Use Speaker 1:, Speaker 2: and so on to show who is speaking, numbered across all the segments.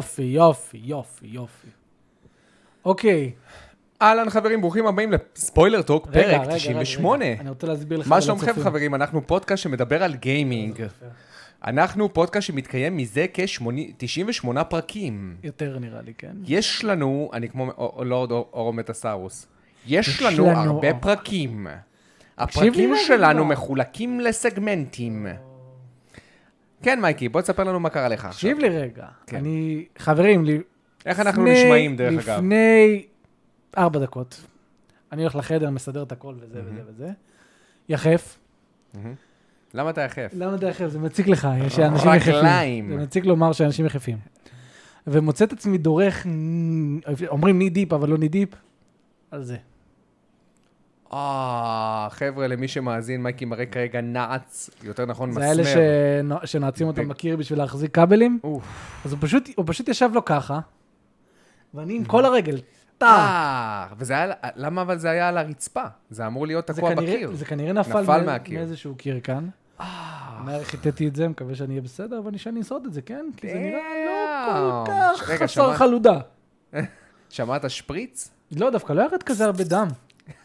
Speaker 1: יופי, יופי, יופי, יופי. אוקיי,
Speaker 2: אהלן חברים, ברוכים הבאים לספוילר טוק,
Speaker 1: רגע, רגע,
Speaker 2: פרק
Speaker 1: רגע,
Speaker 2: 98.
Speaker 1: רגע. אני רוצה להסביר לך
Speaker 2: מה
Speaker 1: ולצופים.
Speaker 2: שלומכם חברים? אנחנו פודקאסט שמדבר על גיימינג. אנחנו פודקאסט שמתקיים מזה כ-98 פרקים.
Speaker 1: יותר נראה לי, כן?
Speaker 2: יש לנו, אני כמו או- או- לורד אור- אורומטסאורוס, יש
Speaker 1: יש
Speaker 2: לנו
Speaker 1: לנו-
Speaker 2: הרבה פרקים.
Speaker 1: תקשיב לי
Speaker 2: הפרקים
Speaker 1: מה זה
Speaker 2: שלנו
Speaker 1: כבר.
Speaker 2: מחולקים לסגמנטים. כן, מייקי, בוא תספר לנו מה קרה לך עכשיו.
Speaker 1: תקשיב לי רגע.
Speaker 2: כן.
Speaker 1: אני... חברים, ל-
Speaker 2: איך אנחנו
Speaker 1: לפני-
Speaker 2: נשמעים, דרך אגב?
Speaker 1: לפני ארבע דקות, אני הולך לחדר, מסדר את הכל וזה וזה וזה. יחף.
Speaker 2: למה אתה יחף?
Speaker 1: למה דרך אגב? זה מציק לך, שאנשים יחפים.
Speaker 2: רגליים.
Speaker 1: זה מציק לומר שאנשים יחפים. ומוצא את עצמי דורך, אומרים ני דיפ, אבל לא ני דיפ, על זה.
Speaker 2: אה, חבר'ה, למי שמאזין, מייקי מראה כרגע נעץ, יותר נכון
Speaker 1: זה אלה
Speaker 2: מסמר.
Speaker 1: שנו- שנועצים אותם בקיר בשביל להחזיק כבלים.
Speaker 2: אוף.
Speaker 1: אז הוא פשוט, הוא פשוט ישב לו ככה, ואני עם כל הרגל, טאק.
Speaker 2: אה, וזה היה, למה אבל זה היה על הרצפה? זה אמור להיות
Speaker 1: זה
Speaker 2: תקוע
Speaker 1: כנראה-
Speaker 2: בקיר.
Speaker 1: זה כנראה נפל,
Speaker 2: נפל
Speaker 1: מא-
Speaker 2: מהקיר.
Speaker 1: מאיזשהו קיר כאן.
Speaker 2: אה,
Speaker 1: מהר חיטטתי את זה, מקווה שאני אהיה בסדר, אבל נשאר לי לשרוד את זה, כן? כי זה נראה לא
Speaker 2: דאו.
Speaker 1: כל כך
Speaker 2: רגע,
Speaker 1: חסר
Speaker 2: שמעת-
Speaker 1: חלודה.
Speaker 2: שמעת שפריץ?
Speaker 1: לא, דווקא לא ירד כזה הרבה דם.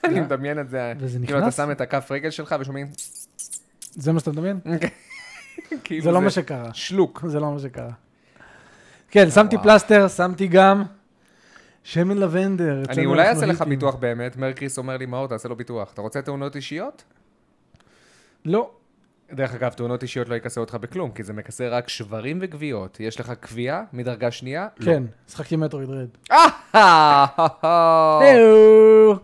Speaker 2: אני מדמיין את זה.
Speaker 1: וזה
Speaker 2: כאילו, אתה
Speaker 1: נכנס?
Speaker 2: שם את הכף רגל שלך ושומעים,
Speaker 1: זה מה שאתה מדמיין?
Speaker 2: כאילו
Speaker 1: זה לא מה שקרה.
Speaker 2: שלוק.
Speaker 1: זה לא מה שקרה. כן, שמתי
Speaker 2: וואו.
Speaker 1: פלסטר, שמתי גם שמן לבנדר.
Speaker 2: אני
Speaker 1: אצלנו
Speaker 2: אולי
Speaker 1: אנחנו
Speaker 2: אעשה לך
Speaker 1: היטים.
Speaker 2: ביטוח באמת, מרקריס אומר לי, מאור, תעשה לו ביטוח. אתה רוצה תאונות אישיות?
Speaker 1: לא.
Speaker 2: דרך אגב, תאונות אישיות לא יכסה אותך בכלום, כי זה מכסה רק שברים וגוויות. יש לך קביעה מדרגה שנייה? לא.
Speaker 1: כן, שחקתי מטרויד רד.
Speaker 2: אה,
Speaker 1: היי.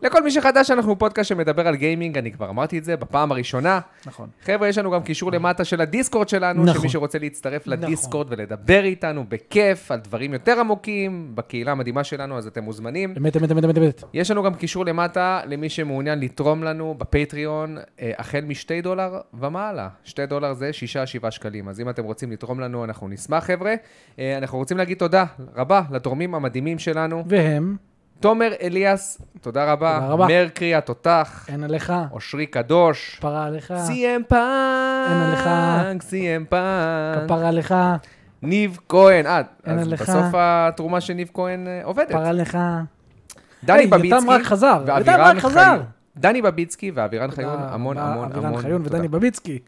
Speaker 2: לכל מי שחדש, אנחנו פודקאסט שמדבר על גיימינג, אני כבר אמרתי את זה בפעם הראשונה.
Speaker 1: נכון.
Speaker 2: חבר'ה, יש לנו גם קישור למטה של הדיסקורד שלנו,
Speaker 1: נכון.
Speaker 2: שמי שרוצה להצטרף
Speaker 1: נכון.
Speaker 2: לדיסקורד ולדבר איתנו בכיף על דברים יותר עמוקים, בקהילה המדהימה שלנו, אז אתם מוזמנים.
Speaker 1: אמת, אמת, אמת, אמת, אמת.
Speaker 2: יש לנו גם קישור למטה למי שמעוניין לתרום לנו בפטריון, אה, החל משתי דולר ומעלה. שתי דולר זה שישה, שבעה שקלים. אז אם אתם רוצים לתרום לנו, אנחנו נשמח, חבר'ה. אה, אנחנו רוצים להגיד תודה רבה לתורמים המדהימים שלנו.
Speaker 1: והם,
Speaker 2: תומר אליאס, תודה רבה.
Speaker 1: תודה רבה.
Speaker 2: מרקרי התותח,
Speaker 1: אין עליך,
Speaker 2: אושרי קדוש.
Speaker 1: כפרה עליך,
Speaker 2: סי.אם פאנק,
Speaker 1: עליך.
Speaker 2: סי.אם פאנק,
Speaker 1: כפרה עליך,
Speaker 2: ניב כהן, אה,
Speaker 1: אין
Speaker 2: אז
Speaker 1: עליך.
Speaker 2: בסוף התרומה של ניב כהן אה, עובדת.
Speaker 1: כפרה עליך.
Speaker 2: דני
Speaker 1: היי, יותם רק
Speaker 2: בביצקי
Speaker 1: חזר, יותם
Speaker 2: ואבירן
Speaker 1: רק חזר.
Speaker 2: חיון. דני בביצקי ואבירן חיון,
Speaker 1: תודה
Speaker 2: המון
Speaker 1: רבה,
Speaker 2: המון
Speaker 1: אבירן
Speaker 2: המון.
Speaker 1: חיון
Speaker 2: תודה.
Speaker 1: ודני בביצקי.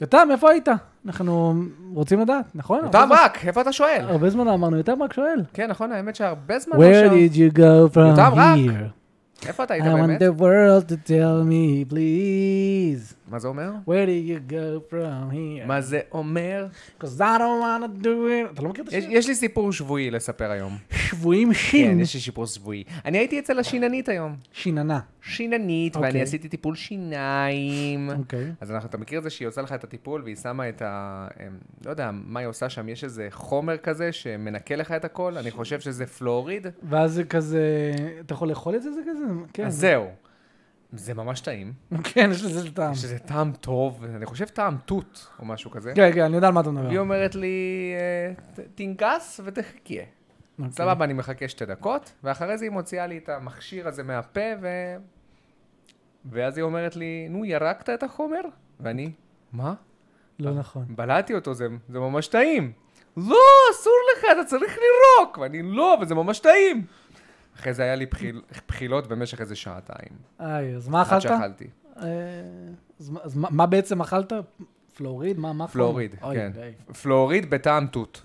Speaker 1: יותם, איפה היית? אנחנו רוצים לדעת, נכון?
Speaker 2: יותם
Speaker 1: הרבה
Speaker 2: רק, איפה אתה
Speaker 1: זמן-
Speaker 2: שואל?
Speaker 1: הרבה זמן לא אמרנו, יותם רק שואל.
Speaker 2: כן, נכון, האמת שהרבה זמן לא
Speaker 1: Where
Speaker 2: שם.
Speaker 1: did you go from
Speaker 2: יותם רק.
Speaker 1: here?
Speaker 2: איפה אתה
Speaker 1: I
Speaker 2: היית
Speaker 1: want
Speaker 2: באמת?
Speaker 1: the world to tell me, please.
Speaker 2: מה זה אומר?
Speaker 1: Where did you go from here?
Speaker 2: מה זה אומר?
Speaker 1: 'Cause I don't wanna do it. אתה לא מכיר את
Speaker 2: יש-
Speaker 1: השיר?
Speaker 2: יש לי סיפור שבועי לספר היום.
Speaker 1: שבויים
Speaker 2: כן,
Speaker 1: שין.
Speaker 2: יש לי סיפור שבועי. אני הייתי אצל השיננית היום.
Speaker 1: שיננה.
Speaker 2: שיננית,
Speaker 1: אוקיי.
Speaker 2: ואני עשיתי טיפול שיניים.
Speaker 1: אוקיי.
Speaker 2: אז אנחנו, אתה מכיר את זה שהיא עושה לך את הטיפול והיא שמה את ה... אמ, לא יודע, מה היא עושה שם? יש איזה חומר כזה שמנקה לך את הכל? אני חושב שזה פלואוריד.
Speaker 1: ואז זה כזה, אתה יכול לאכול את זה? זה כזה? כן.
Speaker 2: אז זהו. זה ממש טעים.
Speaker 1: כן, יש לזה טעם.
Speaker 2: יש לזה טעם טוב, אני חושב טעם תות או משהו כזה.
Speaker 1: כן, כן, אני יודע על מה אתה מדבר.
Speaker 2: והיא אומרת לי, אה, ת- תנגס ותחכה.
Speaker 1: אוקיי.
Speaker 2: סבבה, אני מחכה שתי דקות, ואחרי זה היא מוציאה לי את המכשיר הזה מהפה, ו... ואז היא אומרת לי, נו, ירקת את החומר? ואני, מה?
Speaker 1: לא נכון.
Speaker 2: בלעתי אותו, זה, זה ממש טעים. לא, אסור לך, אתה צריך לירוק. ואני, לא, אבל זה ממש טעים. אחרי זה היה לי בחיל, בחילות במשך איזה שעתיים.
Speaker 1: איי, אז מה
Speaker 2: עד
Speaker 1: אכלת?
Speaker 2: שאכלתי.
Speaker 1: אה, אז מה- אז מה- מה בעצם אכלת? פלואוריד? מה, מה אכלת?
Speaker 2: פלואוריד,
Speaker 1: אוי,
Speaker 2: כן.
Speaker 1: די.
Speaker 2: פלואוריד בטעם תות.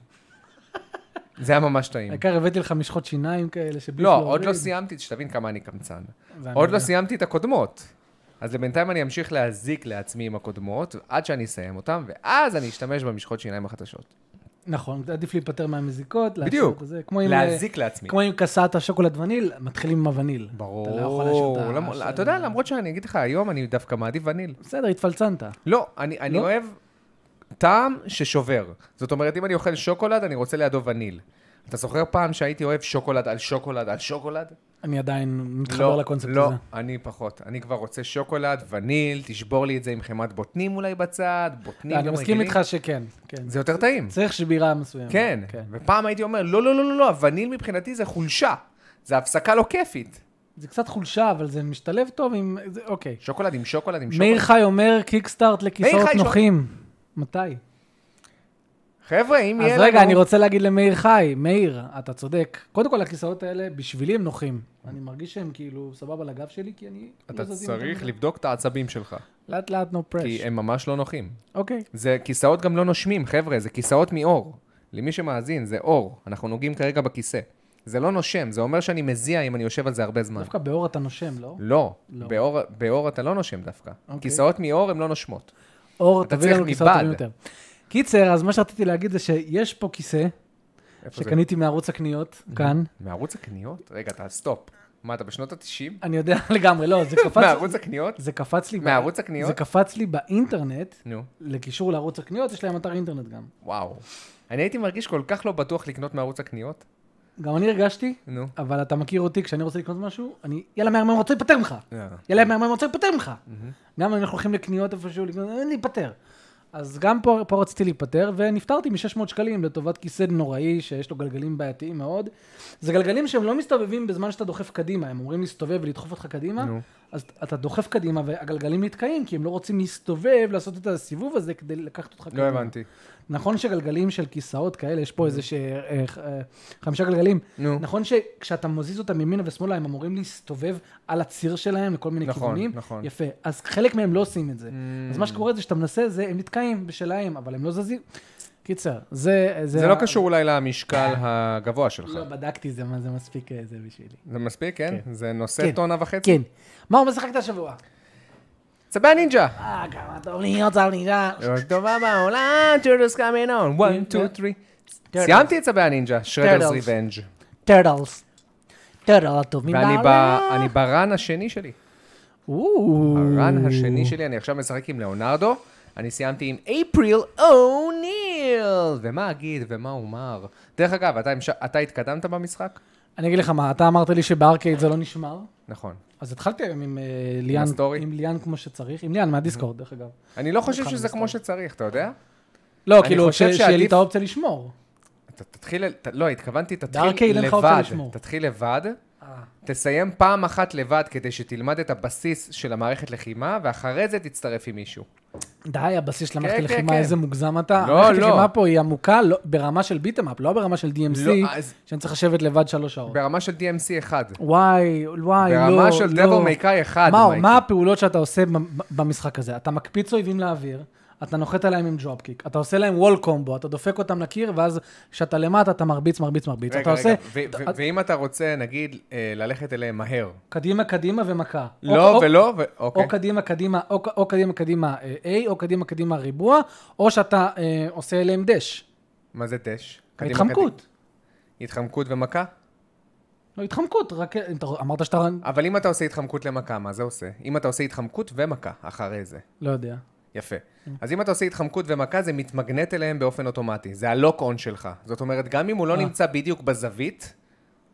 Speaker 2: זה היה ממש טעים.
Speaker 1: העיקר הבאתי לך משחות שיניים כאלה שבלי
Speaker 2: לא,
Speaker 1: פלואוריד.
Speaker 2: עוד לא סיימתי, שתבין כמה אני קמצן.
Speaker 1: זה אני
Speaker 2: עוד לא
Speaker 1: יודע.
Speaker 2: סיימתי את הקודמות. אז בינתיים אני אמשיך להזיק לעצמי עם הקודמות, עד שאני אסיים אותן, ואז אני אשתמש במשחות שיניים החדשות.
Speaker 1: נכון, עדיף להיפטר מהמזיקות. להשאיר
Speaker 2: בדיוק.
Speaker 1: את זה. כמו עם, אה,
Speaker 2: להזיק לעצמי.
Speaker 1: כמו עם קסעת השוקולד וניל, מתחילים עם הווניל. אתה לא יכול להשאיר
Speaker 2: ברור.
Speaker 1: את ה-
Speaker 2: למ- אתה יודע, למרות שאני אגיד לך, היום אני דווקא מעדיף וניל.
Speaker 1: בסדר, התפלצנת.
Speaker 2: לא, אני אני
Speaker 1: לא?
Speaker 2: אוהב טעם ששובר. זאת אומרת, אם אני אוכל שוקולד, אני רוצה לידו וניל. אתה זוכר פעם שהייתי אוהב שוקולד על שוקולד על שוקולד?
Speaker 1: אני עדיין מתחבר
Speaker 2: לא,
Speaker 1: לקונספט
Speaker 2: לא,
Speaker 1: הזה.
Speaker 2: אני פחות. אני כבר רוצה שוקולד, וניל, תשבור לי את זה עם חמת בוטנים אולי בצד, בוטנים גם
Speaker 1: אני מסכים
Speaker 2: רגילים.
Speaker 1: איתך שכן. כן.
Speaker 2: זה יותר טעים.
Speaker 1: צריך שבירה מסוימת.
Speaker 2: כן. ופעם הייתי אומר, לא, לא, לא, לא, לא, הווניל מבחינתי זה חולשה. זה הפסקה לא כיפית.
Speaker 1: זה קצת חולשה, אבל זה משתלב טוב עם... זה- אוקיי.
Speaker 2: שוקולד עם שוקולד עם שוקולד.
Speaker 1: מאיר חי אומר קיקסטארט לכיסאות
Speaker 2: חי שואל-
Speaker 1: נוחים. מתי?
Speaker 2: חבר'ה, אם יהיה
Speaker 1: אז
Speaker 2: לנו...
Speaker 1: רגע, אני רוצה להגיד למאיר חי, מאיר, אתה צודק. קודם כל, הכיסאות האלה, בשבילי הם נוחים. אני מרגיש שהם כאילו סבבה על הגב שלי, כי אני... לא
Speaker 2: אתה
Speaker 1: זזים יותר
Speaker 2: צריך
Speaker 1: מדי.
Speaker 2: לבדוק את העצבים שלך,
Speaker 1: לאט לאט no
Speaker 2: כי
Speaker 1: pressure.
Speaker 2: הם ממש לא נוחים.
Speaker 1: אוקיי.
Speaker 2: זה כיסאות גם לא נושמים, חבר'ה, זה כיסאות מאור. למי שמאזין, זה אור. אנחנו נוגעים כרגע בכיסא. זה לא נושם, זה אומר שאני מזיע אם אני יושב על זה הרבה זמן.
Speaker 1: דווקא באור אתה נושם, לא?
Speaker 2: לא,
Speaker 1: לא.
Speaker 2: באור, באור אתה לא נושם דווקא.
Speaker 1: אוקיי.
Speaker 2: כיסאות מאור הן לא נושמות.
Speaker 1: אור,
Speaker 2: אתה
Speaker 1: תביא
Speaker 2: צריך
Speaker 1: לנו כיסאות
Speaker 2: מבעד.
Speaker 1: טובים יותר. קיצר, אז מה שרציתי להגיד זה שיש פה כיסא,
Speaker 2: איפה זה?
Speaker 1: שקניתי מערוץ הקניות, כאן.
Speaker 2: מערוץ הקניות? רגע, אתה סטופ. מה, אתה בשנות ה-90?
Speaker 1: אני יודע לגמרי, לא, זה קפץ...
Speaker 2: מערוץ הקניות?
Speaker 1: זה קפץ לי... ב-
Speaker 2: מערוץ הקניות?
Speaker 1: זה קפץ לי באינטרנט,
Speaker 2: נו,
Speaker 1: לקישור לערוץ הקניות, יש להם אתר אינטרנט גם.
Speaker 2: וואו. אני הייתי מרגיש כל כך לא בטוח לקנות מערוץ הקניות.
Speaker 1: גם אני הרגשתי,
Speaker 2: נו.
Speaker 1: אבל אתה מכיר אותי, כשאני רוצה לקנות משהו, אני, יאללה, מהר מהר רוצה להיפטר ממך.
Speaker 2: אה.
Speaker 1: יאללה, מהר מהר רוצה להיפטר ממך. גם אם אנחנו הולכים לקניות איפשהו, לקנות, אין להיפטר. אז גם פה, פה רציתי להיפטר, ונפטרתי מ-600 שקלים לטובת כיסא נוראי שיש לו גלגלים בעייתיים מאוד. זה גלגלים שהם לא מסתובבים בזמן שאתה דוחף קדימה, הם אומרים להסתובב ולדחוף אותך קדימה,
Speaker 2: נו.
Speaker 1: אז אתה דוחף קדימה והגלגלים נתקעים, כי הם לא רוצים להסתובב, לעשות את הסיבוב הזה כדי לקחת אותך
Speaker 2: לא
Speaker 1: קדימה.
Speaker 2: הבנתי.
Speaker 1: נכון שגלגלים של כיסאות כאלה, יש פה איזה ש... אה, אה, חמישה גלגלים.
Speaker 2: נו.
Speaker 1: נכון שכשאתה מזיז אותם ימינה ושמאלה, הם אמורים להסתובב על הציר שלהם לכל מיני
Speaker 2: נכון,
Speaker 1: כיוונים.
Speaker 2: נכון.
Speaker 1: יפה. אז חלק מהם לא עושים את זה.
Speaker 2: Mm.
Speaker 1: אז מה שקורה זה שאתה מנסה, זה, הם נתקעים בשלהם, אבל הם לא זזים. קיצר, זה...
Speaker 2: זה לא קשור אולי למשקל הגבוה שלך.
Speaker 1: לא, בדקתי זה, מה זה מספיק אה, זה בשבילי.
Speaker 2: זה מספיק, כן?
Speaker 1: כן.
Speaker 2: זה נושא
Speaker 1: כן.
Speaker 2: טונה וחצי?
Speaker 1: כן. מה הוא משחק את השבוע?
Speaker 2: צבי הנינג'ה!
Speaker 1: אה, כמה טוב להיות זר נהיגה.
Speaker 2: טובה בעולם, turtles coming on, one, two, three. סיימתי את צבי הנינג'ה, שרדרס
Speaker 1: Turtles.
Speaker 2: ריבנג'.
Speaker 1: טרדלס. טרדל הטובים
Speaker 2: ואני ב-
Speaker 1: בעולם.
Speaker 2: אני ברן השני שלי.
Speaker 1: או.
Speaker 2: הרן השני שלי, אני עכשיו משחק עם ליאונרדו, אני סיימתי עם אפריל אוניל! ומה אגיד ומה אומר? דרך אגב, אתה המש- אתה התקדמת במשחק?
Speaker 1: אני אגיד לך מה, אתה אמרת לי שבארקייד זה לא נשמר,
Speaker 2: נכון.
Speaker 1: אז התחלתי היום עם אה, ליאן,
Speaker 2: הסטורי?
Speaker 1: עם ליאן כמו שצריך, עם ליאן מהדיסקורד, דרך אגב.
Speaker 2: אני לא חושב
Speaker 1: התחלנו
Speaker 2: שזה
Speaker 1: לסתום.
Speaker 2: כמו שצריך, אתה יודע?
Speaker 1: לא,
Speaker 2: אני
Speaker 1: כאילו, ש-
Speaker 2: חושב
Speaker 1: שיהיה לי
Speaker 2: שעדיף-
Speaker 1: את האופציה לשמור.
Speaker 2: אתה תתחיל, ת- לא, התכוונתי,
Speaker 1: בארקייד
Speaker 2: תתחיל
Speaker 1: אין לך אופציה
Speaker 2: לבד,
Speaker 1: לשמור.
Speaker 2: תתחיל לבד, אה. תסיים פעם אחת לבד כדי שתלמד את הבסיס של המערכת לחימה, ואחרי זה תצטרף עם מישהו.
Speaker 1: די, הבסיס של המערכת
Speaker 2: כן,
Speaker 1: לחימה,
Speaker 2: כן.
Speaker 1: איזה מוגזם אתה.
Speaker 2: לא,
Speaker 1: המערכת
Speaker 2: לא.
Speaker 1: לחימה פה היא עמוקה לא- ברמה של ביטם-אפ, לא ברמה של DMC,
Speaker 2: לא, אז-
Speaker 1: שאני צריך לשבת לבד שלוש שעות.
Speaker 2: ברמה של DMC 1.
Speaker 1: וואי, וואי, לא, לא.
Speaker 2: ברמה של Devil May Cry אחד,
Speaker 1: מאור,
Speaker 2: מייקי.
Speaker 1: מה הפעולות שאתה עושה במ- במשחק הזה? אתה מקפיץ אויבים לאוויר, אתה נוחת עליהם עם דרופקיק, אתה עושה להם וול קומבו, אתה דופק אותם לקיר, ואז כשאתה למטה אתה מרביץ, מרביץ, מרביץ.
Speaker 2: רגע,
Speaker 1: אתה
Speaker 2: רגע,
Speaker 1: עושה
Speaker 2: ו- ו- ואם אתה רוצה, נגיד, אה, ללכת אליהם מהר.
Speaker 1: קדימה, קדימה ומכה. או-
Speaker 2: לא
Speaker 1: או-
Speaker 2: ולא, ו- אוקיי.
Speaker 1: או קדימה, קדימה, או ק- או קדימה, קדימה אה, A, או קדימה, קדימה ריבוע, או שאתה אה, עושה אליהם דש.
Speaker 2: מה זה דש? קדימה,
Speaker 1: התחמקות.
Speaker 2: קדימה. התחמקות ומכה?
Speaker 1: לא, התחמקות, רק אה, אתה- אמרת שאתה...
Speaker 2: אבל אם אתה עושה התחמקות למכה, מה זה עושה? אם אתה עושה התחמקות ומכה אחרי זה.
Speaker 1: לא יודע.
Speaker 2: יפה.
Speaker 1: Mm.
Speaker 2: אז אם אתה עושה התחמקות ומכה, זה מתמגנט אליהם באופן אוטומטי. זה הלוק-און שלך. זאת אומרת, גם אם הוא לא
Speaker 1: אה.
Speaker 2: נמצא בדיוק בזווית,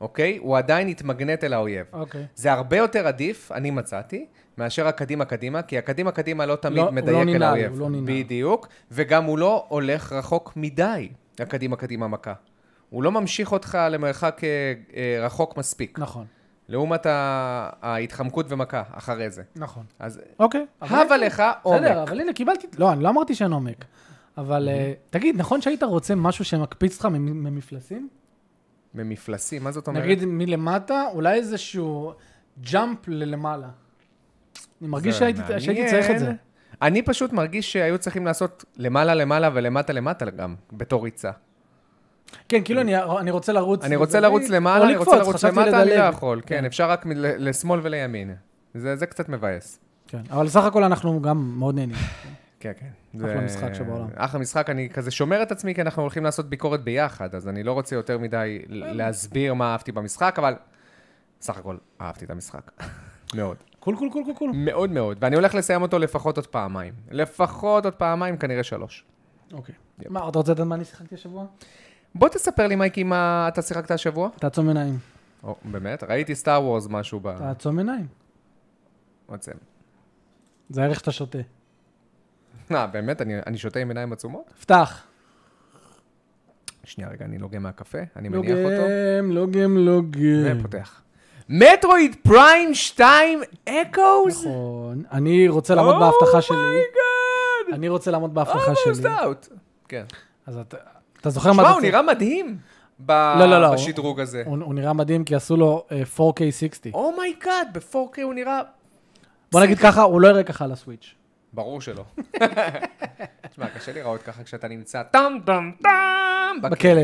Speaker 2: אוקיי? הוא עדיין יתמגנט אל האויב.
Speaker 1: אוקיי.
Speaker 2: זה הרבה יותר עדיף, אני מצאתי, מאשר הקדימה קדימה, כי הקדימה קדימה לא תמיד
Speaker 1: לא- הוא לא
Speaker 2: מדייק אל
Speaker 1: נינארי,
Speaker 2: האויב.
Speaker 1: הוא לא נינארי.
Speaker 2: בדיוק, וגם הוא לא הולך רחוק מדי, הקדימה קדימה מכה. הוא לא ממשיך אותך למרחק אה, אה, רחוק מספיק.
Speaker 1: נכון.
Speaker 2: לעומת ה- ההתחמקות ומכה אחרי זה.
Speaker 1: נכון.
Speaker 2: אז
Speaker 1: אוקיי. אבל-
Speaker 2: הבה לך עומק.
Speaker 1: בסדר, אבל הנה, קיבלתי... לא, אני לא אמרתי שאין עומק. אבל אה, תגיד, נכון שהיית רוצה משהו שמקפיץ אותך ממ- ממפלסים?
Speaker 2: ממפלסים, מה זאת אומרת?
Speaker 1: נגיד מלמטה, אולי איזשהו ג'אמפ ללמעלה. אני מרגיש
Speaker 2: זה
Speaker 1: שהייתי
Speaker 2: מעניין.
Speaker 1: שהייתי צריך את זה.
Speaker 2: אני פשוט מרגיש שהיו צריכים לעשות למעלה למעלה ולמטה למטה גם, בתור ריצה.
Speaker 1: כן, כאילו אני אני רוצה לרוץ...
Speaker 2: אני רוצה
Speaker 1: לזווית,
Speaker 2: לרוץ
Speaker 1: או
Speaker 2: למעלה, אני רוצה
Speaker 1: לקפוץ,
Speaker 2: לרוץ
Speaker 1: חשבתי
Speaker 2: למטה, אני לא
Speaker 1: לדלג.
Speaker 2: יכול. כן, אפשר רק מ- ל- לשמאל ולימין. זה זה קצת מבאס.
Speaker 1: כן, אבל סך הכל אנחנו גם מאוד נהנים.
Speaker 2: כן, כן.
Speaker 1: אחלה
Speaker 2: זה-
Speaker 1: משחק שבעולם.
Speaker 2: אחלה משחק, אני כזה שומר את עצמי, כי אנחנו הולכים לעשות ביקורת ביחד, אז אני לא רוצה יותר מדי
Speaker 1: כן.
Speaker 2: ל- להסביר מה אהבתי במשחק, אבל סך הכל אהבתי את המשחק. מאוד.
Speaker 1: קול, קול, קול, קול, קול.
Speaker 2: מאוד מאוד. ואני הולך לסיים אותו לפחות עוד פעמיים. לפחות עוד פעמיים, כנראה שלוש.
Speaker 1: אוקיי. מה, אתה רוצה לדעת מה אני שיחקתי השבוע?
Speaker 2: בוא תספר לי, מייקי, מה אתה שיחקת השבוע?
Speaker 1: תעצום עיניים.
Speaker 2: או, באמת? ראיתי סטאר וורז משהו
Speaker 1: תעצום עיניים.
Speaker 2: בעצם.
Speaker 1: זה הערך שאתה שותה.
Speaker 2: אה, באמת? אני, אני שותה עם עיניים עצומות?
Speaker 1: פתח.
Speaker 2: שנייה, רגע, אני לוגם מהקפה, אני מניח
Speaker 1: לא
Speaker 2: אותו,
Speaker 1: לוגם, לוגם, לוגם.
Speaker 2: ופותח. מטרואיד פריים 2 אקוז?
Speaker 1: נכון. אני רוצה לעמוד
Speaker 2: Oh
Speaker 1: בהבטחה שלי.
Speaker 2: אומייגאד!
Speaker 1: אני רוצה לעמוד בהבטחה
Speaker 2: almost
Speaker 1: שלי.
Speaker 2: out. Oh, כן.
Speaker 1: אז את- אתה זוכר לא, מה
Speaker 2: שמע,
Speaker 1: אתה
Speaker 2: הוא
Speaker 1: צריך?
Speaker 2: נראה מדהים ב-
Speaker 1: לא, לא, לא, הוא-
Speaker 2: בשדרוג הזה.
Speaker 1: הוא הוא נראה מדהים כי עשו לו אה, 4K 60.
Speaker 2: Oh, אומייגאד, ב-4K הוא נראה...
Speaker 1: בוא נגיד ככה, הוא לא יראה ככה על הסוויץ'.
Speaker 2: ברור שלא. תשמע, קשה להיראות ככה כשאתה נמצא טאם טאם טאם
Speaker 1: בכלא.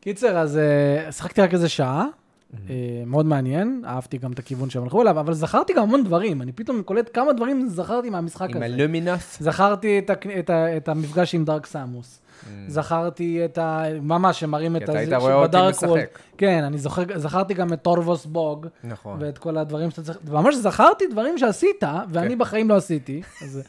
Speaker 1: קיצר, אז אה, שיחקתי רק איזה שעה,
Speaker 2: Mm-hmm.
Speaker 1: אה, מאוד מעניין, אהבתי גם את הכיוון שהם הלכו אליו, אבל זכרתי גם המון דברים, אני פתאום קולט כמה דברים זכרתי מהמשחק
Speaker 2: עם
Speaker 1: הזה.
Speaker 2: הלומינוס.
Speaker 1: זכרתי את הכ- את ה- את המפגש עם דארק סמוס. זכרתי את ה... ממש, שמראים את
Speaker 2: אה. אתה היית
Speaker 1: הזה
Speaker 2: רואה אותי
Speaker 1: שבדארק
Speaker 2: משחק.
Speaker 1: וולד. כן, אני זוכר, זכרתי גם את טורבוס בוג.
Speaker 2: נכון.
Speaker 1: ואת כל הדברים שאתה צריך... ממש זכרתי דברים שעשית, ואני
Speaker 2: כן.
Speaker 1: בחיים לא עשיתי. אז זה-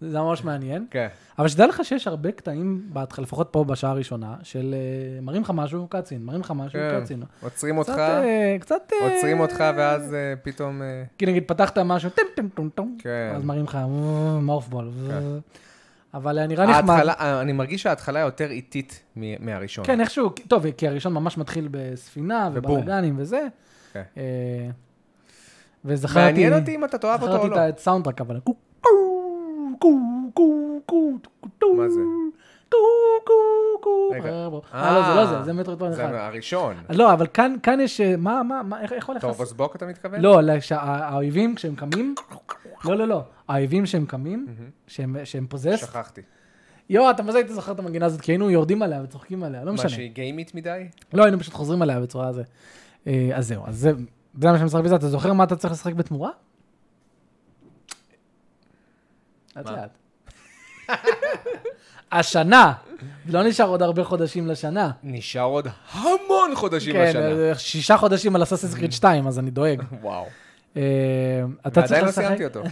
Speaker 1: זה ממש מעניין.
Speaker 2: כן.
Speaker 1: אבל שתדע לך שיש הרבה קטעים בהתחלה, לפחות פה בשעה הראשונה, של אה, מראים לך משהו, קצין, מראים לך משהו,
Speaker 2: כן.
Speaker 1: קצין.
Speaker 2: עוצרים
Speaker 1: קצת,
Speaker 2: אותך,
Speaker 1: אה, קצת... אה,
Speaker 2: עוצרים אותך, ואז אה, פתאום... אה,
Speaker 1: כי נגיד פתחת משהו, טם טם טום טום,
Speaker 2: כן.
Speaker 1: אז מראים לך מורפבול. אה,
Speaker 2: כן.
Speaker 1: אבל אה, נראה נחמד.
Speaker 2: ההתחלה- אה, אני מרגיש שההתחלה יותר איטית מ- מהראשון.
Speaker 1: כן, איכשהו, טוב, כי הראשון ממש מתחיל בספינה,
Speaker 2: ובום.
Speaker 1: ובלאגנים וזה.
Speaker 2: כן.
Speaker 1: אה, וזכרתי...
Speaker 2: מעניין אותי אם אתה תאהב אותו או לא.
Speaker 1: זכרתי את הסאונדטרק, אבל... קו, קו, קו, קו, קו, קו,
Speaker 2: מה זה?
Speaker 1: קו, קו, קו.
Speaker 2: רגע.
Speaker 1: אה, לא, זה לא זה,
Speaker 2: אה,
Speaker 1: זה מטרויד
Speaker 2: זה
Speaker 1: אחד.
Speaker 2: הראשון.
Speaker 1: לא, אבל כאן כאן יש... אה, מה, מה, מה, איך איך הולך... הס-
Speaker 2: טורבוס בוק אתה מתכוון?
Speaker 1: לא, לש- ה- האויבים כשהם קמים... לא, לא, לא. האויבים שהם קמים, שהם- שהם פוזס,
Speaker 2: שכחתי.
Speaker 1: יואו, אתה מה זה היית זוכר את המנגינה הזאת? כי היינו יורדים עליה וצוחקים עליה, לא
Speaker 2: מה
Speaker 1: משנה.
Speaker 2: שהיא גיימית מדי?
Speaker 1: לא, היינו פשוט חוזרים עליה בצורה הזה. אה, אז זהו, אז זה, זה מה שמשחק בזה. אתה זוכר מה אתה צריך לשחק בתמורה? לאט
Speaker 2: מה?
Speaker 1: לאט. השנה, לא נשאר עוד הרבה חודשים לשנה.
Speaker 2: נשאר עוד המון חודשים
Speaker 1: כן,
Speaker 2: השנה.
Speaker 1: אה, שישה חודשים על אססס קריד 2, אז אני דואג.
Speaker 2: וואו.
Speaker 1: אה, אתה צריך
Speaker 2: ועדיין לא
Speaker 1: לשחק,
Speaker 2: סיימתי אותו.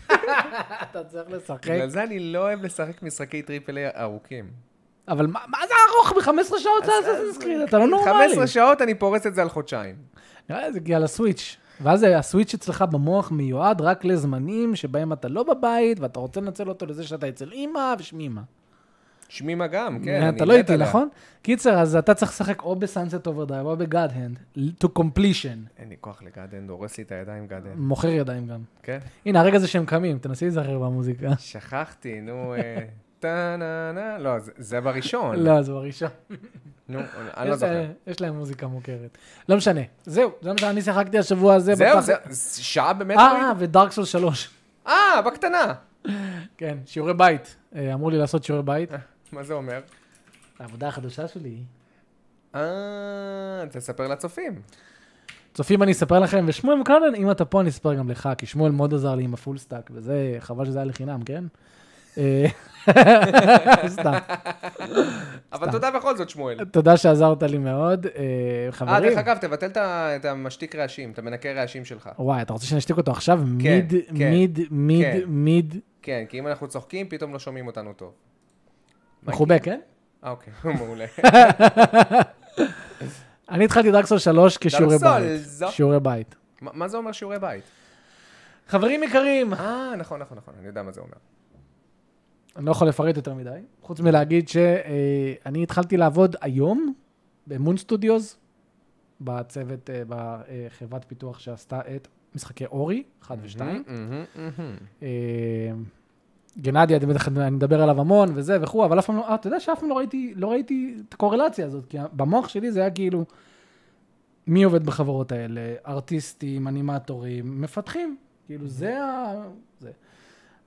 Speaker 1: אתה צריך לשחק,
Speaker 2: בגלל זה אני לא אוהב לשחק משחקי טריפל איי ארוכים.
Speaker 1: לא אבל מה מה זה ארוך ב-15 שעות זה אססס קריד? אתה לא נורמלי.
Speaker 2: 15 שעות אני פורס את זה על חודשיים.
Speaker 1: נראה לי זה הגיע לסוויץ'. ואז הסוויץ' אצלך במוח מיועד רק לזמנים שבהם אתה לא בבית, ואתה רוצה לנצל אותו לזה שאתה אצל אימא ושמי אימא.
Speaker 2: שמימה גם, כן. אני
Speaker 1: אתה לא
Speaker 2: מת
Speaker 1: איתי,
Speaker 2: עליה.
Speaker 1: נכון? קיצר, אז אתה צריך לשחק או בסאנסט אוברדרייב או בגאד הנד, to completion.
Speaker 2: אין לי כוח לגאדן, דורס לי את הידיים גאדן.
Speaker 1: מוכר ידיים גם.
Speaker 2: כן?
Speaker 1: הנה, הרגע הזה שהם קמים, תנסי להיזכר במוזיקה.
Speaker 2: שכחתי, נו... אה, טה נה נה, לא, זה- זה בראשון.
Speaker 1: לא, זה בראשון.
Speaker 2: נו, אני לא
Speaker 1: יש לה-
Speaker 2: זוכר.
Speaker 1: יש להם מוזיקה מוכרת. לא משנה. זהו, זה מה שאני שיחקתי השבוע הזה.
Speaker 2: זהו,
Speaker 1: בטח-
Speaker 2: זה זה שעה באמת?
Speaker 1: אה, ודארק סול 3.
Speaker 2: אה, בקטנה.
Speaker 1: כן, שיעורי בית. אה, אמרו לי לעשות שיעורי בית.
Speaker 2: מה זה אומר?
Speaker 1: העבודה החדשה שלי היא...
Speaker 2: אה, תספר לצופים.
Speaker 1: צופים אני אספר לכם, ושמואל מקרנן, אם אתה פה אני אספר גם לך, כי שמואל מאוד עזר לי עם הפול סטאק, וזה, חבל שזה היה לחינם, כן? אה, סתם.
Speaker 2: אבל תודה בכל זאת, שמואל.
Speaker 1: תודה שעזרת לי מאוד, אה,
Speaker 2: אה,
Speaker 1: חברים.
Speaker 2: דרך אגב, תבטל את ה- את המשתיק רעשים, את המנקה רעשים שלך.
Speaker 1: וואי, אתה רוצה שנשתיק אותו עכשיו?
Speaker 2: כן,
Speaker 1: מיד,
Speaker 2: כן,
Speaker 1: מיד, מיד,
Speaker 2: כן.
Speaker 1: מיד,
Speaker 2: כן, כי אם אנחנו צוחקים, פתאום לא שומעים אותנו טוב.
Speaker 1: מחובק, כן?
Speaker 2: אה, אוקיי, מעולה.
Speaker 1: אני התחלתי דארקסול 3 כשיעורי
Speaker 2: Dark Souls,
Speaker 1: בית.
Speaker 2: זו-
Speaker 1: שיעורי בית.
Speaker 2: מה- מה זה אומר שיעורי בית?
Speaker 1: חברים יקרים,
Speaker 2: אה, נכון, נכון, נכון, אני יודע מה זה אומר.
Speaker 1: אני לא יכול לפרט יותר מדי, חוץ מלהגיד שאני התחלתי לעבוד היום במון סטודיוס, בצוות, אה, בחברת פיתוח שעשתה את משחקי אורי, 1 ו-2.
Speaker 2: מהמם, מהמם.
Speaker 1: גנדיה, אני בטח- אני מדבר עליו המון וזה וכו', אבל אף פעם לא, אה, אתה יודע שאף פעם לא ראיתי, לא ראיתי את הקורלציה הזאת, כי במוח שלי זה היה כאילו, מי עובד בחברות האלה? ארטיסטים, אנימטורים, מפתחים. כאילו זה ה... זה.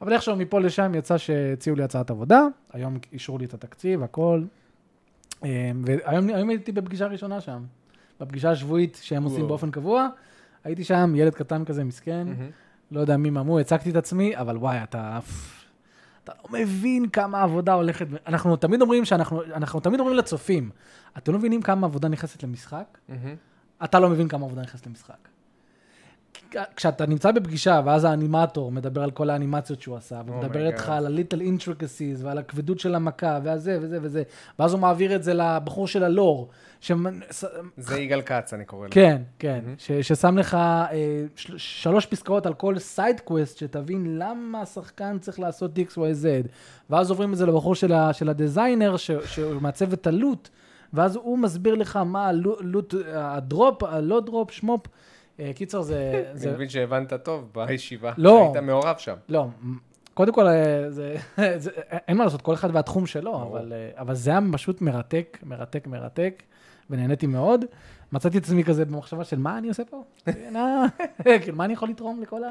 Speaker 1: אבל איכשהו מפה לשם יצא שהציעו לי הצעת עבודה, היום אישרו לי את התקציב, הכל. אה, והיום היום הייתי בפגישה ראשונה שם, בפגישה השבועית שהם עושים
Speaker 2: וואו.
Speaker 1: באופן קבוע. הייתי שם, ילד קטן כזה, מסכן, לא יודע מי ממו, הצגתי את עצמי, אבל וואי, אתה... אתה לא מבין כמה עבודה הולכת... אנחנו תמיד אומרים שאנחנו... אנחנו תמיד אומרים לצופים, אתם לא מבינים כמה עבודה נכנסת למשחק?
Speaker 2: מהמם.
Speaker 1: אתה לא מבין כמה עבודה נכנסת למשחק. כשאתה נמצא בפגישה, ואז האנימטור מדבר על כל האנימציות שהוא עשה, ומדבר
Speaker 2: Oh my
Speaker 1: איתך
Speaker 2: God.
Speaker 1: על ה-little intricacies ועל הכבדות של המכה, ועל זה וזה וזה, ואז הוא מעביר את זה לבחור של הלור, שמ-
Speaker 2: זה יגאל כץ, אני קורא לו.
Speaker 1: כן, כן, ש- ששם לך אה, של- שלוש פסקאות על כל סייד קווסט, שתבין למה השחקן צריך לעשות x, y, z. ואז עוברים את זה לבחור של, ה- של הדזיינר, ש- שהוא מעצב את הלוט, ואז הוא מסביר לך מה הלוט, הדרופ, הלא דרופ, שמופ. אה, קיצר, זה...
Speaker 2: אני
Speaker 1: זה
Speaker 2: מבין שהבנת טוב בישיבה.
Speaker 1: לא.
Speaker 2: היית מעורב שם.
Speaker 1: לא, קודם כל, אה, זה, זה, אין מה לעשות, כל אחד והתחום שלו, אבל, אה, אבל זה היה פשוט מרתק, מרתק, מרתק, ונהניתי מאוד. מצאתי את עצמי כזה במחשבה של מה אני עושה פה? נא, כאילו, מה אני יכול לתרום לכל ה...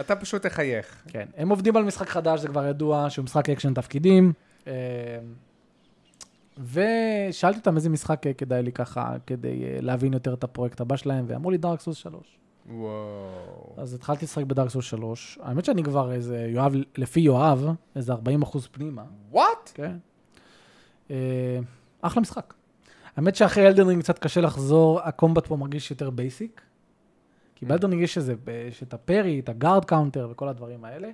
Speaker 2: אתה פשוט תחייך.
Speaker 1: כן, הם עובדים על משחק חדש, זה כבר ידוע, שהוא משחק אקשן תפקידים. אה, ושאלתי אותם איזה משחק אה, כדאי לי ככה, כדי אה, להבין יותר את הפרויקט הבא שלהם, ואמרו לי דארק סוס 3.
Speaker 2: וואו.
Speaker 1: אז התחלתי לשחק בדארק סוס 3. האמת שאני כבר איזה, יואב, לפי יואב, איזה 40 אחוז פנימה.
Speaker 2: וואט?
Speaker 1: כן. אה, אחלה משחק. האמת שאחרי אלדנרינג קצת קשה לחזור, הקומבט פה מרגיש יותר בייסיק. כי
Speaker 2: כן.
Speaker 1: באלדנרינג יש איזה, אה, יש את הפרי, את הגארד קאונטר וכל הדברים האלה,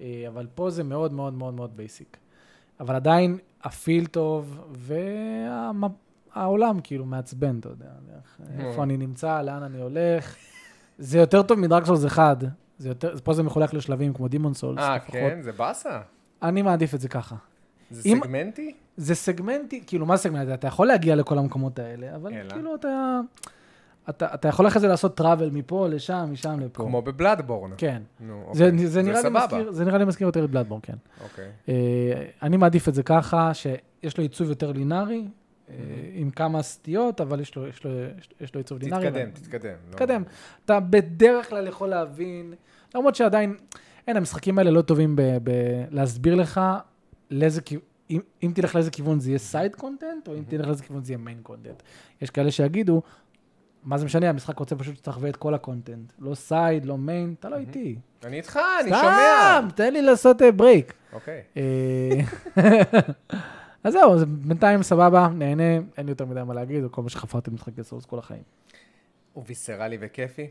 Speaker 1: אה, אבל פה זה מאוד מאוד מאוד מאוד בייסיק. אבל עדיין הפיל טוב, והעולם כאילו מעצבן, אתה יודע, איך-
Speaker 2: כן.
Speaker 1: איפה אני נמצא, לאן אני הולך. זה יותר טוב מדרק סולס 1, זה יותר, פה זה מחולק לשלבים כמו דימון סולס,
Speaker 2: אה,
Speaker 1: לפחות.
Speaker 2: כן, זה באסה.
Speaker 1: אני מעדיף את זה ככה.
Speaker 2: זה
Speaker 1: אם-
Speaker 2: סגמנטי?
Speaker 1: זה סגמנטי, כאילו, מה סגמנטי? אתה יכול להגיע לכל המקומות האלה, אבל
Speaker 2: אלא?
Speaker 1: אלא. כאילו אתה, אתה, אתה יכול אחרי זה לעשות טראבל מפה לשם, משם לפה.
Speaker 2: כמו בבלאדבורן.
Speaker 1: כן.
Speaker 2: נו,
Speaker 1: זה,
Speaker 2: אוקיי.
Speaker 1: זה, נראה לי
Speaker 2: סבבה.
Speaker 1: מזכיר, זה נראה לי מזכיר יותר את בלאדבורן, כן.
Speaker 2: אוקיי.
Speaker 1: Uh, אני מעדיף את זה ככה, שיש לו עיצוב יותר לינארי, uh, עם כמה סטיות, אבל יש לו, יש לו, יש לו עיצוב לינארי.
Speaker 2: תתקדם,
Speaker 1: ואני-
Speaker 2: תתקדם. לא-
Speaker 1: תתקדם. אתה בדרך כלל יכול להבין, למרות שעדיין, אין, המשחקים האלה לא טובים ב- ב- להסביר לך לאיזה כיוון, אם, אם תלך לאיזה כיוון זה יהיה סייד קונטנט, או אם תלך לאיזה כיוון זה יהיה מיין קונטנט. יש כאלה שיגידו, מה זה משנה, המשחק רוצה פשוט שתחווה את כל הקונטנט. לא סייד, לא מיין, אתה לא איתי.
Speaker 2: אני איתך, אני שומע.
Speaker 1: תן לי לעשות אה, ברייק.
Speaker 2: אוקיי.
Speaker 1: אה, אז זהו, אז בינתיים סבבה, נהנה, אין לי יותר מדי מה להגיד, זה כל מה שחפרתי במשחקי סורס כל החיים.
Speaker 2: הוא ויסרלי וכיפי.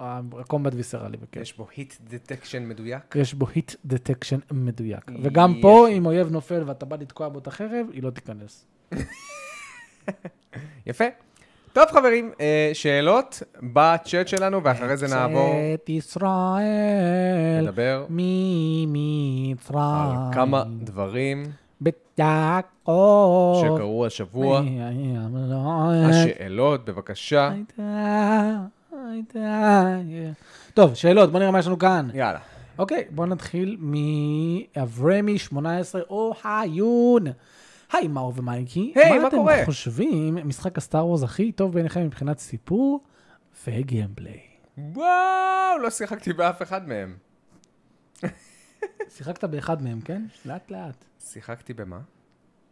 Speaker 1: הקומבט ויסרלי בכיף.
Speaker 2: יש בו היט דטקשן מדויק.
Speaker 1: יש בו היט דטקשן מדויק.
Speaker 2: יש
Speaker 1: וגם פה, אם אויב נופל ואתה בא לתקוע בו את החרב, היא לא תיכנס.
Speaker 2: יפה. טוב חברים, אה, שאלות בצ'אט שלנו, ואחרי זה נעבור
Speaker 1: את ישראל
Speaker 2: לדבר על
Speaker 1: ממצרים.
Speaker 2: אה, כמה דברים
Speaker 1: בתקו.
Speaker 2: שקרו השבוע.
Speaker 1: לא השאלה.
Speaker 2: השאלות, בבקשה.
Speaker 1: טוב, שאלות, בוא נראה מה יש לנו כאן.
Speaker 2: יאללה.
Speaker 1: אוקיי, בואו נתחיל מאברמי 18, אוהיון. היי, מאור ומייקי.
Speaker 2: היי, מה קורה?
Speaker 1: מה אתם חושבים משחק הסטאר וורז הכי טוב בעיניכם מבחינת סיפור וגיימפליי?
Speaker 2: וואו, לא שיחקתי באף אחד מהם.
Speaker 1: שיחקת באחד מהם, כן? לאט לאט.
Speaker 2: שיחקתי במה?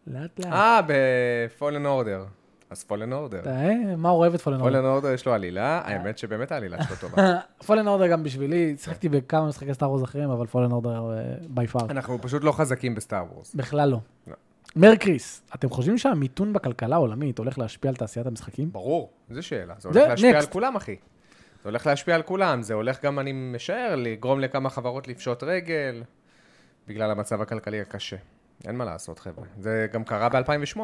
Speaker 1: לאט לאט.
Speaker 2: אה, בפולן אורדר. אז פולן אורדר.
Speaker 1: אתה, אה, מאור אוהב את פולן אורדר.
Speaker 2: פולן אורדר יש לו עלילה, האמת שבאמת העלילה שלו טובה.
Speaker 1: פולן אורדר גם בשבילי, שיחקתי בכמה משחקי סטאר וורז אחרים, אבל פולן אורדר ביי פאר.
Speaker 2: אנחנו פשוט לא חזקים בסטאר וורס.
Speaker 1: בכלל לא.
Speaker 2: לא.
Speaker 1: מרקריס, אתם חושבים שהמיתון בכלכלה העולמית הולך להשפיע על תעשיית המשחקים?
Speaker 2: ברור, זו שאלה. זה
Speaker 1: זה
Speaker 2: הולך להשפיע
Speaker 1: next.
Speaker 2: על כולם, אחי. זה הולך להשפיע על כולם, זה הולך גם, אני משער, לגרום לכמה חברות לפשוט רגל, בגלל המצב הכלכלי הקשה. אין מה לעשות, חבר'ה. זה גם קרה ב-2008.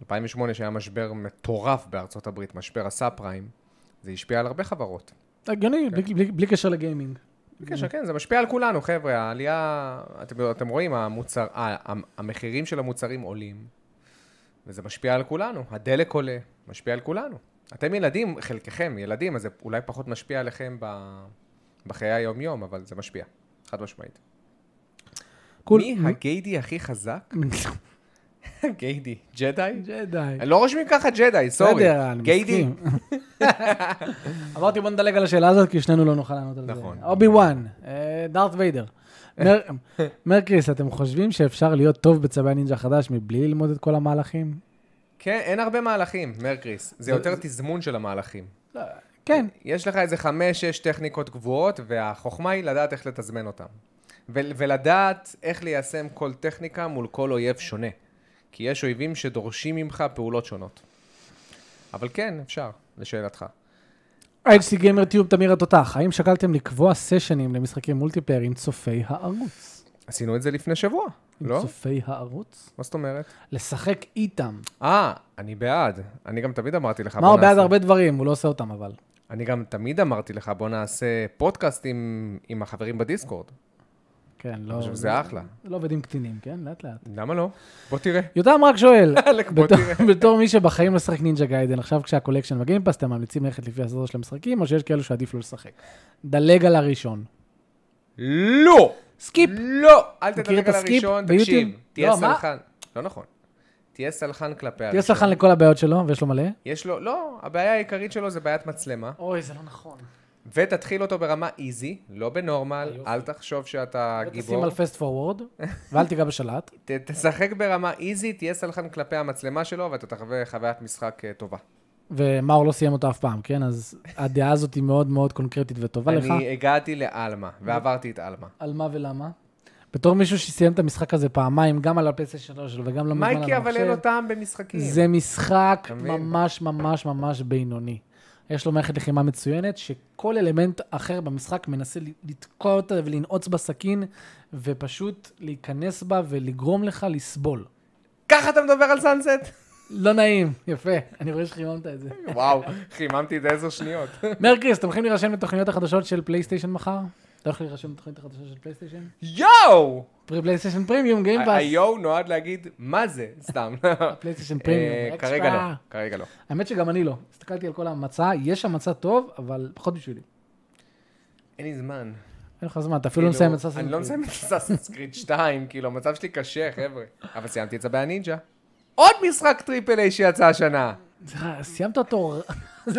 Speaker 2: 2008, שהיה משבר מטורף בארצות הברית, משבר הסאב פריים, זה השפיע על הרבה חברות.
Speaker 1: הגיוני,
Speaker 2: כן.
Speaker 1: בלי- בלי- בלי קשר לגיימינג.
Speaker 2: בקשר, כן, זה משפיע על כולנו, חבר'ה. העלייה, אתם, אתם רואים, המוצר, אה, המ- המחירים של המוצרים עולים, וזה משפיע על כולנו. הדלק עולה, משפיע על כולנו. אתם ילדים, חלקכם ילדים, אז זה אולי פחות משפיע עליכם ב, בחיי היום-יום, אבל זה משפיע, חד משמעית.
Speaker 1: קול.
Speaker 2: מי הגיידי הכי חזק? גיידי. ג'די?
Speaker 1: ג'די.
Speaker 2: לא רושמים ככה ג'די, סורי.
Speaker 1: בסדר, אני
Speaker 2: גיידי?
Speaker 1: מסכים. אמרתי בוא נדלג על השאלה הזאת, כי שנינו לא נוכל לענות על זה.
Speaker 2: נכון.
Speaker 1: אובי וואן, אה, דארת ויידר. מר- מרקריס, אתם חושבים שאפשר להיות טוב בצבא הנינג'ה החדש מבלי ללמוד את כל המהלכים?
Speaker 2: כן, אין הרבה מהלכים, מרקריס. זה
Speaker 1: זה-
Speaker 2: יותר תזמון של המהלכים.
Speaker 1: כן.
Speaker 2: יש לך איזה חמש-שש טכניקות קבועות, והחוכמה היא לדעת איך לתזמן אותן. ו- ולדעת איך ליישם כל טכניקה מול כל אויב שונה. כי יש אויבים שדורשים ממך פעולות שונות. אבל כן, אפשר, לשאלתך.
Speaker 1: HC גיימר טיוב תמיר התותח, האם שקלתם לקבוע סשנים למשחקי מולטיפלייר עם צופי הערוץ?
Speaker 2: עשינו את זה לפני שבוע,
Speaker 1: עם
Speaker 2: לא?
Speaker 1: צופי הערוץ?
Speaker 2: מה זאת אומרת?
Speaker 1: לשחק איתם.
Speaker 2: אה, אני בעד. אני גם תמיד אמרתי לך,
Speaker 1: מאור בעד
Speaker 2: נעשה-
Speaker 1: הרבה דברים, הוא לא עושה אותם אבל.
Speaker 2: אני גם תמיד אמרתי לך, בוא נעשה פודקאסט עם, עם החברים בדיסקורד.
Speaker 1: כן, לא...
Speaker 2: אני חושב שזה אחלה.
Speaker 1: לא עובד עם קטינים, כן? לאט לאט.
Speaker 2: למה לא? בוא תראה.
Speaker 1: יותם רק שואל,
Speaker 2: אלק, בוא
Speaker 1: בתור-
Speaker 2: תראה.
Speaker 1: בתור מי שבחיים לא שחק נינג'ה גיידן, עכשיו כשהקולקשן בגיימפאס, אתם ממליצים ללכת לפי הסדר של המשחקים, או שיש כאלו שעדיף לא לשחק? דלג על הראשון.
Speaker 2: לא!
Speaker 1: סקיפ.
Speaker 2: לא! אל
Speaker 1: מכיר
Speaker 2: תדלג
Speaker 1: את
Speaker 2: על
Speaker 1: הסקיפ
Speaker 2: הראשון,
Speaker 1: ביוטיוב?
Speaker 2: תקשיב. תהיה
Speaker 1: לא, מה?
Speaker 2: סלחן. לא נכון. תהיה סלחן כלפי הראשון.
Speaker 1: תהיה סלחן לכל הבעיות שלו, ויש לו מלא.
Speaker 2: יש לו, לא, הבעיה העיקרית שלו זה בעיית מצלמה.
Speaker 1: אוי, זה לא נכון.
Speaker 2: ותתחיל אותו ברמה איזי, לא בנורמל, אל תחשוב שאתה
Speaker 1: אה, תשים
Speaker 2: גיבור.
Speaker 1: על פסט פורוורד, ואל תיגע בשלט.
Speaker 2: ת- תשחק ברמה איזי, תהיה סלחן כלפי המצלמה שלו, ואתה תחווה חוויית משחק אה, טובה.
Speaker 1: ומאור לא סיים אותה אף פעם, כן? אז הדעה הזאת היא מאוד מאוד קונקרטית וטובה לך. לא
Speaker 2: אני הגעתי לעלמה, ועברתי את עלמה.
Speaker 1: על מה ולמה? בתור מישהו שסיים את המשחק הזה פעמיים, גם על הפלסטיישן 3 שלו וגם לא מזמן על
Speaker 2: מייקי, אבל אין
Speaker 1: המחשב,
Speaker 2: לו טעם במשחקים.
Speaker 1: זה משחק
Speaker 2: אתה מבין?
Speaker 1: ממש ממש ממש בינוני. יש לו מערכת לחימה מצוינת, שכל אלמנט אחר במשחק מנסה ל- לתקוע אותה ולנעוץ בה סכין, ופשוט להיכנס בה ולגרום לך לסבול.
Speaker 2: ככה אתה מדבר על סאנסט?
Speaker 1: לא נעים, יפה, אני רואה שחיממת את זה.
Speaker 2: וואו, חיממתי את זה עשר שניות.
Speaker 1: מרקריס, אתם הולכים להירשם לתוכניות החדשות של פלייסטיישן מחר? אתה הולך להירשם לתוכניות החדשות של פלייסטיישן?
Speaker 2: יואו!
Speaker 1: פרי פלייסטיישן פרימיום,
Speaker 2: אה,
Speaker 1: גיימפאס.
Speaker 2: היואו נועד להגיד, מה זה? סתם.
Speaker 1: פלייסטיישן
Speaker 2: אה,
Speaker 1: פרימיום, אקסטרה.
Speaker 2: כרגע לא, כרגע לא.
Speaker 1: האמת שגם אני לא. הסתכלתי על כל המצע, יש שם מצע טוב, אבל פחות בשבילי.
Speaker 2: אין לי זמן.
Speaker 1: אין לך זמן, אתה אפילו
Speaker 2: כאילו,
Speaker 1: לא מסיים את סאסן.
Speaker 2: אני לא מסיים את סאסנס קריד 2, כאילו, המצב שלי קשה, חבר'ה. אבל סיימתי את צבי הנינג'ה. עוד משחק טריפל איי שיצא השנה.
Speaker 1: סיימת אותו,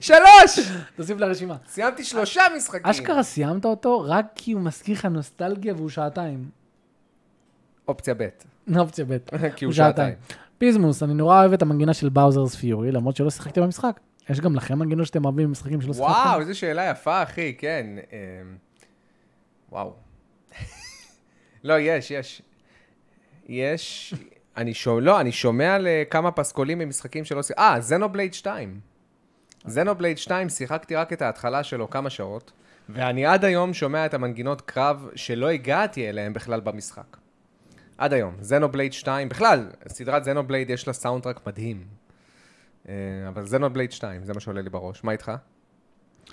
Speaker 2: שלוש!
Speaker 1: תוסיף לרשימה.
Speaker 2: סיימתי שלושה משחקים.
Speaker 1: אשכרה סיימת אותו רק כי הוא מזכיר לך נוסטלגיה והוא שעתיים.
Speaker 2: אופציה ב'.
Speaker 1: אופציה ב'.
Speaker 2: כי הוא שעתיים.
Speaker 1: פיזמוס, אני נורא אוהב את המנגינה של באוזרס פיורי, למרות שלא שיחקתי במשחק. יש גם לכם מנגינות שאתם אוהבים במשחקים שלא שיחקתם?
Speaker 2: וואו, איזו שאלה יפה, אחי, כן. אמ, וואו. לא, יש, יש. יש... אני שומע, לא, אני שומע על אה, כמה פסקולים ממשחקים שלא שיחקתי. אה, זנובלייד 2. זנובלייד 2, שיחקתי רק את ההתחלה שלו כמה שעות, ואני עד היום שומע את המנגינות קרב שלא הגעתי אליהן בכלל במשחק. עד היום. זנובלייד 2, בכלל, סדרת זנובלייד יש לה סאונדטרק מדהים. אה, אבל זנובלייד 2, זה מה שעולה לי בראש. מה איתך?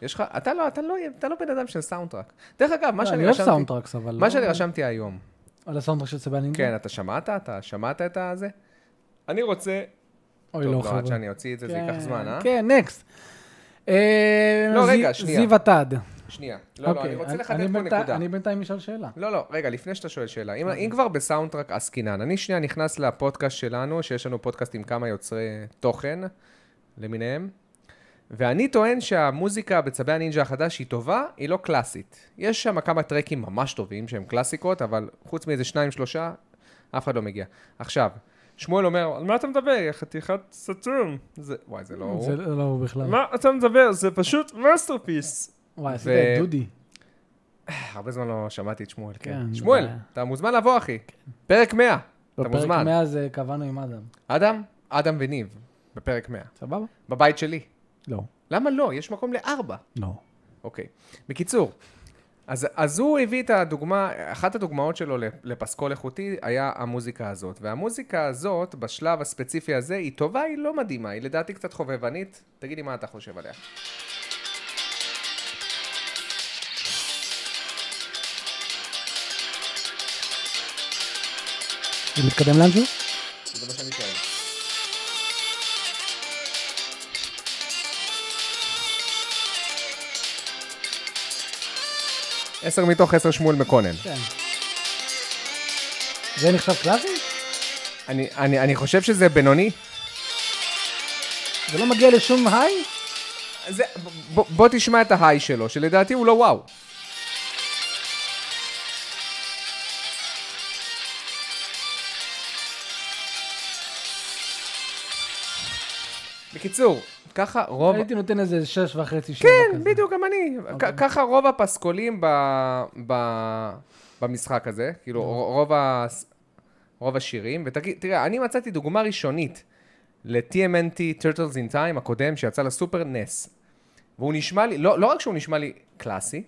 Speaker 2: יש לך, אתה לא, אתה לא, אתה לא בן אדם של סאונדטרק. דרך אגב, מה
Speaker 1: לא,
Speaker 2: שאני
Speaker 1: אני אוהב
Speaker 2: רשמתי...
Speaker 1: סאונדטרקס, אבל...
Speaker 2: מה
Speaker 1: לא-
Speaker 2: שאני רשמתי היום.
Speaker 1: על הסאונדטרק של סבן אינג'ה?
Speaker 2: כן, אתה שמעת? אתה שמעת את הזה? אני רוצה...
Speaker 1: אוי,
Speaker 2: טוב,
Speaker 1: לא,
Speaker 2: לא,
Speaker 1: חבר'ה.
Speaker 2: עד שאני אוציא את זה, זה ייקח
Speaker 1: כן,
Speaker 2: זמן, אה?
Speaker 1: כן, נקסט.
Speaker 2: לא, רגע, שנייה.
Speaker 1: זיו עתד.
Speaker 2: שנייה. לא, לא,
Speaker 1: אוקיי,
Speaker 2: אני רוצה
Speaker 1: אני-
Speaker 2: לחדד
Speaker 1: אני
Speaker 2: פה
Speaker 1: בינתיים-
Speaker 2: נקודה.
Speaker 1: אני בינתיים אשאל שאלה.
Speaker 2: לא, לא, רגע, לפני שאתה שואל שאלה. אם-
Speaker 1: אוקיי.
Speaker 2: אם כבר בסאונדטרק עסקינן, אני שנייה נכנס לפודקאסט שלנו, שיש לנו פודקאסט עם כמה יוצרי תוכן למיניהם, ואני טוען שהמוזיקה בצבי הנינג'ה החדש היא טובה, היא לא קלאסית. יש שם כמה טרקים ממש טובים שהם קלאסיקות, אבל חוץ מאיזה שניים, שלושה, אף אחד לא מגיע. עכשיו, שמואל אומר, על מה אתה מדבר? יא חתיכת סתום. זה- וואי, זה לא הוא.
Speaker 1: זה לא הוא בכלל.
Speaker 3: מה אתה מדבר? זה פשוט מאסטרפיס.
Speaker 1: וואי, עשית
Speaker 2: ו-
Speaker 1: את דודי.
Speaker 2: הרבה זמן לא שמעתי את שמואל, כן.
Speaker 1: כן,
Speaker 2: שמואל,
Speaker 1: זה כן. לא, בעיה.
Speaker 2: אתה מוזמן לבוא, אחי. פרק 100, אתה
Speaker 1: בפרק
Speaker 2: מוזמן.
Speaker 1: 100 זה קבענו עם אדם.
Speaker 2: אדם, אדם וניב, בפרק 100.
Speaker 1: סבבה?
Speaker 2: בבית שלי.
Speaker 1: לא.
Speaker 2: למה לא? יש מקום לארבע.
Speaker 1: לא.
Speaker 2: אוקיי. בקיצור, אז, אז הוא הביא את הדוגמה, אחת הדוגמאות שלו לפסקול איכותי היה המוזיקה הזאת. והמוזיקה הזאת, בשלב הספציפי הזה, היא טובה, היא לא מדהימה, היא לדעתי קצת חובבנית. תגיד לי מה אתה חושב עליה.
Speaker 1: זה מתקדם לאנשהו?
Speaker 2: זה מה שאני שואל. עשר מתוך עשר שמואל מקונן.
Speaker 1: כן. זה נחשב קלאסי?
Speaker 2: אני, אני, אני חושב שזה בינוני.
Speaker 1: זה לא מגיע לשום היי?
Speaker 2: זה, ב, ב, בוא תשמע את ההיי שלו, שלדעתי הוא לא וואו. בקיצור, ככה רוב...
Speaker 1: הייתי נותן איזה שש וחצי שנה
Speaker 2: כן,
Speaker 1: כזה.
Speaker 2: בדיוק, גם אני. כ- ככה רוב הפסקולים ב... ב... במשחק הזה, כאילו, ר- רוב, ה... רוב השירים, ותגיד, תראה, אני מצאתי דוגמה ראשונית ל-TMNT Turtles in Time הקודם שיצא לסופר נס. והוא נשמע לי, לא, לא רק שהוא נשמע לי קלאסי,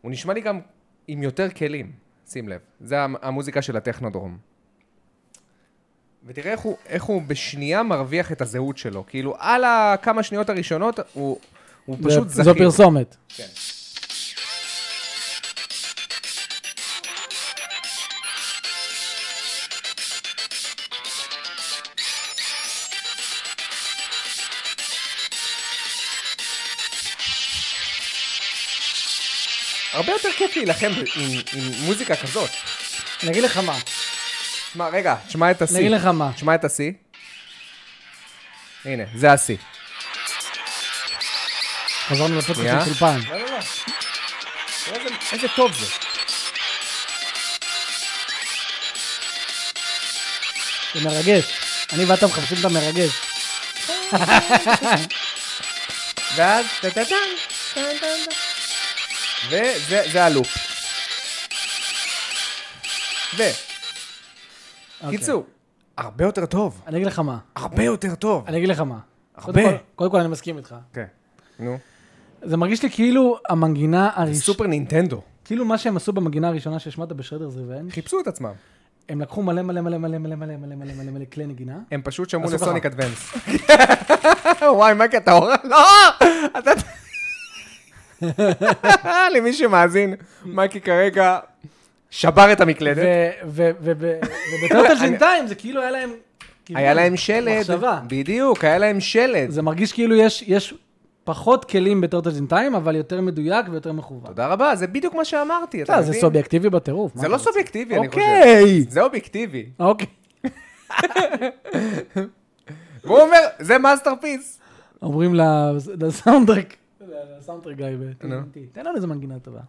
Speaker 2: הוא נשמע לי גם עם יותר כלים, שים לב. זה המ- המוזיקה של הטכנודרום. ותראה איך הוא, איך הוא בשנייה מרוויח את הזהות שלו. כאילו, על הכמה שניות הראשונות, הוא, הוא
Speaker 1: זה-
Speaker 2: פשוט זכיר.
Speaker 1: זו פרסומת.
Speaker 2: כן. הרבה יותר כיף להילחם עם- עם מוזיקה כזאת.
Speaker 1: אני אגיד לך מה,
Speaker 2: תשמע, רגע, תשמע את השיא.
Speaker 1: אני אגיד לך מה.
Speaker 2: תשמע את השיא. הנה, זה השיא.
Speaker 1: חזרנו לפודקאסטים
Speaker 2: שנייה.
Speaker 1: של פעם.
Speaker 2: לא, לא, לא. תראה איזה- איזה טוב זה.
Speaker 1: זה מרגש. אני ואתה מחפשים את המרגש.
Speaker 2: ואז טה-טה-טה, וזה זה הלופ.
Speaker 1: אוקיי.
Speaker 2: וקיצור, הרבה יותר טוב.
Speaker 1: אני אגיד לך מה,
Speaker 2: הרבה יותר טוב.
Speaker 1: אני אגיד לך מה.
Speaker 2: הרבה.
Speaker 1: קודם כל- קודם כל אני מסכים איתך.
Speaker 2: כן. נו.
Speaker 1: זה מרגיש לי כאילו המנגינה הראשונה,
Speaker 2: סופר נינטנדו.
Speaker 1: כאילו מה שהם עשו במנגינה הראשונה שהשמעת בשדר זה ואין,
Speaker 2: חיפשו את עצמם.
Speaker 1: הם לקחו מלא מלא מלא מלא מלא מלא מלא מלא מלא מלא כלי נגינה.
Speaker 2: הם פשוט שמעו
Speaker 1: עשו ככה.
Speaker 2: לסוניק אדוונס. וואי, מקי, אתה הורג? לא! אתה... למי שמאזין, מקי כרגע שבר את המקלדת.
Speaker 1: ובטוטל זינתיים זה כאילו היה להם... כיוון,
Speaker 2: לא, היה להם שלד.
Speaker 1: מחשבה.
Speaker 2: בדיוק, היה להם שלד.
Speaker 1: זה מרגיש כאילו יש- יש פחות כלים בטוטל זינתיים, אבל יותר מדויק ויותר מכוון.
Speaker 2: תודה רבה, זה בדיוק מה שאמרתי, אתה
Speaker 1: אתה,
Speaker 2: מבין?
Speaker 1: אה, זה סובייקטיבי בטירוף. מה
Speaker 2: זה לא
Speaker 1: אתה רוצה?
Speaker 2: סובייקטיבי, אני חושב.
Speaker 1: אוקיי.
Speaker 2: זה אובייקטיבי.
Speaker 1: אוקיי.
Speaker 2: והוא אומר, זה מאסטרפיס.
Speaker 1: אומרים לס- לסאונדטרק, לסאונדטרק גיא, ב- תן לנו איזה מנגינה טובה.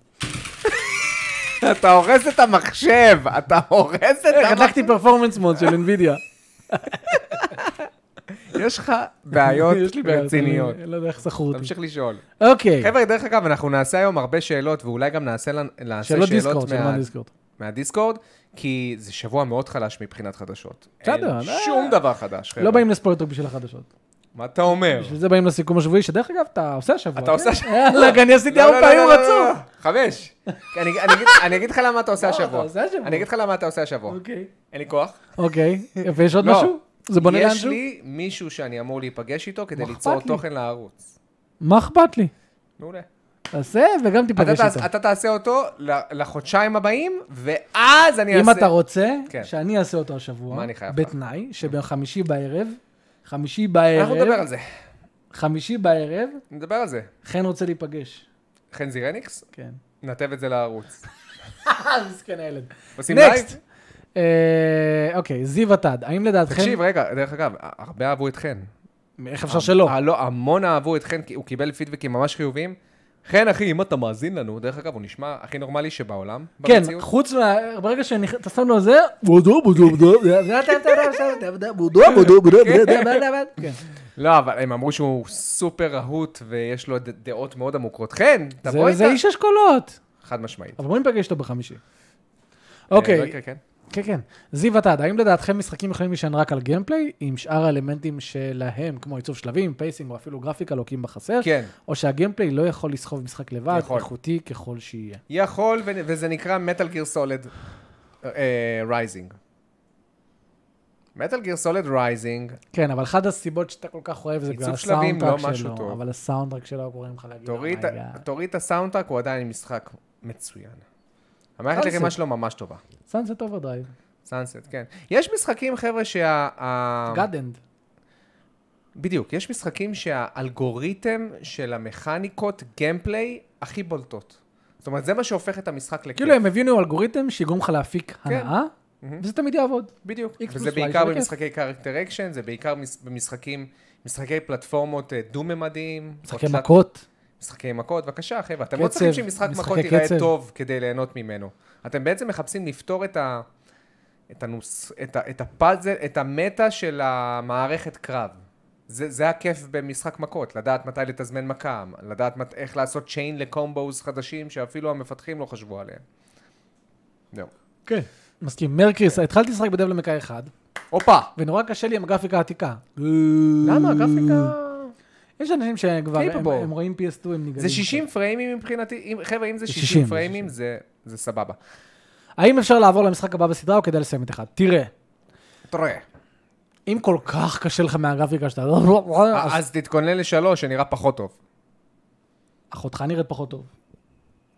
Speaker 2: אה, אתה הורס את המחשב, אתה הורס
Speaker 1: אה,
Speaker 2: את המחשב.
Speaker 1: חתכתי פרפורמנס מוד של NVIDIA.
Speaker 2: יש לך בעיות
Speaker 1: יש לי בעיה,
Speaker 2: רציניות.
Speaker 1: אני לא יודע איך זכרו אותי.
Speaker 2: תמשיך לשאול.
Speaker 1: אוקיי.
Speaker 2: חבר'ה, דרך אגב, אנחנו נעשה היום הרבה שאלות, ואולי גם נעשה לנ- נעשה
Speaker 1: שאלות
Speaker 2: שאלות
Speaker 1: דיסקורד,
Speaker 2: מה-
Speaker 1: שאלות דיסקורד.
Speaker 2: מהדיסקורד, כי זה שבוע מאוד חלש מבחינת חדשות.
Speaker 1: בסדר,
Speaker 2: אין
Speaker 1: לא-
Speaker 2: שום דבר חדש, חבר'ה.
Speaker 1: לא באים לספוילר טוק בשביל החדשות.
Speaker 2: מה אתה אומר?
Speaker 1: בשביל זה באים לסיכום השבועי, שדרך אגב, אתה עושה השבוע.
Speaker 2: אתה
Speaker 1: כן?
Speaker 2: עושה השבוע.
Speaker 1: יאללה, אני עשיתי
Speaker 2: לא,
Speaker 1: ארבע
Speaker 2: לא, לא,
Speaker 1: פעמים
Speaker 2: לא, לא, לא,
Speaker 1: רצוף.
Speaker 2: לא. חמש. כי אני- אני אגיד- אני אגיד לך למה אתה עושה
Speaker 1: לא, אתה
Speaker 2: השבוע.
Speaker 1: עושה השבוע.
Speaker 2: אני אגיד לך למה אתה עושה השבוע.
Speaker 1: אוקיי.
Speaker 2: אין לי כוח.
Speaker 1: אוקיי, יפה, יש עוד
Speaker 2: לא.
Speaker 1: משהו? זה בונה
Speaker 2: יש
Speaker 1: לאנשהו?
Speaker 2: לי מישהו שאני אמור להיפגש איתו כדי
Speaker 1: מה
Speaker 2: ליצור
Speaker 1: אכפת לי?
Speaker 2: תוכן לערוץ.
Speaker 1: מה אכפת לי?
Speaker 2: מעולה.
Speaker 1: תעשה וגם
Speaker 2: אתה
Speaker 1: תיפגש
Speaker 2: תעש-
Speaker 1: איתו.
Speaker 2: אתה תעשה אותו ל- לחודשיים הבאים, ואז אני אעשה...
Speaker 1: אם אתה רוצה,
Speaker 2: כן.
Speaker 1: שאני אעשה אותו השבוע,
Speaker 2: מה אני חייב לך?
Speaker 1: בתנאי שבחמישי בערב, חמישי
Speaker 2: אנחנו נדבר על
Speaker 1: בערב,
Speaker 2: זה.
Speaker 1: חמישי בערב,
Speaker 2: נדבר על זה.
Speaker 1: חן רוצה להיפגש.
Speaker 2: חן זירניקס,
Speaker 1: כן. אה,
Speaker 2: נתב את זה לערוץ.
Speaker 1: מסכן הילד.
Speaker 2: עושים
Speaker 1: Next.
Speaker 2: לייב?
Speaker 1: אה, אוקיי, זיו עתד, האם לדעתכם...
Speaker 2: תקשיב, רגע, דרך אגב, הרבה אהבו את חן.
Speaker 1: איך אפשר שלא?
Speaker 2: אה, לא, המון אהבו את חן, כי הוא קיבל פידבקים ממש חיוביים. חן, אחי, אם אתה מאזין לנו, דרך אגב, הוא נשמע הכי נורמלי שבעולם.
Speaker 1: כן,
Speaker 2: במציאות.
Speaker 1: חוץ מה... ברגע שנכ- שמנו על זה, בודו בודו בודו, זה אתה- אתה- אתה- אתה- אתה- אתה- בודו בודו בודו, בודו, בודו, כן.
Speaker 2: לא, אבל הם אמרו שהוא סופר רהוט ויש לו ד- דעות מאוד עמוקות. חן,
Speaker 1: זה-
Speaker 2: תבוא
Speaker 1: זה
Speaker 2: איתה.
Speaker 1: איש אשכולות.
Speaker 2: חד משמעית.
Speaker 1: אבל בוא ניפגש איתו בחמישי.
Speaker 2: אה, לא יקרה,
Speaker 1: אוקיי,
Speaker 2: כן.
Speaker 1: כן, כן. זיו עתד, האם לדעתכם משחקים יכולים להישען רק על גיימפליי, עם שאר האלמנטים שלהם, כמו עיצוב שלבים, פייסינג או אפילו גרפיקה לוקים בחסר?
Speaker 2: כן.
Speaker 1: או שהגיימפליי לא יכול לסחוב משחק לבד,
Speaker 2: יכול.
Speaker 1: איכותי ככל שיהיה.
Speaker 2: יכול, ו- וזה נקרא מטאל גיר סולד אה, רייזינג. מטאל גיר סולד רייזינג,
Speaker 1: כן, אבל אחת הסיבות שאתה כל כך אוהב זה בגלל
Speaker 2: עיצוב שלבים לא
Speaker 1: הסאונדטרק
Speaker 2: משהו
Speaker 1: שלו,
Speaker 2: טוב.
Speaker 1: אבל הסאונדטרק שלו גורם לך להגיד, "Oh
Speaker 2: תוריד את ה-
Speaker 1: אומייגאד.
Speaker 2: תוריד את הסאונדטרק, הוא עדיין משחק מצוין. המערכת
Speaker 1: סאנסט.
Speaker 2: לחימה שלו ממש טובה.
Speaker 1: סאנסט אוברדרייב,
Speaker 2: סאנסט, כן. יש משחקים, חבר'ה, שה... ה-
Speaker 1: גאד אנד.
Speaker 2: בדיוק, יש משחקים שהאלגוריתם של המכניקות גיימפליי הכי בולטות. זאת אומרת, זה מה שהופך את המשחק לכיף.
Speaker 1: כאילו הם הבינו אלגוריתם שיגרום לך להפיק
Speaker 2: כן.
Speaker 1: הנאה,
Speaker 2: מהמם.
Speaker 1: וזה תמיד יעבוד.
Speaker 2: בדיוק.
Speaker 1: X plus
Speaker 2: וזה
Speaker 1: Y
Speaker 2: בעיקר
Speaker 1: שווה כיף.
Speaker 2: במשחקי קרקטר אקשן, זה בעיקר מס- במשחקים, משחקי פלטפורמות אה, דו-ממדיים.
Speaker 1: משחקי
Speaker 2: או תלת-
Speaker 1: מכות.
Speaker 2: משחקי מכות, בבקשה, חבר'ה. אתם
Speaker 1: קצב,
Speaker 2: לא צריכים שמשחק מכות
Speaker 1: משחקי
Speaker 2: ייראה
Speaker 1: קצב.
Speaker 2: טוב כדי ליהנות ממנו. אתם בעצם מחפשים לפתור את ה... את, הנוס, את, ה, את הפאזל, את המטה של המערכת קרב. זה, זה הכיף במשחק מכות, לדעת מתי לתזמן מכ"ם, לדעת מת, איך לעשות צ'יין לקומבוז חדשים שאפילו המפתחים לא חשבו עליהם. זהו.
Speaker 1: כן. מסכים. מרקריס, התחלתי לשחק בדבלמקה 1,
Speaker 2: הופה!
Speaker 1: ונורא קשה לי עם הגרפיקה העתיקה.
Speaker 2: למה? גרפיקה...
Speaker 1: יש אנשים שכבר, הם,
Speaker 2: Capable.
Speaker 1: הם רואים PS2, הם נגדים.
Speaker 2: זה 60 פריימים מבחינתי, אם- חבר'ה, אם זה
Speaker 1: זה
Speaker 2: 60
Speaker 1: 60,
Speaker 2: פריימים, זה זה סבבה.
Speaker 1: האם אפשר לעבור למשחק הבא בסדרה, או כדאי לסיים את אחד? תראה,
Speaker 2: תראה.
Speaker 1: אם כל כך קשה לך מהגרפיקה שאתה... לא, אז
Speaker 2: אז תתכונן לשלוש, שנראה פחות טוב.
Speaker 1: אחותך נראית פחות טוב.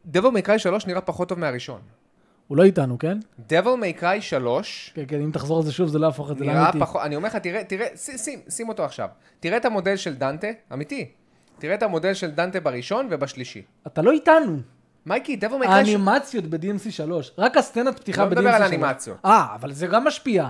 Speaker 2: דבל מייקראי 3 נראה פחות טוב מהראשון.
Speaker 1: הוא לא איתנו, כן?
Speaker 2: דבל מייקראי 3
Speaker 1: כן, כן, אם תחזור על זה שוב, זה לא יהפוך את זה
Speaker 2: נראה
Speaker 1: לאמיתי.
Speaker 2: פחות, אני אומר לך, תראה, תראה, ש- שים, שים אותו עכשיו. תראה את המודל של דנטה, אמיתי. תראה את המודל של דנטה בראשון ובשלישי.
Speaker 1: אתה לא איתנו.
Speaker 2: מייקי, דבו מקרה ש...
Speaker 1: האנימציות ב-DMC 3, רק הסצנת פתיחה ב-DMC
Speaker 2: לא
Speaker 1: 3.
Speaker 2: מדבר על אנימציות.
Speaker 1: אה, אבל זה גם משפיע.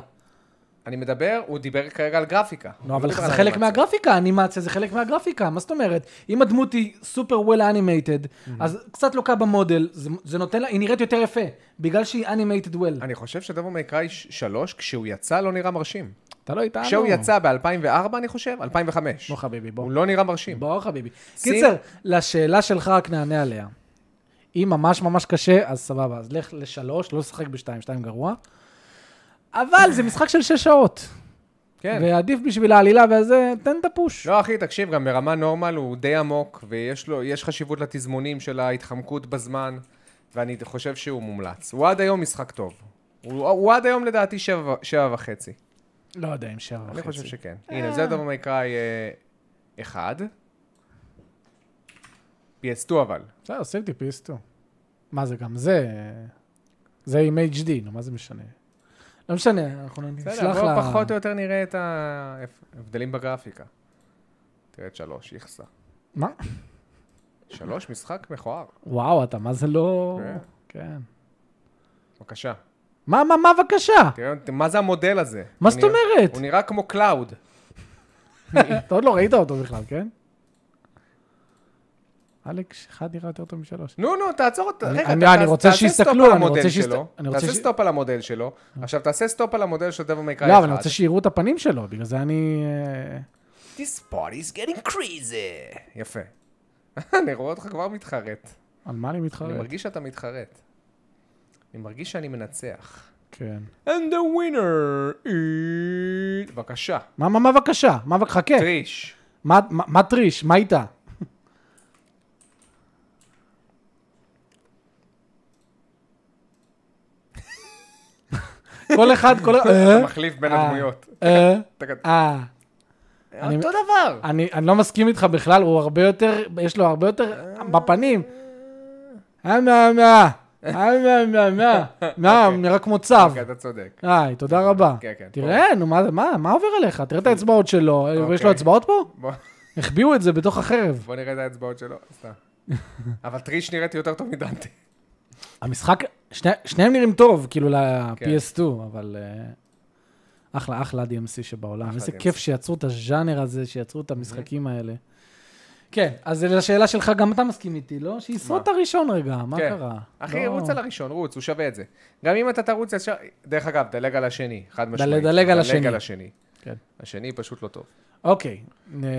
Speaker 2: אני מדבר, הוא דיבר כרגע על גרפיקה.
Speaker 1: נו,
Speaker 2: הוא
Speaker 1: אבל
Speaker 2: לא דיבר
Speaker 1: זה
Speaker 2: על
Speaker 1: חלק
Speaker 2: אנימציה.
Speaker 1: מהגרפיקה, אנימציה זה חלק מהגרפיקה, מה זאת אומרת? אם הדמות היא סופר וול אנימייטד,
Speaker 2: Mhm.
Speaker 1: אז קצת לוקה במודל, זה- זה נותן לה, היא נראית יותר יפה, בגלל שהיא אנימייטד וול.
Speaker 2: אני חושב שדבו מקראי 3, כשהוא יצא, לא נראה מרשים.
Speaker 1: אתה לא איתנו.
Speaker 2: כשהוא יצא ב-2004, אני חושב, 2005.
Speaker 1: בוא חביבי, בוא.
Speaker 2: הוא לא נראה מרשים.
Speaker 1: בוא חביבי.
Speaker 2: שים-
Speaker 1: קיצר, לשאלה שלך רק נענה עליה. אם ממש ממש קשה, אז סבבה, אז לך לשלוש, לא לשחק בשתיים, שתיים גרוע. אבל זה משחק של שש שעות,
Speaker 2: כן.
Speaker 1: ועדיף בשביל העלילה והזה, תן את הפוש.
Speaker 2: לא, אחי, תקשיב, גם ברמה נורמל הוא די עמוק, ויש לו, יש חשיבות לתזמונים של ההתחמקות בזמן, ואני חושב שהוא מומלץ. הוא עד היום משחק טוב. הוא, הוא עד היום לדעתי שבע, שבע וחצי.
Speaker 1: לא יודע אם שבע
Speaker 2: אני חושב
Speaker 1: וחצי.
Speaker 2: שכן. הנה, זה דבר מקראי אה, אחד. PS2 אבל.
Speaker 1: בסדר, סייבתי פיסטו. מה זה גם זה? זה עם HD, נו, מה זה משנה? לא משנה, אנחנו
Speaker 2: בסדר,
Speaker 1: נשלח לה...
Speaker 2: בואו פחות או יותר נראה את ההבדלים בגרפיקה. תראה את שלוש, איכסה.
Speaker 1: מה?
Speaker 2: שלוש, משחק מכוער.
Speaker 1: וואו, אתה מה זה לא...
Speaker 2: כן.
Speaker 1: כן.
Speaker 2: בבקשה.
Speaker 1: מה, מה, מה בבקשה?
Speaker 2: תראה, מה זה המודל הזה?
Speaker 1: מה זאת
Speaker 2: הוא נראה-
Speaker 1: אומרת?
Speaker 2: הוא נראה כמו קלאוד.
Speaker 1: אתה עוד לא ראית אותו בכלל, כן? אלכס, אחד נראה יותר טוב משלוש.
Speaker 2: נו, נו, תעצור אותה.
Speaker 1: אני-
Speaker 2: רגע,
Speaker 1: אני-
Speaker 2: אתה-
Speaker 1: אני רוצה
Speaker 2: תעשה
Speaker 1: שיסתכלו,
Speaker 2: סטופ על
Speaker 1: אני רוצה
Speaker 2: המודל
Speaker 1: שיסת-
Speaker 2: שלו.
Speaker 1: אני רוצה
Speaker 2: תעשה
Speaker 1: ש-
Speaker 2: סטופ על המודל שלו. עכשיו, תעשה סטופ על המודל של דבו מקראי 1.
Speaker 1: לא, אבל אני רוצה שיראו את הפנים שלו, בגלל זה אני... אה,
Speaker 2: This body is getting crazy. יפה. אני רואה אותך כבר מתחרט.
Speaker 1: על מה אני
Speaker 2: אני
Speaker 1: מתחרט?
Speaker 2: מרגיש שאתה מתחרט. אני מרגיש שאני מנצח.
Speaker 1: כן.
Speaker 2: And the winner is... בבקשה,
Speaker 1: מה, מה, מה בבקשה? מה, בבק- חכה.
Speaker 2: טריש.
Speaker 1: מה- מה מה טריש? מה איתה? כל אחד, כל אחד...
Speaker 2: אתה מחליף בין
Speaker 1: אה.
Speaker 2: הדמויות.
Speaker 1: אה,
Speaker 2: אתה-
Speaker 1: אה. אני-
Speaker 2: אותו דבר.
Speaker 1: אני, אני לא מסכים איתך בכלל, הוא הרבה יותר, יש לו הרבה יותר בפנים. אה, מה, מה, אה, מה, מה, מה, מה, הוא נראה כמו צו.
Speaker 2: אוקיי, אתה צודק.
Speaker 1: היי, תודה רבה.
Speaker 2: כן, כן,
Speaker 1: תראה, נו, מה, מה, מה עובר עליך? תראה את האצבעות שלו. אה, יש
Speaker 2: אוקיי.
Speaker 1: לו אצבעות פה?
Speaker 2: בוא-
Speaker 1: החביאו את זה בתוך החרב.
Speaker 2: בוא נראה את האצבעות שלו. סתם. אבל טריש נראית יותר טוב מדנטה.
Speaker 1: המשחק, שני, שניהם נראים טוב, כאילו
Speaker 2: כן.
Speaker 1: ל-PS2, אבל... אה, אחלה, אחלה DMC שבעולם. איזה
Speaker 2: DMC.
Speaker 1: כיף שיצרו את הז'אנר הזה, שיצרו את המשחקים האלה. כן, אז לשאלה שלך, גם אתה מסכים איתי, לא? שישרוד
Speaker 2: מה?
Speaker 1: את הראשון רגע, מה
Speaker 2: כן.
Speaker 1: קרה?
Speaker 2: אחי,
Speaker 1: לא.
Speaker 2: רוץ על הראשון, רוץ, הוא שווה את זה. גם אם אתה תרוץ ישר... דרך אגב, דלג על השני, חד משמעית.
Speaker 1: דלג על
Speaker 2: דלג
Speaker 1: השני.
Speaker 2: על השני.
Speaker 1: כן.
Speaker 2: השני פשוט לא טוב.
Speaker 1: אוקיי. אה,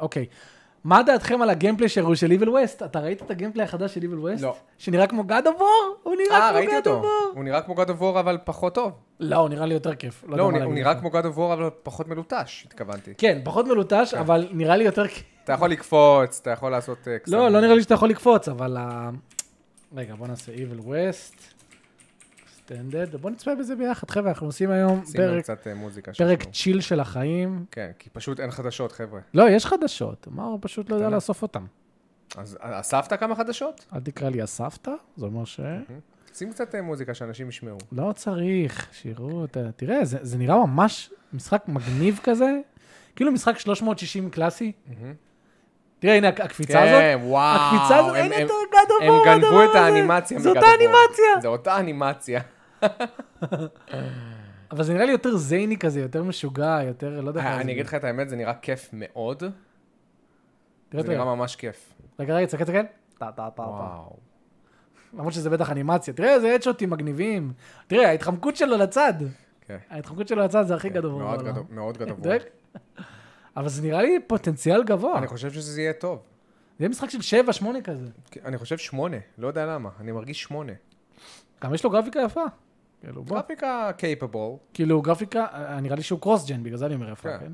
Speaker 1: אוקיי. מה דעתכם על הגיימפליי שהראו של Evil West? אתה ראית את הגיימפליי החדש של Evil West?
Speaker 2: לא.
Speaker 1: שנראה כמו God of War? הוא
Speaker 2: אה,
Speaker 1: נראה
Speaker 2: ראיתי
Speaker 1: כמו God of
Speaker 2: אותו.
Speaker 1: War.
Speaker 2: הוא נראה כמו God of War, אבל פחות טוב.
Speaker 1: לא, הוא נראה לי יותר כיף. יודע
Speaker 2: לא, הוא
Speaker 1: מה
Speaker 2: נ- הוא
Speaker 1: להגיד
Speaker 2: נראה
Speaker 1: לך.
Speaker 2: כמו God of War, אבל פחות מלוטש, התכוונתי.
Speaker 1: כן, פחות מלוטש, אבל נראה לי יותר כיף.
Speaker 2: אתה יכול לקפוץ, אתה יכול לעשות... אה, קסמים.
Speaker 1: לא, לא נראה לי שאתה יכול לקפוץ, אבל... ה- רגע, בוא נעשה Evil West. סטנדד. בוא נצפה בזה ביחד, חבר'ה, אנחנו עושים היום
Speaker 2: שימו
Speaker 1: פרק-
Speaker 2: קצת אה, מוזיקה.
Speaker 1: פרק
Speaker 2: שישמעו.
Speaker 1: צ'יל של החיים.
Speaker 2: כן, כי פשוט אין חדשות, חבר'ה.
Speaker 1: לא, יש חדשות. מה, הוא פשוט לא יודע
Speaker 2: קטנה.
Speaker 1: לאסוף אותם.
Speaker 2: אז אה, אספת כמה חדשות?
Speaker 1: אל תקרא לי הסבתא, זה אומר ש...
Speaker 2: שים קצת אה, מוזיקה שאנשים ישמעו.
Speaker 1: לא צריך, שיראו את ה... תראה, זה, זה נראה ממש משחק מגניב כזה, כאילו משחק 360 קלאסי. תראה, הנה הק- הקפיצה הזאת.
Speaker 2: כן, וואו.
Speaker 1: הקפיצה הזאת,
Speaker 2: הם-
Speaker 1: הנה
Speaker 2: הם-
Speaker 1: את הגד
Speaker 2: הם
Speaker 1: אבור,
Speaker 2: גנבו
Speaker 1: הדבר
Speaker 2: את
Speaker 1: הזה.
Speaker 2: האנימציה.
Speaker 1: זו אותה
Speaker 2: מ-God of War.
Speaker 1: אנימציה.
Speaker 2: זו אותה אנימציה.
Speaker 1: אבל זה נראה לי יותר זייני כזה, יותר משוגע, יותר, לא יודע
Speaker 2: אה,
Speaker 1: זה
Speaker 2: אני
Speaker 1: נראה.
Speaker 2: אגיד לך את האמת, זה נראה כיף מאוד.
Speaker 1: תראה,
Speaker 2: זה
Speaker 1: תראה.
Speaker 2: נראה ממש כיף.
Speaker 1: רגע, רגע, תסתכל. טה, טה, טה, טה.
Speaker 2: וואו.
Speaker 1: למרות שזה בטח אנימציה. תראה איזה אדשוטים מגניבים. תראה, ההתחמקות שלו לצד.
Speaker 2: כן.
Speaker 1: ההתחמקות שלו לצד זה הכי
Speaker 2: כן,
Speaker 1: גדול.
Speaker 2: מאוד
Speaker 1: בעולם. אה,
Speaker 2: גדול, מאוד גדול.
Speaker 1: דק. אבל זה נראה לי פוטנציאל גבוה.
Speaker 2: אני חושב שזה יהיה טוב.
Speaker 1: זה משחק של 7-8 כזה.
Speaker 2: כי- אני חושב שמונה, לא יודע למה. אני מרגיש שמונה.
Speaker 1: גם יש לו גרפיקה יפה. כאילו, בוא.
Speaker 2: גרפיקה קייפבול.
Speaker 1: כאילו, גרפיקה, אה, נראה לי שהוא קרוס-ג'ן, בגלל זה אני אומר יפה,
Speaker 2: כן.
Speaker 1: כן?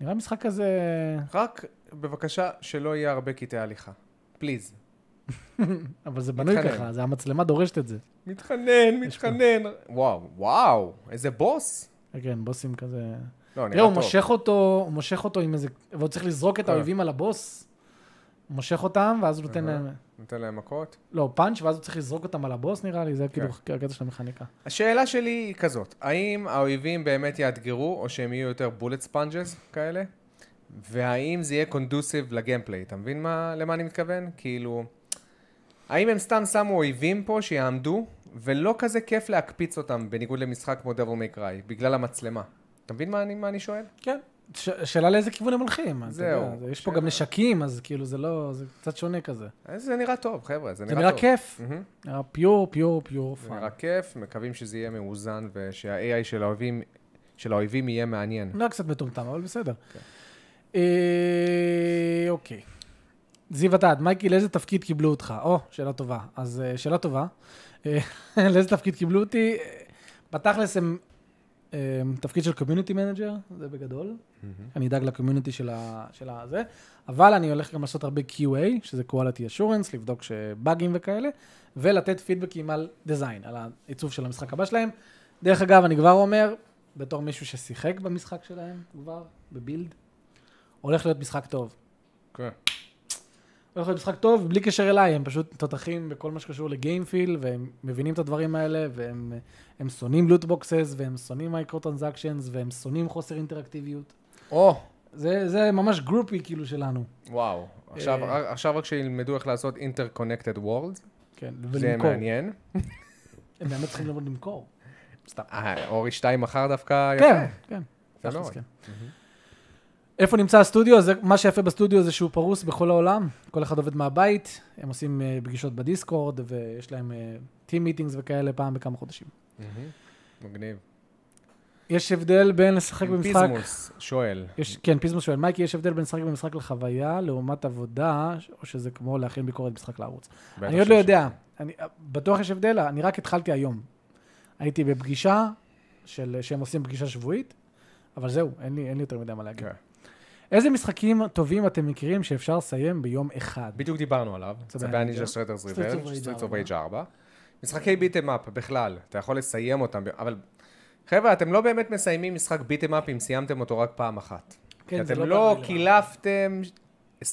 Speaker 1: נראה משחק כזה...
Speaker 2: רק בבקשה שלא יהיה הרבה קטעי הליכה. פליז.
Speaker 1: אבל זה בנוי
Speaker 2: מתחנן.
Speaker 1: ככה, זה המצלמה דורשת את זה.
Speaker 2: מתחנן, מתחנן. וואו, וואו, איזה בוס.
Speaker 1: כן, בוסים כזה...
Speaker 2: לא,
Speaker 1: תראה, הוא
Speaker 2: נראה טוב.
Speaker 1: מושך אותו, הוא מושך אותו עם איזה... והוא צריך לזרוק את
Speaker 2: כן.
Speaker 1: האויבים על הבוס. הוא מושך אותם, ואז הוא נותן
Speaker 2: אהה.
Speaker 1: להם...
Speaker 2: נותן להם מכות.
Speaker 1: לא, הוא פאנץ', ואז הוא צריך לזרוק אותם על הבוס, נראה לי,
Speaker 2: כן.
Speaker 1: זה כאילו הקטע של המכניקה.
Speaker 2: השאלה שלי היא כזאת, האם האויבים באמת יאתגרו, או שהם יהיו יותר בולט ספונג'ס כאלה? והאם זה יהיה קונדוסיב לגיימפליי, אתה מבין מה, למה אני מתכוון? כאילו, האם הם סתם שמו אויבים פה שיעמדו, ולא כזה כיף להקפיץ אותם, בניגוד למשחק כמו דבור מקראי, בגלל המצלמה. אתה מבין מה אני, מה אני שואל?
Speaker 1: כן. ש- שאלה לאיזה כיוון הם הולכים. אתה
Speaker 2: זהו,
Speaker 1: יודע, זה- יש פה
Speaker 2: שאלה.
Speaker 1: גם נשקים, אז כאילו זה לא, זה קצת שונה כזה.
Speaker 2: אז זה נראה טוב, חבר'ה, זה
Speaker 1: זה
Speaker 2: נראה
Speaker 1: נראה
Speaker 2: טוב.
Speaker 1: כיף,
Speaker 2: מהמם.
Speaker 1: נראה פיור, פיור, פיור
Speaker 2: זה
Speaker 1: פאן.
Speaker 2: נראה כיף, מקווים שזה יהיה מאוזן, ושה-AI של האויבים, של האויבים יהיה מעניין.
Speaker 1: נראה קצת מטומטם, אבל בסדר. אה, אוקיי. זיו עתד, מייקי, לאיזה תפקיד קיבלו אותך? או, שאלה טובה. אז אה, שאלה טובה. אה, לאיזה תפקיד קיבלו אותי? אה, בתכלס הם אה, תפקיד של קומיוניטי מנג'ר, זה בגדול. אני אדאג לקומיוניטי של ה- של הזה. אבל אני הולך גם לעשות הרבה QA, שזה quality assurance, לבדוק שבאגים וכאלה, ולתת פידבקים על דיזיין, על העיצוב של המשחק הבא שלהם. דרך אגב, אני כבר אומר, בתור מישהו ששיחק במשחק שלהם כבר, בבילד, הולך להיות משחק טוב.
Speaker 2: כן.
Speaker 1: הולך להיות משחק טוב, בלי קשר אליי, הם פשוט תותחים בכל מה שקשור לגיימפיל, והם מבינים את הדברים האלה, והם הם שונאים לוטבוקסס, והם שונאים מייקרו טרנזקשיינס, והם שונאים חוסר אינטראקטיביות.
Speaker 2: או,
Speaker 1: זה, זה ממש גרופי כאילו שלנו.
Speaker 2: וואו. עכשיו-
Speaker 1: אה.
Speaker 2: עכשיו רק שילמדו איך לעשות Interconnected Worlds,
Speaker 1: כן,
Speaker 2: זה
Speaker 1: ולמכור.
Speaker 2: מעניין.
Speaker 1: הם באמת צריכים ללמוד למכור. סתם.
Speaker 2: אה, אורי שתיים מחר דווקא יפה. לא-
Speaker 1: כן, כן.
Speaker 2: יפה
Speaker 1: תכלס,
Speaker 2: מאוד.
Speaker 1: כן. איפה נמצא הסטודיו? זה, מה שיפה בסטודיו זה שהוא פרוס בכל העולם, כל אחד עובד מהבית, הם עושים אה, פגישות בדיסקורד, ויש להם טים מיטינגס וכאלה פעם בכמה חודשים.
Speaker 2: מהמם. מגניב.
Speaker 1: יש הבדל בין לשחק במשחק...
Speaker 2: פיזמוס שואל.
Speaker 1: יש, כן, פיזמוס שואל, מייקי, יש הבדל בין לשחק במשחק לחוויה לעומת עבודה, ש- או שזה כמו להכין ביקורת משחק לערוץ?
Speaker 2: בטח
Speaker 1: אני עוד לא
Speaker 2: שיש.
Speaker 1: יודע, אני, בטוח יש הבדל, אני רק התחלתי היום. הייתי בפגישה, של, שהם עושים פגישה שבועית, אבל זהו, אין לי, אין לי יותר מדי מה להגיד.
Speaker 2: כן.
Speaker 1: איזה משחקים טובים אתם מכירים שאפשר לסיים ביום אחד?
Speaker 2: בדיוק דיברנו עליו.
Speaker 1: צבי
Speaker 2: צבי
Speaker 1: הנינג'ה,
Speaker 2: הנינג'ה סרטרס
Speaker 1: לא? Streets
Speaker 2: ריבר,
Speaker 1: of Rage
Speaker 2: סטריטס אוף
Speaker 1: ארבע.
Speaker 2: רייג' 4. משחקי ביטם אפ בכלל, אתה יכול לסיים אותם, ב- אבל חבר'ה, אתם לא באמת מסיימים משחק ביטם אפ אם סיימתם אותו רק פעם אחת.
Speaker 1: כן,
Speaker 2: כן,
Speaker 1: זה
Speaker 2: אתם
Speaker 1: לא
Speaker 2: לא
Speaker 1: ברור.
Speaker 2: קילפתם 20%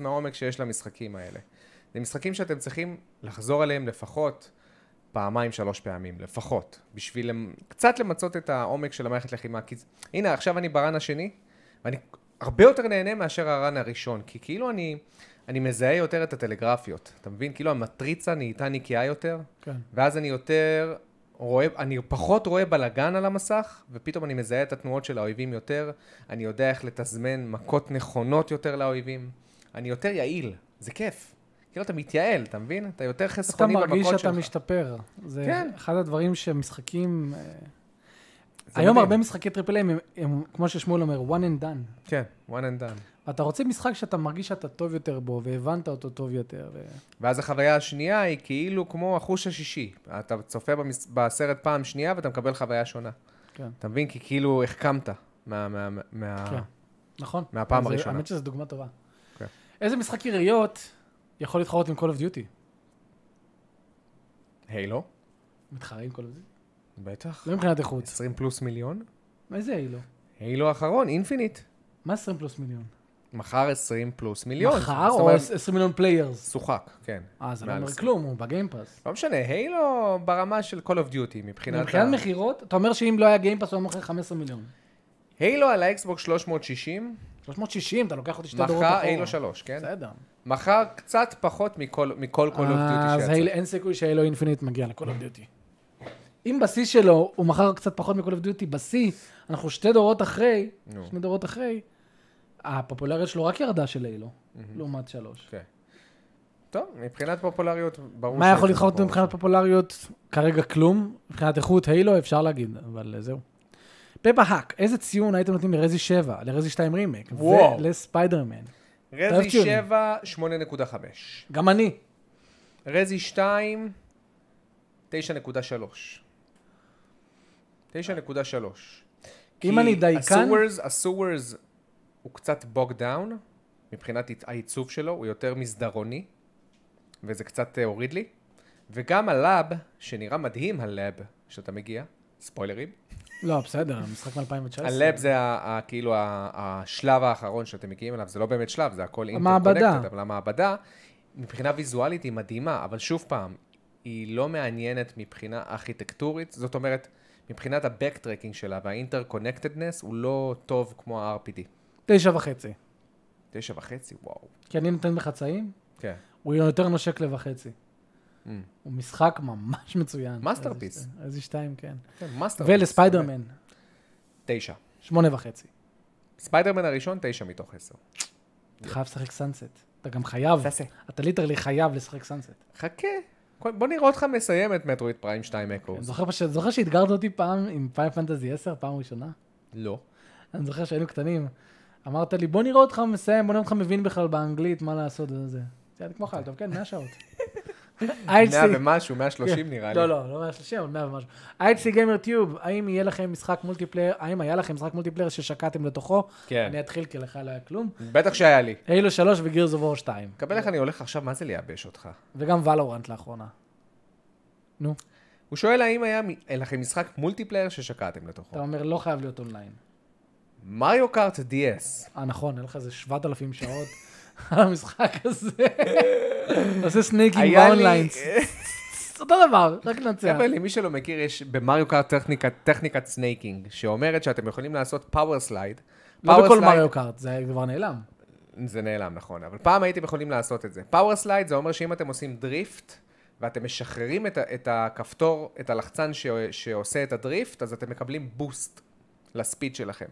Speaker 2: מהעומק שיש למשחקים האלה. זה משחקים שאתם צריכים לחזור אליהם לפחות פעמיים, שלוש פעמים, לפחות, בשביל למ- קצת למצות את העומק של המערכת לחימה. כי... זה- הנה, עכשיו אני ברן השני, ואני הרבה יותר נהנה מאשר הרן הראשון, כי כאילו אני, אני מזהה יותר את הטלגרפיות, אתה מבין? כאילו המטריצה נהייתה נקייה יותר,
Speaker 1: כן.
Speaker 2: ואז אני יותר רואה, אני פחות רואה בלאגן על המסך, ופתאום אני מזהה את התנועות של האויבים יותר, אני יודע איך לתזמן מכות נכונות יותר לאויבים, אני יותר יעיל, זה כיף. כאילו אתה מתייעל, אתה מבין? אתה יותר
Speaker 1: אתה
Speaker 2: חסכוני במכות שלך.
Speaker 1: מרגיש שאתה משתפר. זה
Speaker 2: כן.
Speaker 1: אחד הדברים שמשחקים... אה,
Speaker 2: זה
Speaker 1: היום
Speaker 2: מדהים.
Speaker 1: הרבה משחקי טריפל איי הם- הם, כמו ששמואל אומר, one and done.
Speaker 2: כן, one and done.
Speaker 1: אתה רוצה משחק שאתה מרגיש שאתה טוב יותר בו, והבנת אותו טוב יותר. ו...
Speaker 2: ואז החוויה השנייה היא כאילו כמו החוש השישי. אתה צופה במס... בסרט פעם שנייה ואתה מקבל חוויה שונה.
Speaker 1: כן.
Speaker 2: אתה מבין? כי כאילו החכמת מה... מה... מה...
Speaker 1: כן. נכון.
Speaker 2: מהפעם
Speaker 1: אז זה-
Speaker 2: הראשונה.
Speaker 1: האמת שזו דוגמה טובה.
Speaker 2: כן.
Speaker 1: איזה משחק יריות יכול להתחרות עם Call of Duty?
Speaker 2: הילו?
Speaker 1: מתחרה עם Call of Duty?
Speaker 2: בטח.
Speaker 1: לא מבחינת איכות.
Speaker 2: 20 פלוס מיליון?
Speaker 1: איזה אילו?
Speaker 2: הילו האחרון, אינפיניט.
Speaker 1: מה 20 פלוס מיליון?
Speaker 2: מחר 20 פלוס מיליון.
Speaker 1: מחר
Speaker 2: זאת
Speaker 1: או
Speaker 2: אומרת,
Speaker 1: 20 מיליון פליירס?
Speaker 2: שוחק, כן.
Speaker 1: אה, זה לא
Speaker 2: מעל
Speaker 1: אומר
Speaker 2: 20.
Speaker 1: כלום, הוא בגיימפאס.
Speaker 2: לא משנה, הילו ברמה של Call of Duty מבחינת...
Speaker 1: מבחינת מכירות, אתה אומר שאם לא היה גיימפאס הוא היה מוכר 15 מיליון.
Speaker 2: הילו על האקסבוק 360,
Speaker 1: 360, אתה לוקח אותי שתי דורות
Speaker 2: מחר
Speaker 1: אחורה.
Speaker 2: הילו 3, כן?
Speaker 1: בסדר. אה,
Speaker 2: מחר קצת פחות מכל מכל Call of Duty
Speaker 1: אז
Speaker 2: שיצא.
Speaker 1: הילו- אין סיכוי שהילו אינפיניט מגיע ל-Call of Duty. אם בשיא שלו הוא מכר קצת פחות מ-Call of Duty, בשיא, אנחנו שתי דורות אחרי,
Speaker 2: נו.
Speaker 1: שני דורות אחרי, הפופולריות שלו רק ירדה של הילו, לעומת שלוש.
Speaker 2: כן. טוב, מבחינת פופולריות, ברור
Speaker 1: מה
Speaker 2: שזה
Speaker 1: יכול להתחרות
Speaker 2: ברור.
Speaker 1: מבחינת פופולריות? כרגע כלום. מבחינת איכות הילו אפשר להגיד, אבל אה, זהו. פפה האק, איזה ציון הייתם נותנים לרזי 7, לרזי 2 רימייק,
Speaker 2: וואו.
Speaker 1: ולספיידרמן?
Speaker 2: רזי
Speaker 1: טוב,
Speaker 2: 7, 8.5.
Speaker 1: גם אני.
Speaker 2: רזי 2, 9.3. 9.3.
Speaker 1: אם
Speaker 2: כי
Speaker 1: אני דייקן,
Speaker 2: הסוורס, הסוורס הוא קצת בוק דאון, מבחינת הת- העיצוב שלו, הוא יותר מסדרוני, וזה קצת אה, הוריד לי. וגם הלאב, שנראה מדהים הלאב, שאתה מגיע, ספוילרים.
Speaker 1: לא, בסדר, משחק מ-2019.
Speaker 2: הלאב זה ה- ה- כאילו ה- השלב האחרון שאתם מגיעים אליו, זה לא באמת שלב, זה הכל
Speaker 1: המעבדה.
Speaker 2: אינטרקונקטד, אבל המעבדה, מבחינה ויזואלית היא מדהימה, אבל שוב פעם, היא לא מעניינת מבחינה ארכיטקטורית, זאת אומרת, מבחינת ה-Backtracking שלה וה-Interconnectedness הוא לא טוב כמו ה-RPD.
Speaker 1: תשע וחצי.
Speaker 2: תשע וחצי, וואו.
Speaker 1: כי אני נותן בחצאים,
Speaker 2: כן.
Speaker 1: הוא יותר נושק לוחצי.
Speaker 2: Mm.
Speaker 1: הוא משחק ממש מצוין.
Speaker 2: מאסטרפיס.
Speaker 1: איזה שתיים- איזה שתיים, כן.
Speaker 2: כן, מאסטרפיס.
Speaker 1: ולספיידרמן,
Speaker 2: תשע.
Speaker 1: שמונה וחצי.
Speaker 2: ספיידרמן הראשון, תשע מתוך עשר.
Speaker 1: אתה חייב לשחק סאנסט. אתה גם חייב,
Speaker 2: תעשה.
Speaker 1: אתה ליטרלי חייב לשחק סאנסט.
Speaker 2: חכה. כל- בוא נראה אותך מסיים את מטרואיד פריים 2 אקורס.
Speaker 1: זוכר פש- זוכר שאתגרת אותי פעם עם פייר פנטזי 10, פעם ראשונה?
Speaker 2: לא.
Speaker 1: אני זוכר שהיינו קטנים. אמרת לי, בוא נראה אותך מסיים, בוא נראה אותך מבין בכלל באנגלית, מה לעשות וזה. זה היה לי כמו חייל, טוב, כן, 100 שעות.
Speaker 2: מאה
Speaker 1: IHC.
Speaker 2: ומשהו, 130 נראה לי.
Speaker 1: לא, לא, לא 130, אבל 100 ומשהו. IHC גיימר טיוב, האם יהיה לכם משחק מולטיפלייר, האם היה לכם משחק מולטיפלייר ששקעתם לתוכו?
Speaker 2: כן.
Speaker 1: אני אתחיל כי לך לא היה כלום.
Speaker 2: בטח שהיה לי.
Speaker 1: הילו 3 וגירס אוף 2.
Speaker 2: קבל איך אני הולך עכשיו, מה זה לייבש אותך?
Speaker 1: וגם ולורנט לאחרונה. נו,
Speaker 2: הוא שואל האם היה מ- לכם משחק מולטיפלייר ששקעתם
Speaker 1: אתה
Speaker 2: לתוכו.
Speaker 1: אומר, לא חייב להיות אונליין.
Speaker 2: מריו קארט DS.
Speaker 1: אה, נכון, היה לך איזה 7,000 שעות על המשחק הזה. עושה סנייקים
Speaker 2: היה לי-
Speaker 1: באונליין. אותו דבר, רק לנצח.
Speaker 2: חבר'ה, למי שלא מכיר, יש במריו קארט טכניקה- טכניקת סנייקינג, שאומרת שאתם יכולים לעשות פאוור סלייד.
Speaker 1: לא בכל מריו קארט, זה כבר נעלם.
Speaker 2: זה נעלם, נכון, אבל פעם הייתם יכולים לעשות את זה. פאוור סלייד זה אומר שאם אתם עושים דריפט, ואתם משחררים את, ה- את הכפתור, את הלחצן ש, שעושה את הדריפט, אז אתם מקבלים בוסט לספיד שלכם.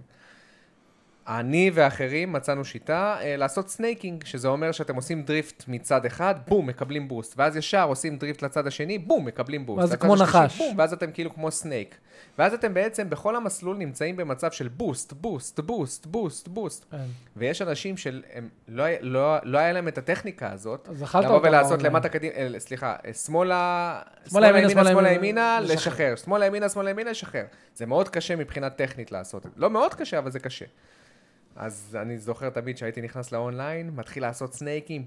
Speaker 2: אני ואחרים מצאנו שיטה אה, לעשות סנייקינג, שזה אומר שאתם עושים דריפט מצד אחד, בום, מקבלים בוסט, ואז ישר עושים דריפט לצד השני, בום, מקבלים בוסט.
Speaker 1: ואז זה
Speaker 2: לצד
Speaker 1: כמו
Speaker 2: השלישי,
Speaker 1: נחש.
Speaker 2: בום, ואז אתם כאילו כמו סנייק. ואז אתם בעצם בכל המסלול נמצאים במצב של בוסט, בוסט, בוסט, בוסט, בוסט.
Speaker 1: כן.
Speaker 2: ויש אנשים שהם לא, היה- לא, לא היה להם את הטכניקה הזאת,
Speaker 1: אז אכלת
Speaker 2: לבוא
Speaker 1: אותה
Speaker 2: ולעשות
Speaker 1: באונליין.
Speaker 2: למטה קדימה, אה, סליחה, אה, שמאלה,
Speaker 1: ימינה, שמאלה,
Speaker 2: שמאלה
Speaker 1: ימינה,
Speaker 2: ימינה,
Speaker 1: לשחרר.
Speaker 2: לשחרר, שמאלה ימינה, שמאלה ימינה, לשחרר. זה מאוד קשה מבחינה טכנית לעשות את זה. לא מאוד קשה, אבל זה קשה. אז אני זוכר תמיד שהייתי נכנס לאונליין, מתחיל לעשות סנייקים,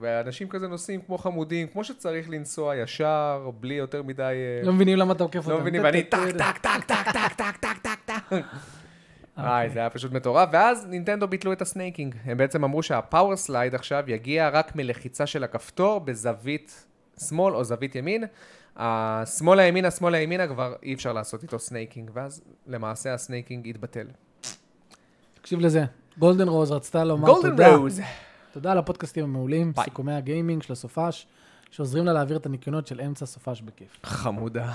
Speaker 2: ואנשים כזה נוסעים כמו חמודים, כמו שצריך לנסוע ישר, בלי יותר מדי... אה,
Speaker 1: לא מבינים למה אתה עוקף אותם.
Speaker 2: לא מבינים, ואני טק, טק, טק, טק, טק, טק, טק, טק, טק. וואי, זה היה פשוט מטורף. ואז נינטנדו ביטלו את הסנייקינג. הם בעצם אמרו שהפאוור סלייד עכשיו יגיע רק מלחיצה של הכפתור בזווית שמאל או זווית ימין. השמאל הימינה, שמאל הימינה, כבר אי אפשר לעשות איתו סנייקינג, ואז למעשה הסנייקינג התבטל.
Speaker 1: תקשיב לזה. גולדן רוז רצתה לומר
Speaker 2: גולדן
Speaker 1: תודה.
Speaker 2: רוז.
Speaker 1: תודה על הפודקאסטים המעולים,
Speaker 2: ביי.
Speaker 1: סיכומי הגיימינג של הסופש, שעוזרים לה להעביר את הניקיונות של אמצע סופש בכיף.
Speaker 2: חמודה.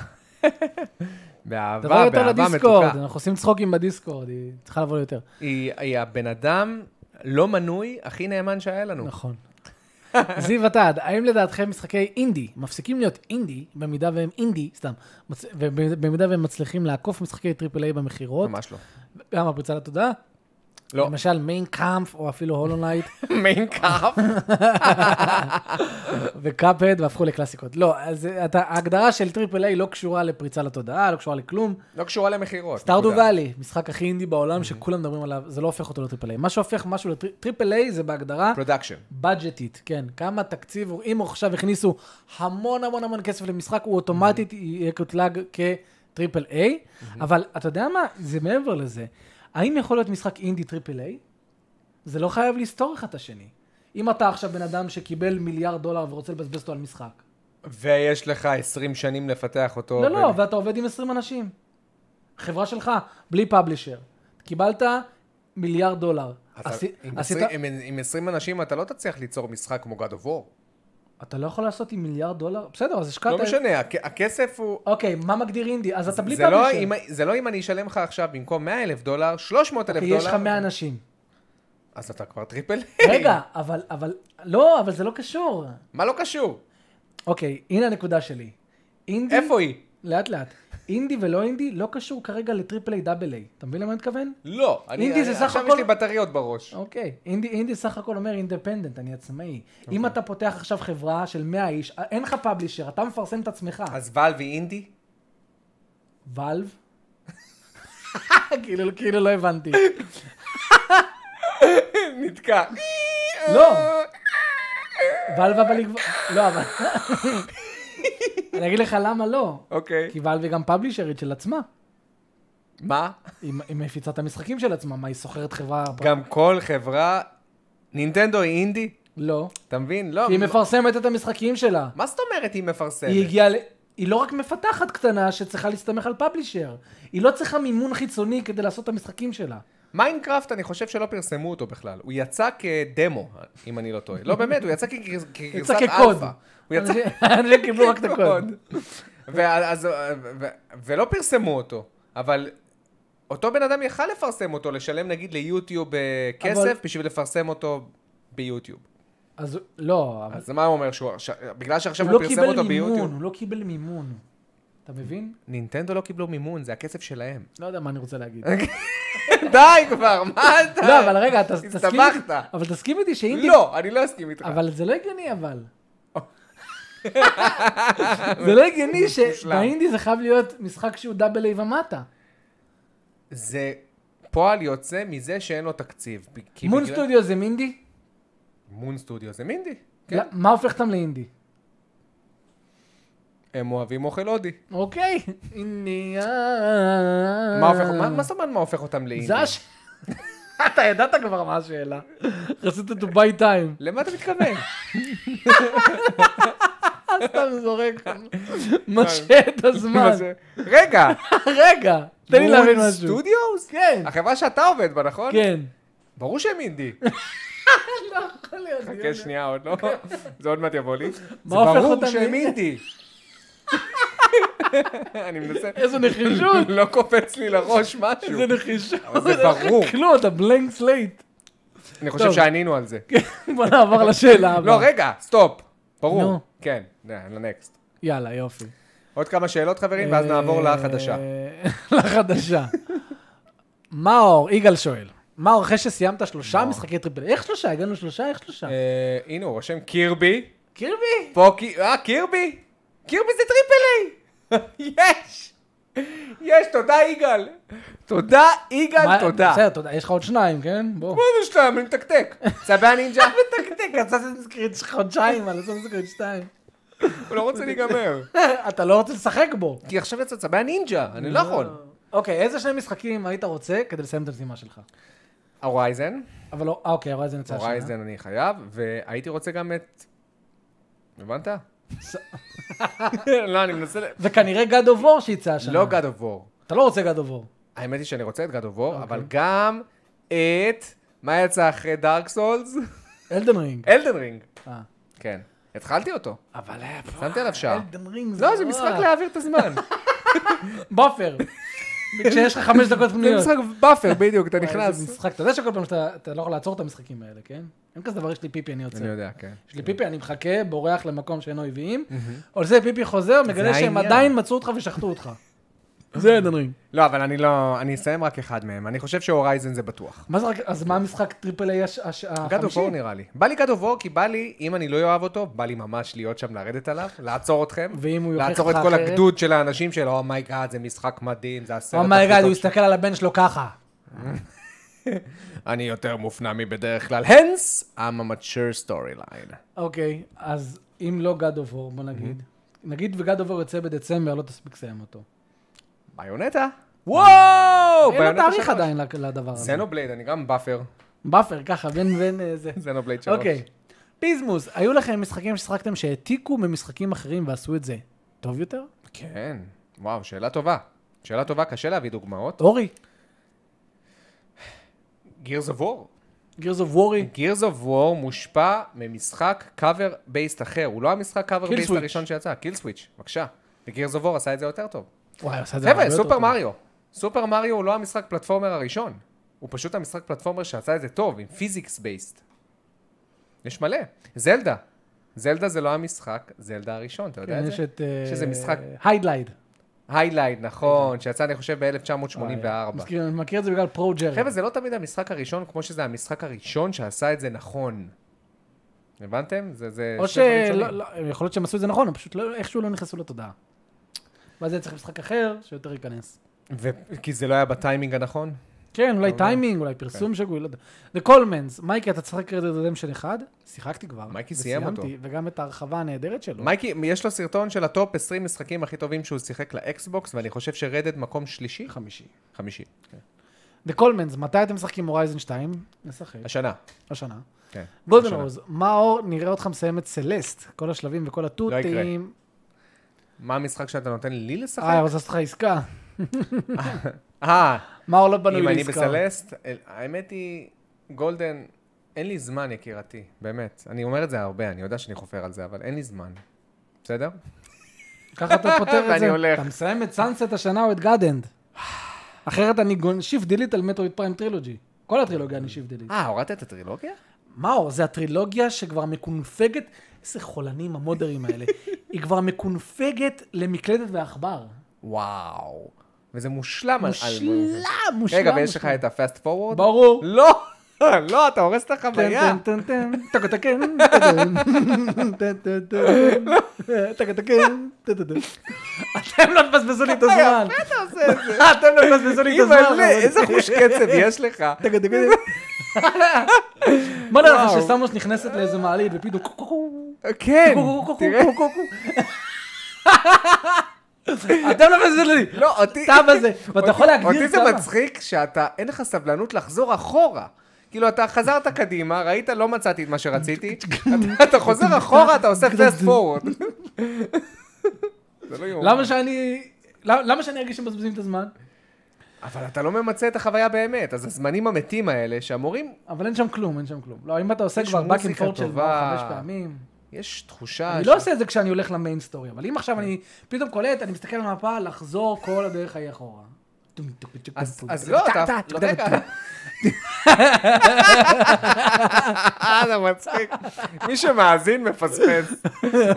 Speaker 2: באהבה,
Speaker 1: תבוא יותר
Speaker 2: באהבה מתוקה.
Speaker 1: לדיסקורד, אנחנו עושים צחוקים בדיסקורד, היא צריכה לבוא יותר.
Speaker 2: היא היא הבן אדם לא מנוי הכי נאמן שהיה לנו.
Speaker 1: נכון. זיו עתד, האם לדעתכם משחקי אינדי מפסיקים להיות אינדי, במידה והם אינדי, סתם, מצ- ובמידה והם מצליחים לעקוף משחקי טריפל איי במכירות,
Speaker 2: ממש לא.
Speaker 1: גם הפריצה לתודעה?
Speaker 2: לא.
Speaker 1: למשל מיין קאמפ, או אפילו הולו נייט,
Speaker 2: מיין קאפ.
Speaker 1: וקאפד, והפכו לקלאסיקות. לא, אז אתה, ההגדרה של טריפל איי לא קשורה לפריצה לתודעה, לא קשורה לכלום.
Speaker 2: לא קשורה למכירות.
Speaker 1: סטארדו
Speaker 2: נקודה.
Speaker 1: ואלי, משחק הכי אינדי בעולם שכולם מדברים עליו, זה לא הופך אותו לטריפל איי. מה שהופך משהו לטריפל איי זה בהגדרה
Speaker 2: פרודקשן.
Speaker 1: בדג'טית, כן. כמה תקציב, אם עכשיו הכניסו המון המון המון כסף למשחק, הוא אוטומטית יהיה קוטלג כטריפל איי, אבל אתה יודע מה? זה מעבר לזה. האם יכול להיות משחק אינדי טריפל איי? זה לא חייב לסתור אחד את השני. אם אתה עכשיו בן אדם שקיבל מיליארד דולר ורוצה לבזבז אותו על משחק.
Speaker 2: ויש לך 20 שנים לפתח אותו.
Speaker 1: לא, לא,
Speaker 2: ו-
Speaker 1: ואתה עובד עם 20 אנשים. חברה שלך, בלי פאבלישר. קיבלת מיליארד דולר.
Speaker 2: אתה-
Speaker 1: עשי-
Speaker 2: עם
Speaker 1: עשית-
Speaker 2: 20 עם- עם 20 אנשים אתה לא תצליח ליצור משחק כמו God of War.
Speaker 1: אתה לא יכול לעשות עם מיליארד דולר? בסדר, אז השקעת...
Speaker 2: לא משנה, הכ- הכסף הוא...
Speaker 1: אוקיי, מה מגדיר אינדי? אז אתה בלי
Speaker 2: זה לא
Speaker 1: פאבלישר.
Speaker 2: אם- זה לא אם אני אשלם לך עכשיו במקום 100 אלף דולר, 300 אלף
Speaker 1: כי
Speaker 2: דולר.
Speaker 1: אוקיי, יש לך 100 אנשים.
Speaker 2: אז אתה כבר טריפל.
Speaker 1: רגע, אבל, אבל, לא, אבל זה לא קשור.
Speaker 2: מה לא קשור?
Speaker 1: אוקיי, הנה הנקודה שלי. אינדי,
Speaker 2: איפה היא?
Speaker 1: לאט לאט. אינדי ולא אינדי לא קשור כרגע לטריפל איי דאבל איי. אתה מבין למה אני מתכוון?
Speaker 2: לא. אני-
Speaker 1: אינדי
Speaker 2: אני-
Speaker 1: זה סך
Speaker 2: עכשיו
Speaker 1: הכל-
Speaker 2: יש לי בטריות בראש.
Speaker 1: אוקיי. אינדי, אינדי סך הכל אומר אינדפנדנט, אני עצמאי.
Speaker 2: אוקיי.
Speaker 1: אם אתה פותח עכשיו חברה של 100 איש, א- אין לך פאבלישר, אתה מפרסם את עצמך.
Speaker 2: אז ואלב היא אינדי?
Speaker 1: ואלב? כאילו, כאילו לא הבנתי.
Speaker 2: נתקע.
Speaker 1: לא. ואלב אבל היא כבר... לא, אבל... אני אגיד לך למה לא.
Speaker 2: אוקיי.
Speaker 1: כי ואלב היא גם פאבלישרית של עצמה.
Speaker 2: מה?
Speaker 1: היא היא מפיצה את המשחקים של עצמה, מה, היא שוכרת חברה...
Speaker 2: גם כל חברה... נינטנדו היא אינדי?
Speaker 1: לא.
Speaker 2: אתה מבין? לא.
Speaker 1: כי היא
Speaker 2: מה-
Speaker 1: מפרסמת את המשחקים שלה.
Speaker 2: מה זאת אומרת היא מפרסמת?
Speaker 1: היא הגיעה ל... היא לא רק מפתחת קטנה שצריכה להסתמך על פאבלישר, היא לא צריכה מימון חיצוני כדי לעשות את המשחקים שלה.
Speaker 2: מיינקראפט, אני חושב שלא פרסמו אותו בכלל. הוא יצא כדמו, אם אני לא טועה. לא, באמת, הוא יצא כגרס- כגרסת
Speaker 1: יצא
Speaker 2: אלפא.
Speaker 1: כקוד.
Speaker 2: הוא יצא
Speaker 1: אנשים לא קיבלו רק את הקוד.
Speaker 2: ואז, ו, ולא פרסמו אותו, אבל אותו בן אדם יכל לפרסם אותו, לשלם נגיד ליוטיוב אה, כסף
Speaker 1: אבל-
Speaker 2: בשביל לפרסם אותו ביוטיוב.
Speaker 1: אז לא, אבל
Speaker 2: אז מה הוא אומר שהוא עכשיו, בגלל שעכשיו
Speaker 1: הוא
Speaker 2: הוא,
Speaker 1: לא
Speaker 2: פרסם
Speaker 1: קיבל
Speaker 2: אותו
Speaker 1: מימון,
Speaker 2: ביוטיוב?
Speaker 1: הוא לא קיבל מימון. אתה מבין?
Speaker 2: נינטנדו לא קיבלו מימון, זה הכסף שלהם.
Speaker 1: לא יודע מה אני רוצה להגיד.
Speaker 2: די כבר, מה אתה?
Speaker 1: לא, אבל רגע, אתה תסכים איתי,
Speaker 2: הסתבכת.
Speaker 1: אבל תסכים איתי שאם...
Speaker 2: לא, אני לא אסכים איתך.
Speaker 1: אבל זה לא הגיוני, אבל. זה לא הגיוני שבאינדי זה חייב להיות משחק שהוא דאבל איי ומטה.
Speaker 2: זה פועל יוצא מזה שאין לו תקציב. כי
Speaker 1: מון
Speaker 2: בגלל-
Speaker 1: סטודיו זה מינדי?
Speaker 2: מון סטודיו זה מינדי. כן.
Speaker 1: לא, מה הופך אותם לאינדי?
Speaker 2: הם אוהבים אוכל הודי.
Speaker 1: אוקיי. אינדי.
Speaker 2: מה הופך, מה- מה זאת אומרת מה הופך אותם לאינדי?
Speaker 1: זה הש... אתה ידעת כבר מה השאלה. רצית to buy time.
Speaker 2: למה אתה מתכוון?
Speaker 1: סתם זורק. משה את הזמן.
Speaker 2: מה זה? רגע,
Speaker 1: רגע, תן לי להבין
Speaker 2: מון
Speaker 1: משהו.
Speaker 2: סטודיוס?
Speaker 1: כן,
Speaker 2: החברה שאתה עובד בה, נכון?
Speaker 1: כן.
Speaker 2: ברור שהם אינדי.
Speaker 1: לא יכול להיות.
Speaker 2: חכה שנייה עוד לא, זה עוד מעט יבוא לי. זה
Speaker 1: הופך
Speaker 2: ברור
Speaker 1: אותם
Speaker 2: שהם
Speaker 1: לאינדי?
Speaker 2: אינדי. אני מנסה,
Speaker 1: איזה נחישות.
Speaker 2: לא קופץ לי לראש משהו.
Speaker 1: איזה נחישות.
Speaker 2: אבל זה ברור.
Speaker 1: כלום, אתה בלנק סלייט.
Speaker 2: אני חושב
Speaker 1: טוב. כן.
Speaker 2: שענינו על זה.
Speaker 1: בוא נעבור לשאלה הבאה.
Speaker 2: לא, רגע, סטופ. ברור.
Speaker 1: נו.
Speaker 2: כן, נה, לנקסט.
Speaker 1: יאללה, יופי.
Speaker 2: עוד כמה שאלות חברים, ואז נעבור
Speaker 1: אה,
Speaker 2: לחדשה.
Speaker 1: לחדשה. מאור, יגאל שואל. מאור, אחרי שסיימת שלושה משחקי טריפל, איך שלושה? הגענו שלושה? איך שלושה?
Speaker 2: אה, הנה, הוא רושם קירבי.
Speaker 1: קירבי?
Speaker 2: פה קי... אה, קירבי? קירבי זה טריפל איי! יש! יש, תודה יגאל. תודה יגאל,
Speaker 1: מה-
Speaker 2: תודה.
Speaker 1: בסדר, תודה. יש לך עוד שניים, כן? בוא.
Speaker 2: מה זה שלהם? אני מתקתק. צבע נינג'ה?
Speaker 1: מתקתק, אסאסינס קריד חודשיים
Speaker 2: לא
Speaker 1: על אסאסינס קריד 2.
Speaker 2: הוא לא רוצה להיגמר.
Speaker 1: אתה לא רוצה לשחק בו.
Speaker 2: כי עכשיו יצא צבע נינג'ה, אני
Speaker 1: אה.
Speaker 2: לא יכול.
Speaker 1: אוקיי, איזה שני משחקים היית רוצה כדי לסיים את המשימה שלך?
Speaker 2: הורייזן,
Speaker 1: אבל לא, אה, אוקיי, הורייזן יצא השנה.
Speaker 2: הורייזן אני חייב, והייתי רוצה גם את... הבנת? לא, אני מנסה... ל-
Speaker 1: וכנראה God of War שיצא השנה.
Speaker 2: לא God of War.
Speaker 1: אתה לא רוצה God of War.
Speaker 2: האמת היא שאני רוצה את God of
Speaker 1: אוקיי.
Speaker 2: War, אבל גם את... מה יצא אחרי דארק סולס?
Speaker 1: אלדן רינג.
Speaker 2: אלדן רינג.
Speaker 1: אה.
Speaker 2: כן. התחלתי אותו.
Speaker 1: אבל היה פה...
Speaker 2: שמתי עליו שעה.
Speaker 1: אלדן רינג
Speaker 2: לא, זה משחק להעביר את הזמן.
Speaker 1: באפר. כשיש לך חמש דקות
Speaker 2: זה
Speaker 1: פנויות.
Speaker 2: משחק באפר, בדיוק, אתה
Speaker 1: וואי, איזה
Speaker 2: נכנס.
Speaker 1: משחק. אתה יודע שכל פעם שאתה אתה לא יכול לעצור את המשחקים האלה, כן? אין כזה דבר, יש לי פיפי, אני יוצא.
Speaker 2: אני יודע, כן.
Speaker 1: יש לי פיפי, אני מחכה, בורח למקום שאין אויבים, על זה פיפי חוזר, מגלה שהם
Speaker 2: העניין.
Speaker 1: עדיין מצאו אותך ושחטו אותך. זה אלדן רינג.
Speaker 2: לא, אבל אני לא... אני אסיים רק אחד מהם. אני חושב שהורייזן זה בטוח.
Speaker 1: מה זה רק, אז מה המשחק טריפל איי הש- הש-
Speaker 2: God of
Speaker 1: החמישי?
Speaker 2: War נראה לי. בא לי God of War כי בא לי, אם אני לא אוהב אותו, בא לי ממש להיות שם, לרדת עליו, לעצור אתכם.
Speaker 1: ואם הוא יוכיח
Speaker 2: לעצור את
Speaker 1: אותך
Speaker 2: כל
Speaker 1: אחרת?
Speaker 2: הגדוד של האנשים שלו, אומייגאד, זה משחק מדהים, זה הסרט הכי
Speaker 1: אומייגאד,
Speaker 2: טוב
Speaker 1: הוא הסתכל על הבן שלו ככה.
Speaker 2: אני יותר מופנע מבדרך כלל. הנס, I'm a mature storyline.
Speaker 1: אוקיי, אז אם לא God of War, בוא נגיד. נגיד וגד אובר יוצא בדצמבר, לא תספיק לסיים אותו.
Speaker 2: ביונטה. וואו!
Speaker 1: אין לו
Speaker 2: ביונטה
Speaker 1: תאריך
Speaker 2: שלוש.
Speaker 1: עדיין לק- לדבר הזה.
Speaker 2: זנובלייד, אני גם באפר.
Speaker 1: באפר, ככה, בין בין אה, זה.
Speaker 2: זנובלייד שלוש.
Speaker 1: אוקיי. פיזמוס, היו לכם משחקים ששחקתם שהעתיקו ממשחקים אחרים ועשו את זה טוב יותר?
Speaker 2: כן. וואו, שאלה טובה. שאלה טובה, קשה להביא דוגמאות.
Speaker 1: אורי,
Speaker 2: Gears of War.
Speaker 1: Gears of Warry,
Speaker 2: Gears of War מושפע ממשחק קאבר בייסט אחר. הוא לא המשחק קאבר
Speaker 1: Kill
Speaker 2: בייסט
Speaker 1: Switch.
Speaker 2: הראשון שיצא, קיל סוויץ', בבקשה. ו-Gears of War עשה את זה יותר טוב.
Speaker 1: וואי, עשה את זה לא, הרבה
Speaker 2: חבר'ה,
Speaker 1: יותר
Speaker 2: סופר
Speaker 1: טוב.
Speaker 2: מריו. סופר מריו הוא לא המשחק פלטפורמר הראשון. הוא פשוט המשחק פלטפורמר שעשה את זה טוב, עם פיזיקס בייסט. יש מלא. זלדה. זלדה זה לא המשחק, זלדה הראשון, אתה יודע
Speaker 1: כן,
Speaker 2: את
Speaker 1: יש
Speaker 2: זה?
Speaker 1: את... אה, כן.
Speaker 2: שזה משחק-
Speaker 1: היידלייד.
Speaker 2: היילייט, נכון, שיצא אני חושב ב-1984.
Speaker 1: מזכיר- אני מכיר את זה בגלל פרו ג'רי.
Speaker 2: חבר'ה, זה לא תמיד המשחק הראשון, כמו שזה המשחק הראשון שעשה את זה נכון. הבנתם? זה, זה
Speaker 1: או
Speaker 2: שני דברים שונים.
Speaker 1: שלא, יכול להיות שהם עשו את זה נכון, הם פשוט לא- איכשהו לא נכנסו לתודעה. ואז היה צריך משחק אחר שיותר ייכנס.
Speaker 2: ו... כי זה לא היה בטיימינג הנכון?
Speaker 1: כן, אולי
Speaker 2: אה.
Speaker 1: טיימינג, אולי
Speaker 2: אוקיי.
Speaker 1: פרסום שגוי, לא יודע. The Callmans, מייקי, אתה תשחק את רדמפשן 1? שיחקתי כבר.
Speaker 2: מייקי סיים
Speaker 1: וסיימתי,
Speaker 2: אותו.
Speaker 1: וגם את ההרחבה הנהדרת שלו.
Speaker 2: מייקי, יש לו סרטון של הטופ 20 משחקים הכי טובים שהוא שיחק לאקסבוקס, ואני חושב שרדד מקום שלישי?
Speaker 1: חמישי.
Speaker 2: חמישי.
Speaker 1: The Callmans, מתי אתם משחקים הורייזן 2? נשחק,
Speaker 2: השנה.
Speaker 1: השנה.
Speaker 2: כן.
Speaker 1: גולדן
Speaker 2: השנה. לא
Speaker 1: רוז, מה אור, נראה אותך מסיים את סלסט, כל השלבים וכל
Speaker 2: יקרה.
Speaker 1: התותים.
Speaker 2: מה המשחק שאתה נותן לי לשחק?
Speaker 1: אה, רוצה לעשות לך עסקה.
Speaker 2: אה,
Speaker 1: מאור לא בנוי
Speaker 2: אם אני
Speaker 1: לעסקה.
Speaker 2: בסלסט, אל- האמת היא, גולדן, אין לי זמן, יקירתי, באמת. אני אומר את זה הרבה, אני יודע שאני חופר על זה, אבל אין לי זמן. בסדר?
Speaker 1: ככה אתה פותר את
Speaker 2: ואני
Speaker 1: זה.
Speaker 2: הולך.
Speaker 1: אתה מסיים את סאנסט השנה או את גאדנד. אחרת אני גונ... שיפט דילית על מטרויד פריים טרילוגי. כל הטרילוגיה אני שיפט דילית.
Speaker 2: אה, הורדת את הטרילוגיה?
Speaker 1: מאור, זה הטרילוגיה שכבר מקונפגת, איזה חולנים המודרים האלה. היא כבר מקונפגת למקלדת ועכבר.
Speaker 2: וואו. וזה מושלם. על- על-
Speaker 1: מושלם, מושלם.
Speaker 2: רגע, ויש לך
Speaker 1: מושלם.
Speaker 2: את הפאסט פורוורד?
Speaker 1: ברור.
Speaker 2: לא! לא, אתה הורס את החוויה.
Speaker 1: טן, טן, טן, טן, טקו, טקן, טקן, טן, טן, טן, טקו, טקן, טן, טן, טן. אתם לא תבזבזו לי את הזמן.
Speaker 2: אה, יפה אתה עושה את זה.
Speaker 1: אתם לא תבזבזו לי את הזמן.
Speaker 2: אימא'לה,
Speaker 1: חברים.
Speaker 2: איזה חוש קצב יש לך.
Speaker 1: טקו, טקו, טקו. מה נראה לך
Speaker 2: וואו.
Speaker 1: שסמוס נכנסת לאיזה מעלית ופתאום קו, קו, קו,
Speaker 2: כן,
Speaker 1: קו, קו, קו,
Speaker 2: תראה.
Speaker 1: קו, קו, קו. אתם לא מבזבזו לי.
Speaker 2: לא, אותי...
Speaker 1: טאב הזה, ואתה יכול
Speaker 2: אותי-
Speaker 1: להגדיר
Speaker 2: אותי זה
Speaker 1: כמה.
Speaker 2: מצחיק שאתה, אין לך סבלנות לחזור אחורה. כאילו, אתה חזרת קדימה, ראית, לא מצאתי את מה שרציתי, אתה- אתה חוזר אחורה, אתה עושה פסט פורוורד. זה לא יאומן.
Speaker 1: למה שאני... למה שאני ארגיש שמבזבזים את הזמן?
Speaker 2: אבל אתה לא ממצה את החוויה באמת, אז הזמנים המתים האלה, שהמורים,
Speaker 1: אבל אין שם כלום, אין שם כלום. לא, אם אתה עושה
Speaker 2: יש
Speaker 1: כבר back and
Speaker 2: מוזיקה
Speaker 1: forth של
Speaker 2: טובה.
Speaker 1: חמש פעמים...
Speaker 2: יש תחושה...
Speaker 1: אני
Speaker 2: ש-
Speaker 1: לא עושה את זה כשאני הולך למיין סטורי, אבל אם
Speaker 2: כן.
Speaker 1: עכשיו אני פתאום קולט, אני מסתכל על המפה, לחזור כל הדרך ההיא אחורה.
Speaker 2: אז- אז לא, אתה... לא, רגע. אה, זה מצחיק. מי שמאזין מפספס.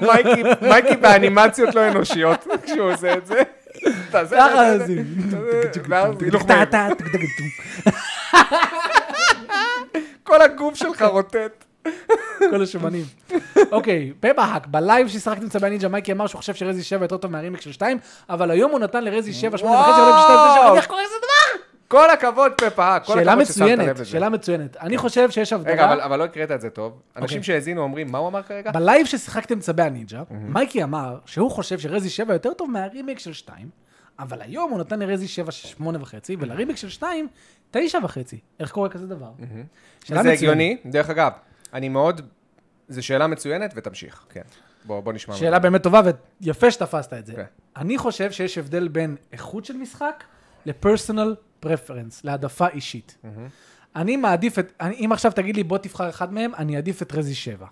Speaker 2: מייקי- מייקי באנימציות לא אנושיות כשהוא עושה את זה. אתה עושה את
Speaker 1: ככה
Speaker 2: זה,
Speaker 1: זה.
Speaker 2: אתה עושה- אה, ואז לא הילוך
Speaker 1: טה,
Speaker 2: מהיר.
Speaker 1: טה, טק, טק, טק.
Speaker 2: כל הגוף שלך רוטט.
Speaker 1: כל השומנים. אוקיי, פבהק, בלייב ששיחקתי עם צבי הנינג'ה, מייקי אמר שהוא חושב שרזי 7 יותר טוב מהרימיק של 2, אבל היום הוא נתן לרזי 7, 8 וחצי, אבל
Speaker 2: וואו.
Speaker 1: של 2, 9, איך קורה לזה דבר?
Speaker 2: כל הכבוד, פפה, כל
Speaker 1: שאלה
Speaker 2: הכבוד ששמת לב
Speaker 1: מצוינת,
Speaker 2: לזה. כן.
Speaker 1: שאלה אוקיי. מצוינת. אני חושב שיש הבדלה.
Speaker 2: רגע, אבל- אבל לא הקראת את זה טוב. אנשים שהאזינו אומרים, מה הוא אמר כרגע?
Speaker 1: בלייב ששיחקתם צבי הנינג'ה, מייקי אמר שהוא חושב שרזי 7 יותר טוב מהרימייק של 2, אבל היום הוא נתן לרזי 7 8 וחצי, ולרימייק של 2, 9 וחצי. איך קורה כזה דבר? שאלה
Speaker 2: זה
Speaker 1: מצוינת.
Speaker 2: הגיוני, דרך אגב. אני מאוד... זו שאלה מצוינת, ותמשיך. כן. בוא בוא נשמע. מה
Speaker 1: שאלה
Speaker 2: אתה אומר.
Speaker 1: באמת טובה, ויפה שתפסת את זה.
Speaker 2: כן.
Speaker 1: אני חושב שיש הבדל בין איכות של משחק לפרסונל פרפרנס, להעדפה אישית. אני מעדיף את, אני, אם עכשיו תגיד לי בוא תבחר אחד מהם, אני אעדיף את רזי 7.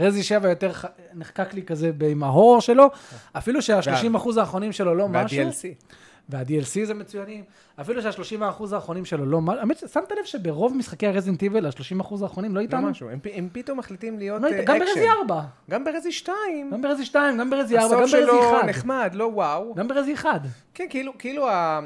Speaker 1: רזי 7 יותר ח- נחקק לי כזה עם ההור שלו, אפילו שה-30% האחרונים שלו לא משהו.
Speaker 2: וה-DLC.
Speaker 1: וה-DLC זה מצוינים, אפילו שה-30% האחרונים שלו לא... מה- האמת ששמת לב שברוב משחקי הרזינט איבל, ה-30% האחרונים לא
Speaker 2: לא
Speaker 1: איתנו?
Speaker 2: משהו, הם, פ- הם פתאום מחליטים להיות
Speaker 1: לא
Speaker 2: אה,
Speaker 1: איתנו,
Speaker 2: אקשן.
Speaker 1: גם ברזי 4,
Speaker 2: גם ברזי 2.
Speaker 1: גם ברזי 2, גם ברזי 4, גם
Speaker 2: הסוף שלו
Speaker 1: ברזי 1.
Speaker 2: נחמד, לא וואו.
Speaker 1: גם ברזי 1.
Speaker 2: כן, כאילו, כאילו, ה...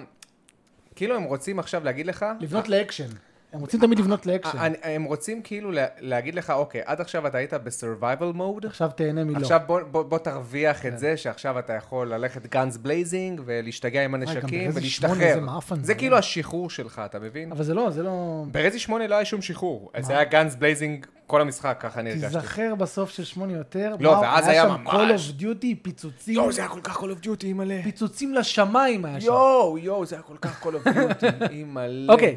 Speaker 2: כאילו הם רוצים עכשיו להגיד לך...
Speaker 1: לבנות לאקשן. הם
Speaker 2: אה,
Speaker 1: רוצים תמיד לבנות לאקשן.
Speaker 2: ה- ה- הם רוצים כאילו לה- להגיד לך, אוקיי, עד עכשיו אתה היית בסרווייבל מוד,
Speaker 1: עכשיו תהנה מלא.
Speaker 2: עכשיו בוא- בוא בוא תרוויח
Speaker 1: כן.
Speaker 2: את זה שעכשיו אתה יכול ללכת גאנז בלייזינג ולהשתגע עם הנשקים
Speaker 1: אה, ברזי שמונה זה
Speaker 2: ולהשתחרר.
Speaker 1: מעפן,
Speaker 2: זה
Speaker 1: זה
Speaker 2: כאילו השחרור שלך, אתה מבין?
Speaker 1: אבל זה לא, זה לא...
Speaker 2: ברזי 8 לא היה שום שחרור, זה היה גאנז בלייזינג כל המשחק, ככה אני הרגשתי.
Speaker 1: תיזכר בסוף של שמונה יותר.
Speaker 2: לא,
Speaker 1: וואו,
Speaker 2: ואז היה
Speaker 1: שם Call
Speaker 2: ממש-
Speaker 1: of Duty, פיצוצים,
Speaker 2: יואו, זה היה כל כך כל אוף דיוטי, מלא.
Speaker 1: פיצוצים לשמיים היה שם.
Speaker 2: יואו, יואו, זה היה כל כך כל אופטיוטי, אימא'לה.
Speaker 1: אוקיי,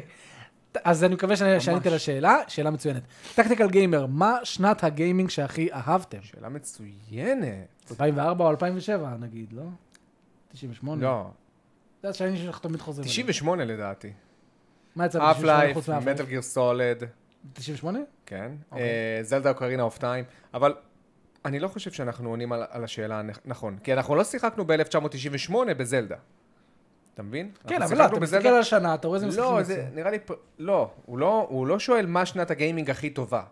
Speaker 1: ת- אז אני מקווה שאני- שעניתי לשאלה, שאלה מצוינת. טקטיקל גיימר, מה שנת הגיימינג שהכי אהבתם?
Speaker 2: שאלה מצוינת.
Speaker 1: 2004 או 2007 נגיד, לא? 98?
Speaker 2: לא,
Speaker 1: זה השנים שלך תמיד חוזרים. עליהם.
Speaker 2: 98 לדעתי.
Speaker 1: מה יצא
Speaker 2: אף
Speaker 1: ב-98
Speaker 2: לייף,
Speaker 1: חוץ מאף
Speaker 2: מטל
Speaker 1: לייף?
Speaker 2: גיר סולד,
Speaker 1: 98?
Speaker 2: כן.
Speaker 1: אוקיי.
Speaker 2: אה, זלדה אוקרינה אוף טיים, אבל אני לא חושב שאנחנו עונים על- על השאלה הנכ- נכון, כי אנחנו לא שיחקנו ב-1998 בזלדה. אתה מבין?
Speaker 1: כן,
Speaker 2: אנחנו
Speaker 1: אבל לא,
Speaker 2: שיחקנו
Speaker 1: אתה
Speaker 2: בזלדה-
Speaker 1: מסתכל על השנה, אתה רואה איזה משחקים
Speaker 2: לא,
Speaker 1: יצאו.
Speaker 2: זה נראה לי... פ- לא, הוא לא- הוא לא שואל מה שנת הגיימינג הכי טובה.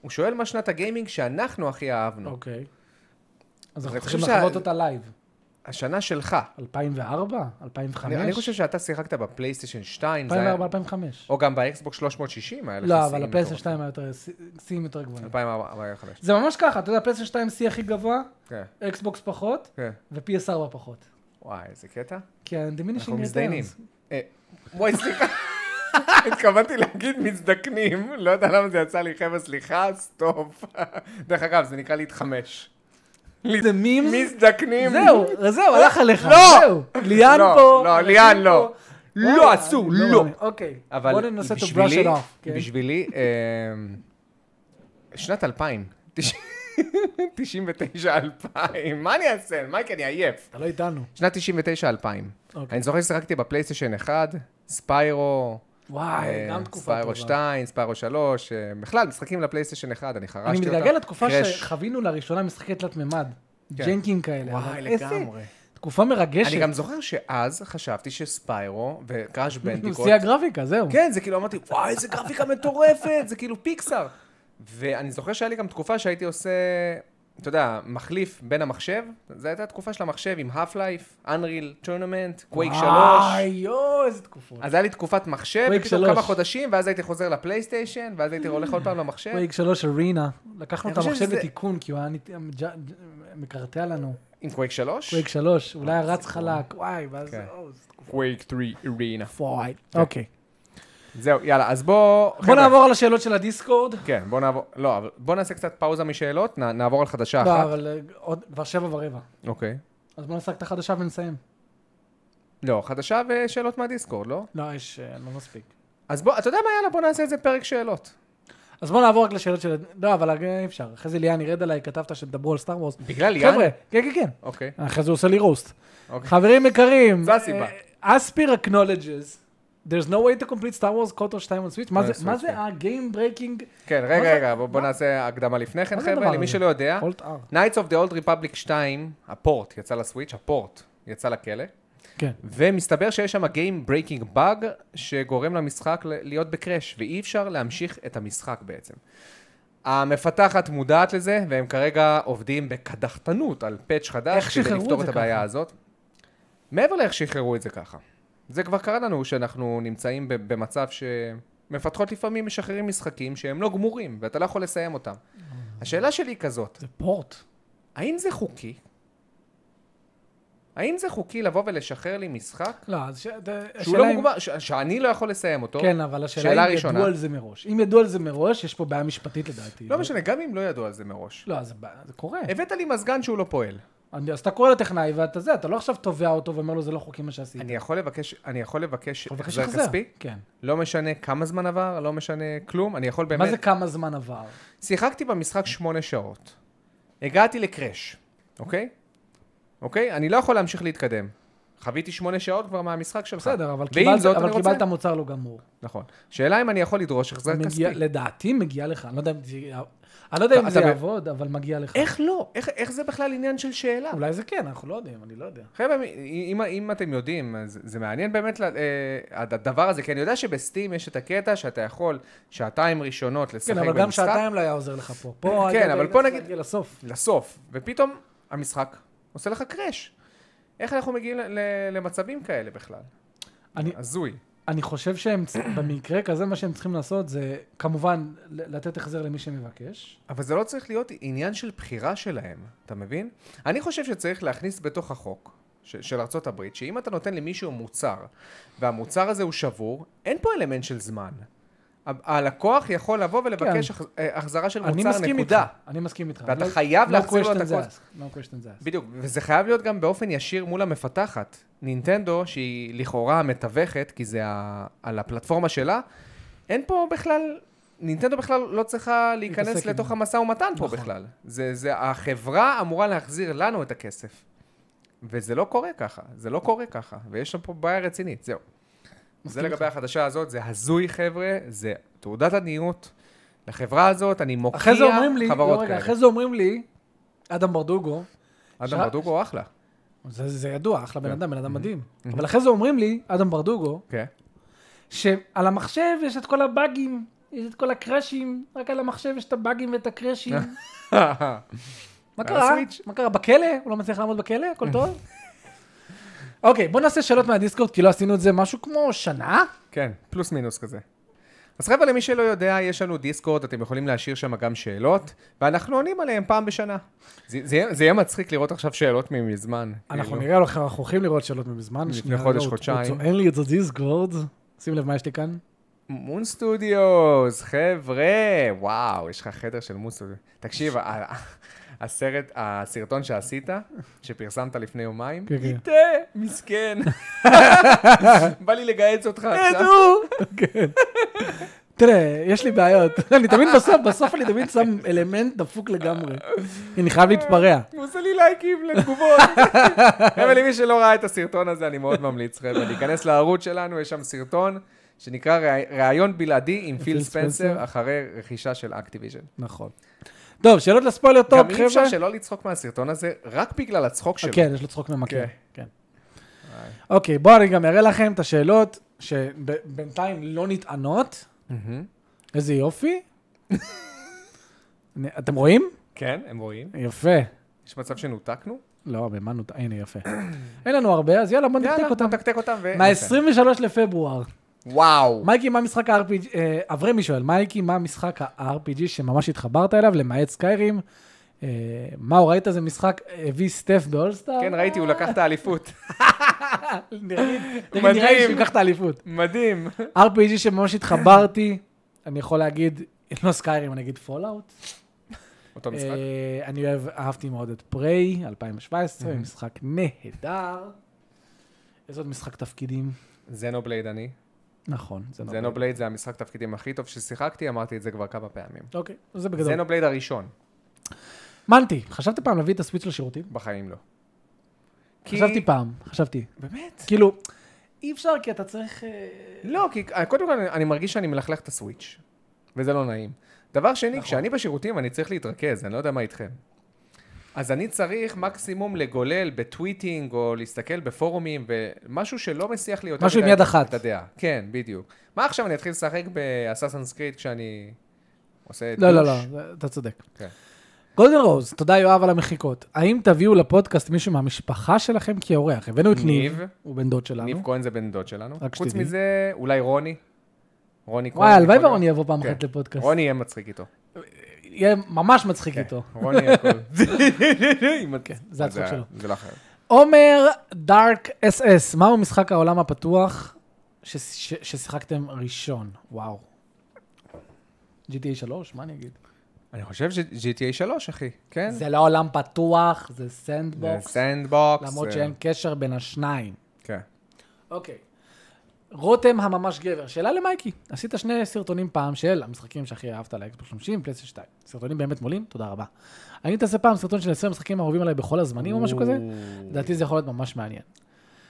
Speaker 2: הוא שואל מה שנת הגיימינג שאנחנו הכי אהבנו.
Speaker 1: אוקיי. אז
Speaker 2: לא. אני
Speaker 1: אנחנו
Speaker 2: חושב
Speaker 1: צריכים
Speaker 2: שה-
Speaker 1: לחוות אותה לייב.
Speaker 2: השנה שלך.
Speaker 1: 2004? 2005?
Speaker 2: אני, אני חושב שאתה שיחקת בפלייסטיישן 2, זה אוקיי, היה...
Speaker 1: 2004, 2005.
Speaker 2: או גם באקסבוק 360 היה לך
Speaker 1: לא,
Speaker 2: שיאים
Speaker 1: אבל הפלייסטיישן 2
Speaker 2: מטורפים.
Speaker 1: היה יותר, שיא- שיאים יותר גבוהים.
Speaker 2: 2004 היה 5.
Speaker 1: זה ממש ככה, אתה יודע, פלייסטיישן 2 שיא הכי גבוה,
Speaker 2: כן,
Speaker 1: אקסבוקס פחות,
Speaker 2: כן.
Speaker 1: ו-PS4 פחות.
Speaker 2: וואי, איזה קטע.
Speaker 1: כי ה-diminishing
Speaker 2: אנחנו מזדיינים.
Speaker 1: returns.
Speaker 2: אה, וואי, סליחה. התכוונתי להגיד מזדקנים, לא יודע למה זה יצא לי, חבר'ה, סליחה, סטופ. דרך אגב, זה נקרא להתחמש.
Speaker 1: זה מימס?
Speaker 2: מזדקנים.
Speaker 1: זהו, זהו, הלך עליך.
Speaker 2: לא!
Speaker 1: זהו. ליאן
Speaker 2: לא,
Speaker 1: פה.
Speaker 2: לא, ליאן
Speaker 1: אנשים
Speaker 2: לא.
Speaker 1: פה.
Speaker 2: לא,
Speaker 1: וואלה,
Speaker 2: אסור,
Speaker 1: אני
Speaker 2: לא.
Speaker 1: מאמין. אוקיי,
Speaker 2: אבל
Speaker 1: בוא ננסה to brush
Speaker 2: בשבילי- אמ,
Speaker 1: it off. כן.
Speaker 2: בשבילי, אה, שנת 2000. 99 2000, מה אני אעשה? מייקי, אני עייף.
Speaker 1: אתה לא איתנו.
Speaker 2: שנת 99 2000.
Speaker 1: אוקיי.
Speaker 2: אני זוכר ששיחקתי בפלייסטיישן 1, ספיירו,
Speaker 1: וואי,
Speaker 2: אה,
Speaker 1: גם תקופה
Speaker 2: ספיירו
Speaker 1: טובה.
Speaker 2: 2, ספיירו 3, אה, בכלל, משחקים לפלייסטיישן 1, אני חרשתי
Speaker 1: אני
Speaker 2: אותם.
Speaker 1: מתגעגע לתקופה
Speaker 2: קראש.
Speaker 1: שחווינו לראשונה משחקי תלת מימד.
Speaker 2: כן.
Speaker 1: ג'נקים כאלה.
Speaker 2: וואי,
Speaker 1: אבל איזה
Speaker 2: לגמרי.
Speaker 1: תקופה מרגשת.
Speaker 2: אני גם זוכר שאז חשבתי שספיירו וקראש בנדיקוט...
Speaker 1: שיא הגרפיקה, זהו.
Speaker 2: כן, זה כאילו אמרתי, וואי, איזה גרפיקה מטורפת, זה כאילו פיקסאר. ואני זוכר שהיה לי גם תקופה שהייתי עושה, אתה יודע, מחליף בין המחשב, זו הייתה תקופה של המחשב עם האף לייף, אנריל, טורנמנט, קווייק 3.
Speaker 1: וואי, יואו, איזה תקופות.
Speaker 2: אז היה לי תקופת מחשב,
Speaker 1: Quake
Speaker 2: ופתאום
Speaker 1: 3.
Speaker 2: כמה חודשים, ואז הייתי חוזר לפלייסטיישן, ואז הייתי הולך עוד פעם למחשב.
Speaker 1: קווייק 3 ארינה, לקחנו
Speaker 2: אני
Speaker 1: את המחשב
Speaker 2: חושב שזה-
Speaker 1: לתיקון, כי הוא היה נת- ג'- מקרטע לנו.
Speaker 2: עם קווייק 3?
Speaker 1: קווייק 3, אולי רץ חלק, וואי, ואז...
Speaker 2: אה, כן.
Speaker 1: אוי, זה תקופה.
Speaker 2: קווייק 3 ארינה.
Speaker 1: וואי. אוקיי.
Speaker 2: זהו, יאללה, אז בוא...
Speaker 1: בוא
Speaker 2: חבר'ה,
Speaker 1: נעבור על השאלות של הדיסקורד.
Speaker 2: כן, בוא נעבור, לא, אבל בוא נעשה קצת פאוזה משאלות, נע- נעבור על חדשה
Speaker 1: לא,
Speaker 2: אחת.
Speaker 1: אבל אה, עוד כבר שבע ורבע.
Speaker 2: אוקיי.
Speaker 1: אז בוא נעשה את החדשה ונסיים.
Speaker 2: לא, חדשה ושאלות מהדיסקורד, לא?
Speaker 1: לא, יש, אה, לא מספיק.
Speaker 2: אז בוא, אתה יודע מה, יאללה, בוא נעשה איזה פרק שאלות.
Speaker 1: אז בוא נעבור רק לשאלות של... לא, אבל אה, אי אפשר. אחרי זה ליאן ירד עליי, כתבת שתדברו על סטאר וורס.
Speaker 2: בגלל יאן?
Speaker 1: חבר'ה, כן, כן, כן.
Speaker 2: אוקיי.
Speaker 1: אחרי זה הוא עושה לי רוסט.
Speaker 2: אוקיי.
Speaker 1: חברים יקרים,
Speaker 2: זו הסיבה.
Speaker 1: אספיר acknowledges, there's no way to complete Star Wars קוטו 2 on Switch, מה
Speaker 2: on
Speaker 1: זה- מה
Speaker 2: Switch,
Speaker 1: זה
Speaker 2: כן.
Speaker 1: ה-game breaking?
Speaker 2: כן,
Speaker 1: מה
Speaker 2: רגע,
Speaker 1: זה-
Speaker 2: רגע, בוא- בוא
Speaker 1: מה-
Speaker 2: נעשה הקדמה לפני כן,
Speaker 1: מה זה הדבר
Speaker 2: חבר'ה, למי
Speaker 1: הזה?
Speaker 2: שלא יודע.
Speaker 1: Alt R.
Speaker 2: Knights of the Old Republic 2, הפורט, יצא לסוויץ', הפורט, יצא לכלא.
Speaker 1: כן.
Speaker 2: ומסתבר שיש שם Game Breaking Bug שגורם למשחק ל- להיות בקראש, ואי אפשר להמשיך את המשחק בעצם. המפתחת מודעת לזה, והם כרגע עובדים בקדחתנות על פאץ'
Speaker 1: איך
Speaker 2: חדש כדי
Speaker 1: שחררו
Speaker 2: לפתור
Speaker 1: את
Speaker 2: את
Speaker 1: זה
Speaker 2: הבעיה
Speaker 1: ככה?
Speaker 2: הזאת. מעבר לאיך שחררו את זה ככה. זה כבר קרה לנו שאנחנו נמצאים ב- במצב שמפתחות לפעמים משחררים משחקים שהם לא גמורים, ואתה לא יכול לסיים אותם. השאלה שלי היא כזאת,
Speaker 1: זה פורט.
Speaker 2: האם זה חוקי? האם זה חוקי לבוא ולשחרר לי משחק
Speaker 1: לא, אז ש- השאלה
Speaker 2: שהוא לא
Speaker 1: אם-
Speaker 2: מוגבל, ש- שאני לא יכול לסיים אותו?
Speaker 1: כן, אבל
Speaker 2: שאלה
Speaker 1: השאלה אם
Speaker 2: ראשונה.
Speaker 1: ידעו על זה מראש. אם ידעו על זה מראש, יש פה בעיה משפטית לדעתי.
Speaker 2: לא משנה, גם אם לא ידעו על זה מראש.
Speaker 1: לא, אז זה בע- זה קורה.
Speaker 2: הבאת לי מזגן שהוא לא פועל.
Speaker 1: אני- אז אתה קורא לטכנאי ואתה זה, אתה לא עכשיו תובע אותו ואומר לו זה לא חוקי מה שעשית.
Speaker 2: אני יכול לבקש, אני יכול לבקש
Speaker 1: אתה מבקש
Speaker 2: החזר
Speaker 1: החזר.
Speaker 2: כספי?
Speaker 1: כן.
Speaker 2: לא משנה כמה זמן עבר, לא משנה כלום, אני יכול
Speaker 1: מה זה
Speaker 2: באמת...
Speaker 1: כמה זמן עבר?
Speaker 2: שיחקתי במשחק שמונה שעות. הגעתי לקראש, אוקיי? אוקיי? אני לא יכול להמשיך להתקדם. חוויתי שמונה שעות כבר מהמשחק שלך.
Speaker 1: בסדר, אבל
Speaker 2: ועם
Speaker 1: קיבלת-
Speaker 2: זאת אני
Speaker 1: אבל
Speaker 2: רוצה...
Speaker 1: קיבלת מוצר לא גמור.
Speaker 2: נכון. שאלה אם אני יכול לדרוש החזר כספי.
Speaker 1: מגיע- לדעתי מגיע לך, אני לא יודע אם זה- אני לא יודע אם
Speaker 2: אתה-
Speaker 1: זה
Speaker 2: אתה-
Speaker 1: יעבוד, אבל מגיע לך.
Speaker 2: איך לא? איך, איך זה בכלל עניין של שאלה?
Speaker 1: אולי זה כן, אנחנו לא יודעים, אני לא יודע.
Speaker 2: חבר'ה, אם, אם אתם יודעים, אז זה מעניין באמת ל- אה, הד- הדבר הזה, כי אני יודע שבסטים יש את הקטע שאתה יכול שעתיים ראשונות לשחק
Speaker 1: כן,
Speaker 2: במשחק.
Speaker 1: אבל גם שעתיים לא היה עוזר לך פה. פה
Speaker 2: כן,
Speaker 1: היית-
Speaker 2: אבל
Speaker 1: היית
Speaker 2: פה
Speaker 1: צריך
Speaker 2: נגיד-
Speaker 1: להגיע לסוף.
Speaker 2: לסוף, ופתאום המשחק עושה לך קראש. איך אנחנו מגיעים ל- ל- למצבים כאלה בכלל?
Speaker 1: אני-
Speaker 2: הזוי.
Speaker 1: אני חושב שהם, צ- במקרה כזה, מה שהם צריכים לעשות זה, כמובן, ל- לתת החזר למי שמבקש.
Speaker 2: אבל זה לא צריך להיות עניין של בחירה שלהם, אתה מבין? אני חושב שצריך להכניס בתוך החוק ש- של ארצות הברית, שאם אתה נותן למישהו מוצר, והמוצר הזה הוא שבור, אין פה אלמנט של זמן. ה- הלקוח יכול לבוא ולבקש
Speaker 1: כן.
Speaker 2: כן. החזרה של
Speaker 1: אני
Speaker 2: מוצר,
Speaker 1: מסכים איתך, לא
Speaker 2: נקודה.
Speaker 1: אני מסכים איתך.
Speaker 2: ואתה
Speaker 1: No-
Speaker 2: חייב
Speaker 1: no
Speaker 2: להחזיר לו את
Speaker 1: questions
Speaker 2: הכל.
Speaker 1: asked, No questions asked.
Speaker 2: בדיוק, וזה חייב להיות גם באופן ישיר מול המפתחת. נינטנדו, שהיא לכאורה המתווכת, כי זה ה... על הפלטפורמה שלה, אין פה בכלל, נינטנדו בכלל לא צריכה להיכנס
Speaker 1: להתעסק עם
Speaker 2: לתוך
Speaker 1: זה.
Speaker 2: המשא ומתן פה
Speaker 1: נכון.
Speaker 2: בכלל. זה, זה, החברה אמורה להחזיר לנו את הכסף. וזה לא קורה ככה, זה לא קורה ככה, ויש שם פה בעיה רצינית, זהו. זה
Speaker 1: מסכים
Speaker 2: לגבי החדשה הזאת, זה הזוי חבר'ה, זה תעודת עניות. לחברה הזאת, אני מוקיע
Speaker 1: אחרי זה אומרים לי,
Speaker 2: חברות
Speaker 1: לא, רגע,
Speaker 2: כאלה.
Speaker 1: אחרי זה אומרים לי, אדם ברדוגו,
Speaker 2: אדם
Speaker 1: ש-
Speaker 2: ברדוגו אחלה.
Speaker 1: זה זה ידוע, אחלה בן אדם, בן
Speaker 2: Mm-hmm.
Speaker 1: אדם מדהים. אבל אחרי זה אומרים לי, אדם ברדוגו,
Speaker 2: כן.
Speaker 1: שעל המחשב יש את כל הבאגים, יש את כל הקראשים, רק על המחשב יש את הבאגים ואת הקראשים.
Speaker 2: כן.
Speaker 1: מה
Speaker 2: על
Speaker 1: קרה?
Speaker 2: הסוויץ'. Mm-hmm.
Speaker 1: מה קרה? בכלא? הוא לא מצליח לעמוד בכלא? הכל טוב? אוקיי, בוא נעשה שאלות מהדיסקורד, כי לא עשינו את זה משהו כמו שנה?
Speaker 2: כן, פלוס מינוס כזה. אז חבר'ה, למי שלא יודע, יש לנו דיסקורד, אתם יכולים להשאיר שם גם שאלות, ואנחנו עונים עליהן פעם בשנה. זה, זה, יהיה- זה יהיה מצחיק לראות עכשיו שאלות ממזמן.
Speaker 1: אנחנו
Speaker 2: כאילו.
Speaker 1: נראה, אנחנו הולכים לראות שאלות ממזמן.
Speaker 2: לפני
Speaker 1: שנייה,
Speaker 2: חודש,
Speaker 1: לא, הוא-
Speaker 2: חודשיים.
Speaker 1: הוא טוען לי את הדיסקורד. שים לב מה יש לי כאן.
Speaker 2: מון סטודיוס, חבר'ה, וואו, יש לך חדר של מון סטודיוס. תקשיב, ה- ה- הסרט, הסרטון שעשית, שפרסמת לפני יומיים,
Speaker 1: כן, כן.
Speaker 2: איתה, אה, מסכן. בא לי לגייס אותך עכשיו.
Speaker 1: ידעו! כן. תראה, יש לי בעיות. אני תמיד בסוף, בסוף אני תמיד שם אלמנט דפוק לגמרי. אני חייב להתפרע.
Speaker 2: הוא עושה לי לייקים לתגובות. חבר'ה, למי שלא ראה את הסרטון הזה, אני מאוד ממליץ, חבר'ה, להיכנס לערוץ שלנו, יש שם סרטון שנקרא "ראי- ראיון בלעדי עם פיל
Speaker 1: פיל
Speaker 2: ספנסר
Speaker 1: ספנסר.
Speaker 2: אחרי רכישה של אקטיביז'ן.
Speaker 1: נכון. טוב, שאלות לספוילר טוק,
Speaker 2: גם
Speaker 1: חבר'ה.
Speaker 2: אי אפשר שלא לצחוק מהסרטון הזה, רק בגלל הצחוק שלו.
Speaker 1: כן, יש לו צחוק ממכר.
Speaker 2: כן.
Speaker 1: כן. אוקיי, בואו אני גם אראה לכם את השאלות שבינתיים לא נטענות.
Speaker 2: מהמם.
Speaker 1: איזה יופי. אני- אתם רואים?
Speaker 2: כן, הם רואים.
Speaker 1: יפה.
Speaker 2: יש מצב שנותקנו?
Speaker 1: לא, במה נות... הנה, יפה. אין לנו הרבה, אז יאללה, בוא נתקתק אותם.
Speaker 2: נתקתק אותם ו...
Speaker 1: מה-23 לפברואר.
Speaker 2: וואו.
Speaker 1: מייקי, מה משחק ה-RPG, אה, אברמי שואל, מייקי, מה משחק ה-RPG שממש התחברת אליו, למעט סקיירים? אה, מאו, ראית איזה משחק הביא סטף באולסטאר?
Speaker 2: כן, ראיתי, הוא לקח את האליפות.
Speaker 1: נראה לי- נראה לי
Speaker 2: מדהים.
Speaker 1: שהוא ייקח את האליפות.
Speaker 2: מדהים.
Speaker 1: RPG שממש התחברתי, אני יכול להגיד, לא סקיירים, אני אגיד פולאאוט.
Speaker 2: אותו לא משחק.
Speaker 1: אה, אני אוהב, אהבתי מאוד את פריי, 2017, משחק נהדר. איזה עוד משחק תפקידים?
Speaker 2: זנובלייד אני.
Speaker 1: נכון, זה נורא.
Speaker 2: זנובלייד זה המשחק תפקידים הכי טוב ששיחקתי, אמרתי את זה כבר כמה פעמים.
Speaker 1: אוקיי, זה בגדול.
Speaker 2: זנובלייד הראשון,
Speaker 1: מנטי, חשבת פעם להביא את הסוויץ' לשירותים?
Speaker 2: בחיים לא. כי-
Speaker 1: חשבתי פעם, חשבתי.
Speaker 2: באמת?
Speaker 1: כאילו, אי אפשר כי אתה צריך... אה,
Speaker 2: לא, כי אה, קודם כל אני- אני מרגיש שאני מלכלך את הסוויץ', וזה לא נעים. דבר שני,
Speaker 1: נכון.
Speaker 2: כשאני בשירותים אני צריך להתרכז, אני לא יודע מה איתכם. אז אני צריך מקסימום לגולל בטוויטינג או להסתכל בפורומים ומשהו שלא מסיח לי יותר
Speaker 1: משהו עם
Speaker 2: מדי
Speaker 1: יד אחת.
Speaker 2: את הדעה. כן, בדיוק. מה עכשיו, אני אתחיל לשחק באסאסנס קריד כשאני עושה
Speaker 1: לא, לא,
Speaker 2: דוש?
Speaker 1: לא, זה- אתה צודק.
Speaker 2: כן.
Speaker 1: גולדן רוז, תודה יואב על המחיקות. האם תביאו לפודקאסט מישהו מהמשפחה שלכם כאורח? הבאנו את ניב,
Speaker 2: ניב.
Speaker 1: הוא בן דוד שלנו.
Speaker 2: ניב כהן זה בן דוד שלנו.
Speaker 1: רק
Speaker 2: חוץ
Speaker 1: שתדעי.
Speaker 2: מזה, אולי רוני. רוני כהן.
Speaker 1: וואי, הלוואי
Speaker 2: יכול
Speaker 1: ורוני
Speaker 2: להיות.
Speaker 1: יבוא פעם
Speaker 2: כן.
Speaker 1: אחת לפודקאסט.
Speaker 2: רוני יהיה מצחיק איתו.
Speaker 1: יהיה ממש מצחיק
Speaker 2: כן,
Speaker 1: איתו. כן,
Speaker 2: רוני הכל. עם הצ-
Speaker 1: זה הצחוק שלו.
Speaker 2: זה לא אחר.
Speaker 1: עומר דארק אס אס, מהו משחק העולם הפתוח ש- ש- ששיחקתם ראשון? וואו. GTA 3? מה אני אגיד?
Speaker 2: אני חושב ש-GTA 3, אחי. כן?
Speaker 1: זה לא עולם פתוח, זה
Speaker 2: זה
Speaker 1: סנדבוקס,
Speaker 2: סנדבוקס.
Speaker 1: למרות
Speaker 2: זה-
Speaker 1: שאין קשר בין השניים.
Speaker 2: אה, כן.
Speaker 1: אוקיי. רותם הממש גבר, שאלה למייקי, עשית שני סרטונים פעם של המשחקים שהכי אהבת על האקסבוק 30, פלייסט 2. סרטונים באמת מעולים? תודה רבה. האם תעשה פעם סרטון של 20 משחקים אהובים עליי בכל הזמנים או משהו כזה? לדעתי זה יכול להיות ממש מעניין.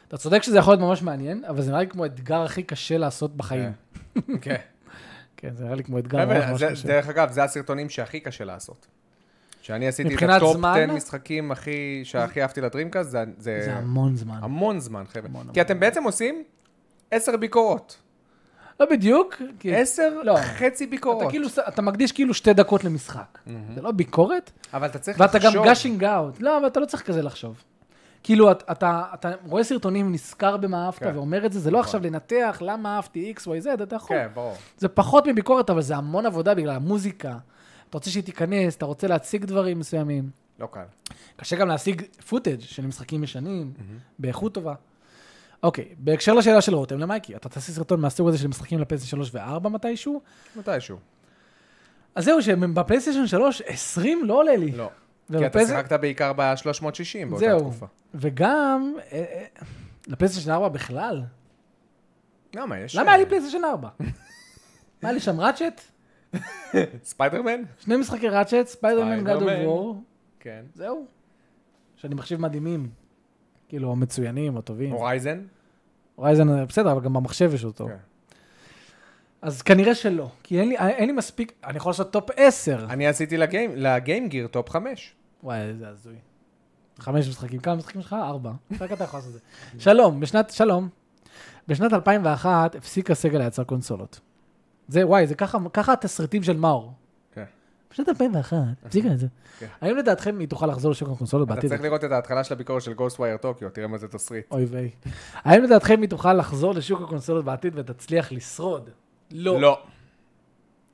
Speaker 1: אתה צודק שזה יכול להיות ממש מעניין, אבל זה נראה לי כמו האתגר הכי קשה לעשות בחיים.
Speaker 2: כן.
Speaker 1: כן, זה נראה לי כמו אתגר ממש
Speaker 2: חבר'ה,
Speaker 1: ממש
Speaker 2: זה-
Speaker 1: קשה.
Speaker 2: דרך אגב, זה הסרטונים שהכי קשה לעשות. שאני עשיתי את
Speaker 1: מבחינת
Speaker 2: הטופ
Speaker 1: זמן?
Speaker 2: 10 משחקים הכי- שהכי אהבתי לדרימקאסט, זה-
Speaker 1: זה
Speaker 2: זה
Speaker 1: המון זמן.
Speaker 2: המון זמן, חבר'ה.
Speaker 1: המון, המון.
Speaker 2: כי אתם בעצם עושים 10 ביקורות.
Speaker 1: לא בדיוק, כי
Speaker 2: 10
Speaker 1: לא.
Speaker 2: חצי
Speaker 1: אתה
Speaker 2: ביקורות.
Speaker 1: כאילו, אתה מקדיש כאילו שתי דקות למשחק. זה לא ביקורת,
Speaker 2: אבל אתה צריך
Speaker 1: ואתה
Speaker 2: לחשוב.
Speaker 1: גם גאשינג אאוט. לא, אבל אתה לא צריך כזה לחשוב. כאילו, את- אתה אתה רואה סרטונים, נזכר במה אהבת
Speaker 2: כן.
Speaker 1: ואומר את זה, זה לא עכשיו לנתח למה אהבתי X, Y, Z, אתה יכול.
Speaker 2: כן, ברור.
Speaker 1: זה פחות מביקורת, אבל זה המון עבודה בגלל המוזיקה. אתה רוצה שהיא תיכנס, אתה רוצה להציג דברים מסוימים.
Speaker 2: לא קל.
Speaker 1: קשה גם להשיג פוטאג' של משחקים ישנים, באיכות טובה. אוקיי, בהקשר לשאלה של רותם למייקי, אתה תעשה סרטון מהסוג הזה של משחקים לפלייסטיישן 3 ו-4 מתישהו?
Speaker 2: מתישהו.
Speaker 1: אז זהו, שבפלייסטיישן 3, 20 לא עולה לי.
Speaker 2: לא. כי אתה
Speaker 1: ובפלייס-
Speaker 2: שיחקת בעיקר ב-360 באותה
Speaker 1: זהו.
Speaker 2: תקופה.
Speaker 1: וגם, אה, אה, לפלייסטיישן 4 בכלל.
Speaker 2: למה יש? אה,
Speaker 1: למה היה לי פלייסטיישן 4? מה היה לי שם ראצ'ט?
Speaker 2: ספיידרמן?
Speaker 1: שני משחקי ראצ'ט, ספיידרמן, גאד
Speaker 2: ספיידרמן.
Speaker 1: וור,
Speaker 2: כן.
Speaker 1: זהו. שאני מחשיב מדהימים. כאילו, או מצוינים, או טובים.
Speaker 2: הורייזן?
Speaker 1: הורייזן, אה, בסדר, אבל גם במחשב יש אותו.
Speaker 2: כן.
Speaker 1: אז כנראה שלא, כי אין לי, אה, אין לי מספיק, אני יכול לעשות טופ 10.
Speaker 2: אני עשיתי לגיים, לגיים גיר טופ 5.
Speaker 1: וואי, איזה הזוי. חמש משחקים, כמה משחקים שלך? ארבע. רק אתה יכול לעשות את זה. שלום, בשנת, שלום. בשנת 2001 הפסיק הסגל לייצר קונסולות. זה, וואי, זה ככה, ככה התסריטים של מאור.
Speaker 2: כן.
Speaker 1: בשנת 2001, הפסיקה את זה.
Speaker 2: כן.
Speaker 1: האם לדעתכם היא תוכל לחזור לשוק הקונסולות
Speaker 2: אתה
Speaker 1: בעתיד?
Speaker 2: צריך לראות את ההתחלה של הביקורת של גוסט ווייר טוקיו, תראה מה זה תסריט.
Speaker 1: אוי ויי. האם לדעתכם היא תוכל לחזור לשוק הקונסולות בעתיד ותצליח לשרוד? לא.
Speaker 2: לא.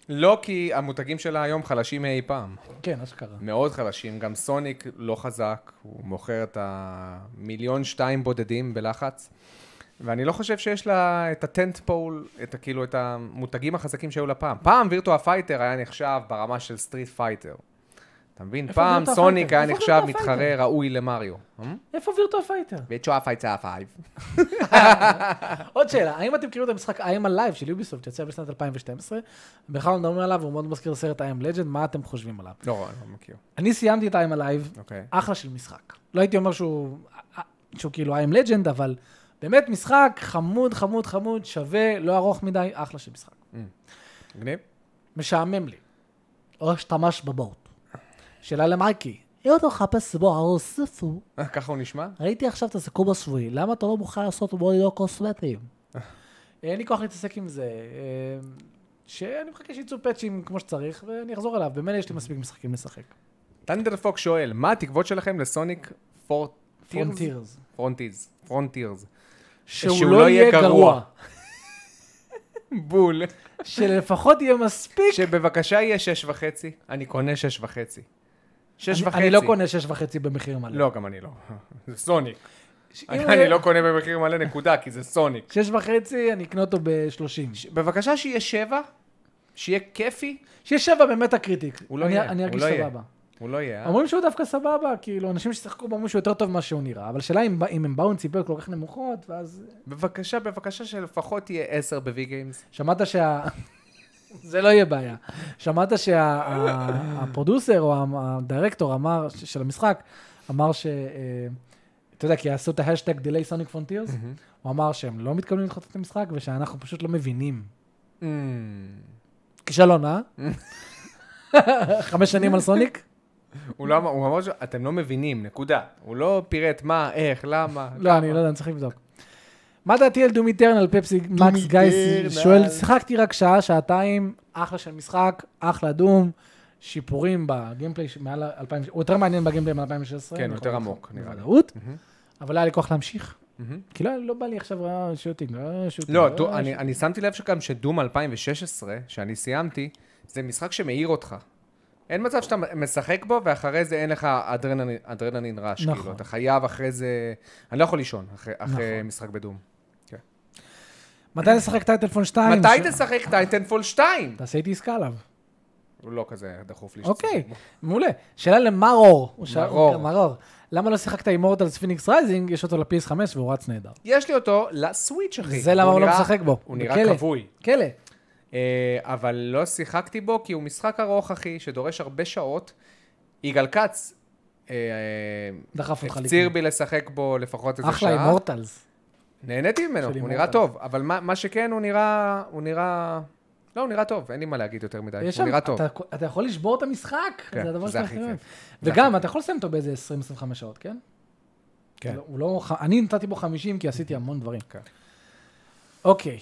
Speaker 2: לא כי המותגים שלה היום חלשים מאי פעם.
Speaker 1: כן, אשכרה.
Speaker 2: מאוד חלשים, גם סוניק לא חזק, הוא מוכר את המיליון שתיים בודדים בלחץ. ואני לא חושב שיש לה את הטנט פול, את ה- כאילו את המותגים החזקים שהיו לה פעם. פעם וירטואה פייטר היה נחשב ברמה של סטריט פייטר. אתה מבין?
Speaker 1: איפה
Speaker 2: פעם
Speaker 1: וירטואל
Speaker 2: סוניק
Speaker 1: פייטר?
Speaker 2: היה
Speaker 1: איפה Hmm?
Speaker 2: נחשב
Speaker 1: וירטואל
Speaker 2: מתחרה
Speaker 1: פייטר?
Speaker 2: ראוי למריו.
Speaker 1: איפה וירטואל פייטר?
Speaker 2: וצ'ואף הייתה פייב.
Speaker 1: עוד שאלה, האם אתם מכירים את המשחק I'm Alive של יוביסופט, שיצא בשנת 2012? בכלל לא מדברים עליו, הוא מאוד מזכיר סרט I'm Legend, מה אתם חושבים עליו?
Speaker 2: לא, אני לא מכיר.
Speaker 1: אני סיימתי את I'm Alive,
Speaker 2: אוקיי.
Speaker 1: אחלה של משחק. לא הייתי אומר שהוא שהוא כאילו I'm Legend, אבל באמת משחק חמוד, חמוד, חמוד, שווה, לא ארוך מדי, אחלה של משחק.
Speaker 2: מגניב?
Speaker 1: משעמם לי. או השתמש בבורט. שאלה למייקי. אם אתה מחפש סיבור הוסיפו,
Speaker 2: ככה הוא נשמע?
Speaker 1: ראיתי עכשיו את הסיכום השבועי, למה אתה לא מוכן לעשות מודיו קוסמטיים? אה, אין לי כוח להתעסק עם זה. אה, שאני מחכה שיצאו פאצ'ים כמו שצריך, ואני אחזור אליו. במילא יש לי מספיק משחקים לשחק.
Speaker 2: טנדר פוק שואל, מה התקוות שלכם לסוניק פורטירס?
Speaker 1: פרונטירס.
Speaker 2: פרונטירס. פרונטירס.
Speaker 1: שהוא לא יהיה גרוע.
Speaker 2: בול.
Speaker 1: שלפחות יהיה מספיק.
Speaker 2: שבבקשה יהיה שש וחצי, אני קונה שש וחצי. שש
Speaker 1: אני-
Speaker 2: וחצי.
Speaker 1: אני לא קונה שש וחצי במחיר מלא.
Speaker 2: לא, גם אני לא. זה סוניק.
Speaker 1: ש- אם הוא
Speaker 2: אני
Speaker 1: יהיה-
Speaker 2: לא קונה במחיר מלא נקודה, כי זה סוניק.
Speaker 1: שש וחצי, אני אקנה אותו בשלושים.
Speaker 2: ש- בבקשה שיהיה שבע, שיהיה כיפי.
Speaker 1: שיש שבע באמת הקריטיק.
Speaker 2: הוא לא
Speaker 1: אני-
Speaker 2: יהיה,
Speaker 1: אני
Speaker 2: הוא
Speaker 1: ארגיש
Speaker 2: לא יהיה.
Speaker 1: סבבה.
Speaker 2: הוא לא יהיה, אה?
Speaker 1: אומרים שהוא דווקא סבבה, כאילו, אנשים ששיחקו בו אמרו שהוא יותר טוב ממה שהוא נראה, אבל שאלה אם, אם הם באו עם ציפיות כל כך נמוכות, ואז
Speaker 2: בבקשה, בבקשה שלפחות יהיה עשר בווי גיימס.
Speaker 1: שמעת שה... זה לא יהיה בעיה. שמעת שהפרודוסר או הדירקטור אמר, ש- של המשחק, אמר ש... אה, אתה יודע, כי עשו את ההשטג דיליי סוניק פרונטירס, הוא אמר שהם לא מתכוונים לדחות את המשחק ושאנחנו פשוט לא מבינים.
Speaker 2: Mm.
Speaker 1: כישלון, אה? חמש שנים על סוניק?
Speaker 2: הוא לא אמר, הוא אמר שאתם לא מבינים, נקודה. הוא לא פירט מה, איך, למה.
Speaker 1: לא, אני לא יודע, אני צריך לבדוק. מה דעתי על דום איטרנל פפסי מקס גייס
Speaker 2: איטרנל.
Speaker 1: שואל, שיחקתי רק שעה, שעתיים, אחלה של משחק, אחלה דום, שיפורים בגיימפליי ש- מעל ה- 2000, הוא יותר מעניין בגיימפליי מ-2016.
Speaker 2: כן, יותר עמוק, נראה לי.
Speaker 1: בוודאות,
Speaker 2: מהמם.
Speaker 1: אבל היה לי כוח להמשיך.
Speaker 2: מהמם.
Speaker 1: כי לא, לא בא לי עכשיו אה, שוטינג, אה, שוטינג.
Speaker 2: לא,
Speaker 1: אה,
Speaker 2: דו- אני-
Speaker 1: שוטינג.
Speaker 2: אני שמתי לב שגם שדום 2016, שאני סיימתי, זה משחק שמעיר אותך. אין מצב שאתה משחק בו, ואחרי זה אין לך אדרנלין- אדרנלין רעש,
Speaker 1: נכון.
Speaker 2: כאילו, אתה חייב אחרי זה... אני לא יכול לישון אחרי- אחרי משחק בדום.
Speaker 1: אה, מתי נשחק טייטלפון 2?
Speaker 2: מתי תשחק טייטנפול 2?
Speaker 1: תעשה איתי עסקה עליו.
Speaker 2: הוא לא כזה דחוף לי.
Speaker 1: אוקיי,
Speaker 2: שתשחק בו.
Speaker 1: מעולה. שאלה למרור. הוא שאל-
Speaker 2: מרור.
Speaker 1: מרור. למה לא שיחקת עם מורטלס פיניקס רייזינג? יש אותו לפייס 5 והוא רץ נהדר.
Speaker 2: יש לי אותו לסוויץ', אחי.
Speaker 1: זה למה הוא לא
Speaker 2: נראה-
Speaker 1: משחק בו.
Speaker 2: הוא
Speaker 1: הוא
Speaker 2: נראה
Speaker 1: בכלא.
Speaker 2: כבוי.
Speaker 1: כלא.
Speaker 2: אה, אבל לא שיחקתי בו, כי הוא משחק ארוך, אחי, שדורש הרבה שעות. יגאל כץ אה,
Speaker 1: דחף אותך
Speaker 2: הפציר בי לשחק בו לפחות איזה
Speaker 1: אחלה
Speaker 2: שעה.
Speaker 1: אימורטלס.
Speaker 2: נהניתי ממנו,
Speaker 1: של
Speaker 2: הוא נראה
Speaker 1: Immortals.
Speaker 2: טוב. אבל מה מה שכן, הוא נראה... הוא נראה... לא, הוא נראה טוב, אין לי מה להגיד יותר מדי.
Speaker 1: יש
Speaker 2: הוא
Speaker 1: שם,
Speaker 2: נראה טוב.
Speaker 1: אתה- אתה יכול לשבור את המשחק,
Speaker 2: כן,
Speaker 1: זה הדבר
Speaker 2: זה
Speaker 1: שאתה
Speaker 2: הכי
Speaker 1: הכי אוהב.
Speaker 2: כיף. זה הכי
Speaker 1: וגם, אתה יכול לסיים אותו באיזה 20-25 שעות, כן?
Speaker 2: כן.
Speaker 1: לא- הוא לא, ח- אני נתתי בו 50 כי עשיתי המון דברים.
Speaker 2: כן.
Speaker 1: אוקיי.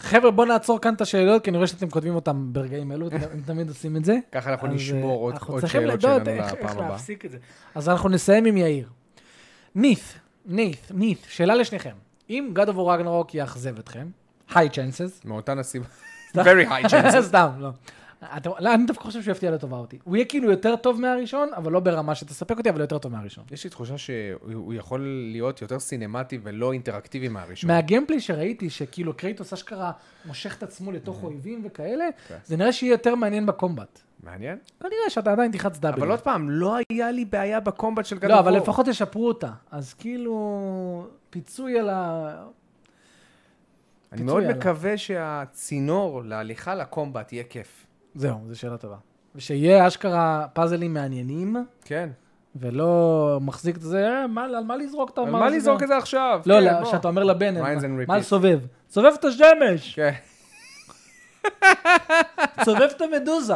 Speaker 1: חבר'ה, בואו נעצור כאן את השאלות, כי אני רואה שאתם כותבים אותם ברגעים אלו, אתם הם תמיד עושים את זה.
Speaker 2: ככה אנחנו
Speaker 1: אז, אה,
Speaker 2: נשמור עוד
Speaker 1: אנחנו
Speaker 2: עוד
Speaker 1: צריכים
Speaker 2: שאלות
Speaker 1: לדעת
Speaker 2: שלנו
Speaker 1: איך- איך
Speaker 2: לפעם הבאה.
Speaker 1: להפסיק את זה. אז אנחנו נסיים עם יאיר. נית', נית', נית', שאלה לשניכם. אם God of War Ragnarok יאכזב אתכם, high chances,
Speaker 2: מאותן הסיבה.
Speaker 1: סתם.
Speaker 2: Very high chance.
Speaker 1: סתם, לא. אתה, לא, אני דווקא חושב שהוא יפתיע לטובה אותי. הוא יהיה כאילו יותר טוב מהראשון, אבל לא ברמה שתספק אותי, אבל יותר טוב מהראשון.
Speaker 2: יש לי תחושה שהוא הוא יכול להיות יותר סינמטי ולא אינטראקטיבי מהראשון.
Speaker 1: מהגיימפליי שראיתי, שכאילו קרייטוס אשכרה מושך את עצמו
Speaker 2: Mm.
Speaker 1: לתוך אויבים וכאלה,
Speaker 2: כן.
Speaker 1: זה נראה שיהיה יותר מעניין בקומבט.
Speaker 2: מעניין.
Speaker 1: כנראה שאתה עדיין תלחץ דאבל.
Speaker 2: אבל עוד פעם, לא היה לי בעיה בקומבט של גדול.
Speaker 1: לא, אבל לפחות ישפרו אותה. אז כאילו, פיצוי על ה...
Speaker 2: אני
Speaker 1: פיצוי
Speaker 2: מאוד
Speaker 1: עליו.
Speaker 2: מקווה שהצינור להליכה לקומבט יהיה כיף.
Speaker 1: זהו, זו שאלה טובה. ושיהיה אשכרה פאזלים מעניינים,
Speaker 2: כן.
Speaker 1: ולא מחזיק את זה, אה, מה- על מה לזרוק את
Speaker 2: על
Speaker 1: המאזינה?
Speaker 2: מה לזרוק את זה עכשיו?
Speaker 1: לא,
Speaker 2: כן,
Speaker 1: לא,
Speaker 2: בוא.
Speaker 1: שאתה אומר לבן,
Speaker 2: Rinds
Speaker 1: מה-
Speaker 2: and repeat.
Speaker 1: מה לסובב? סובב את השמש,
Speaker 2: כן.
Speaker 1: סובב את המדוזה.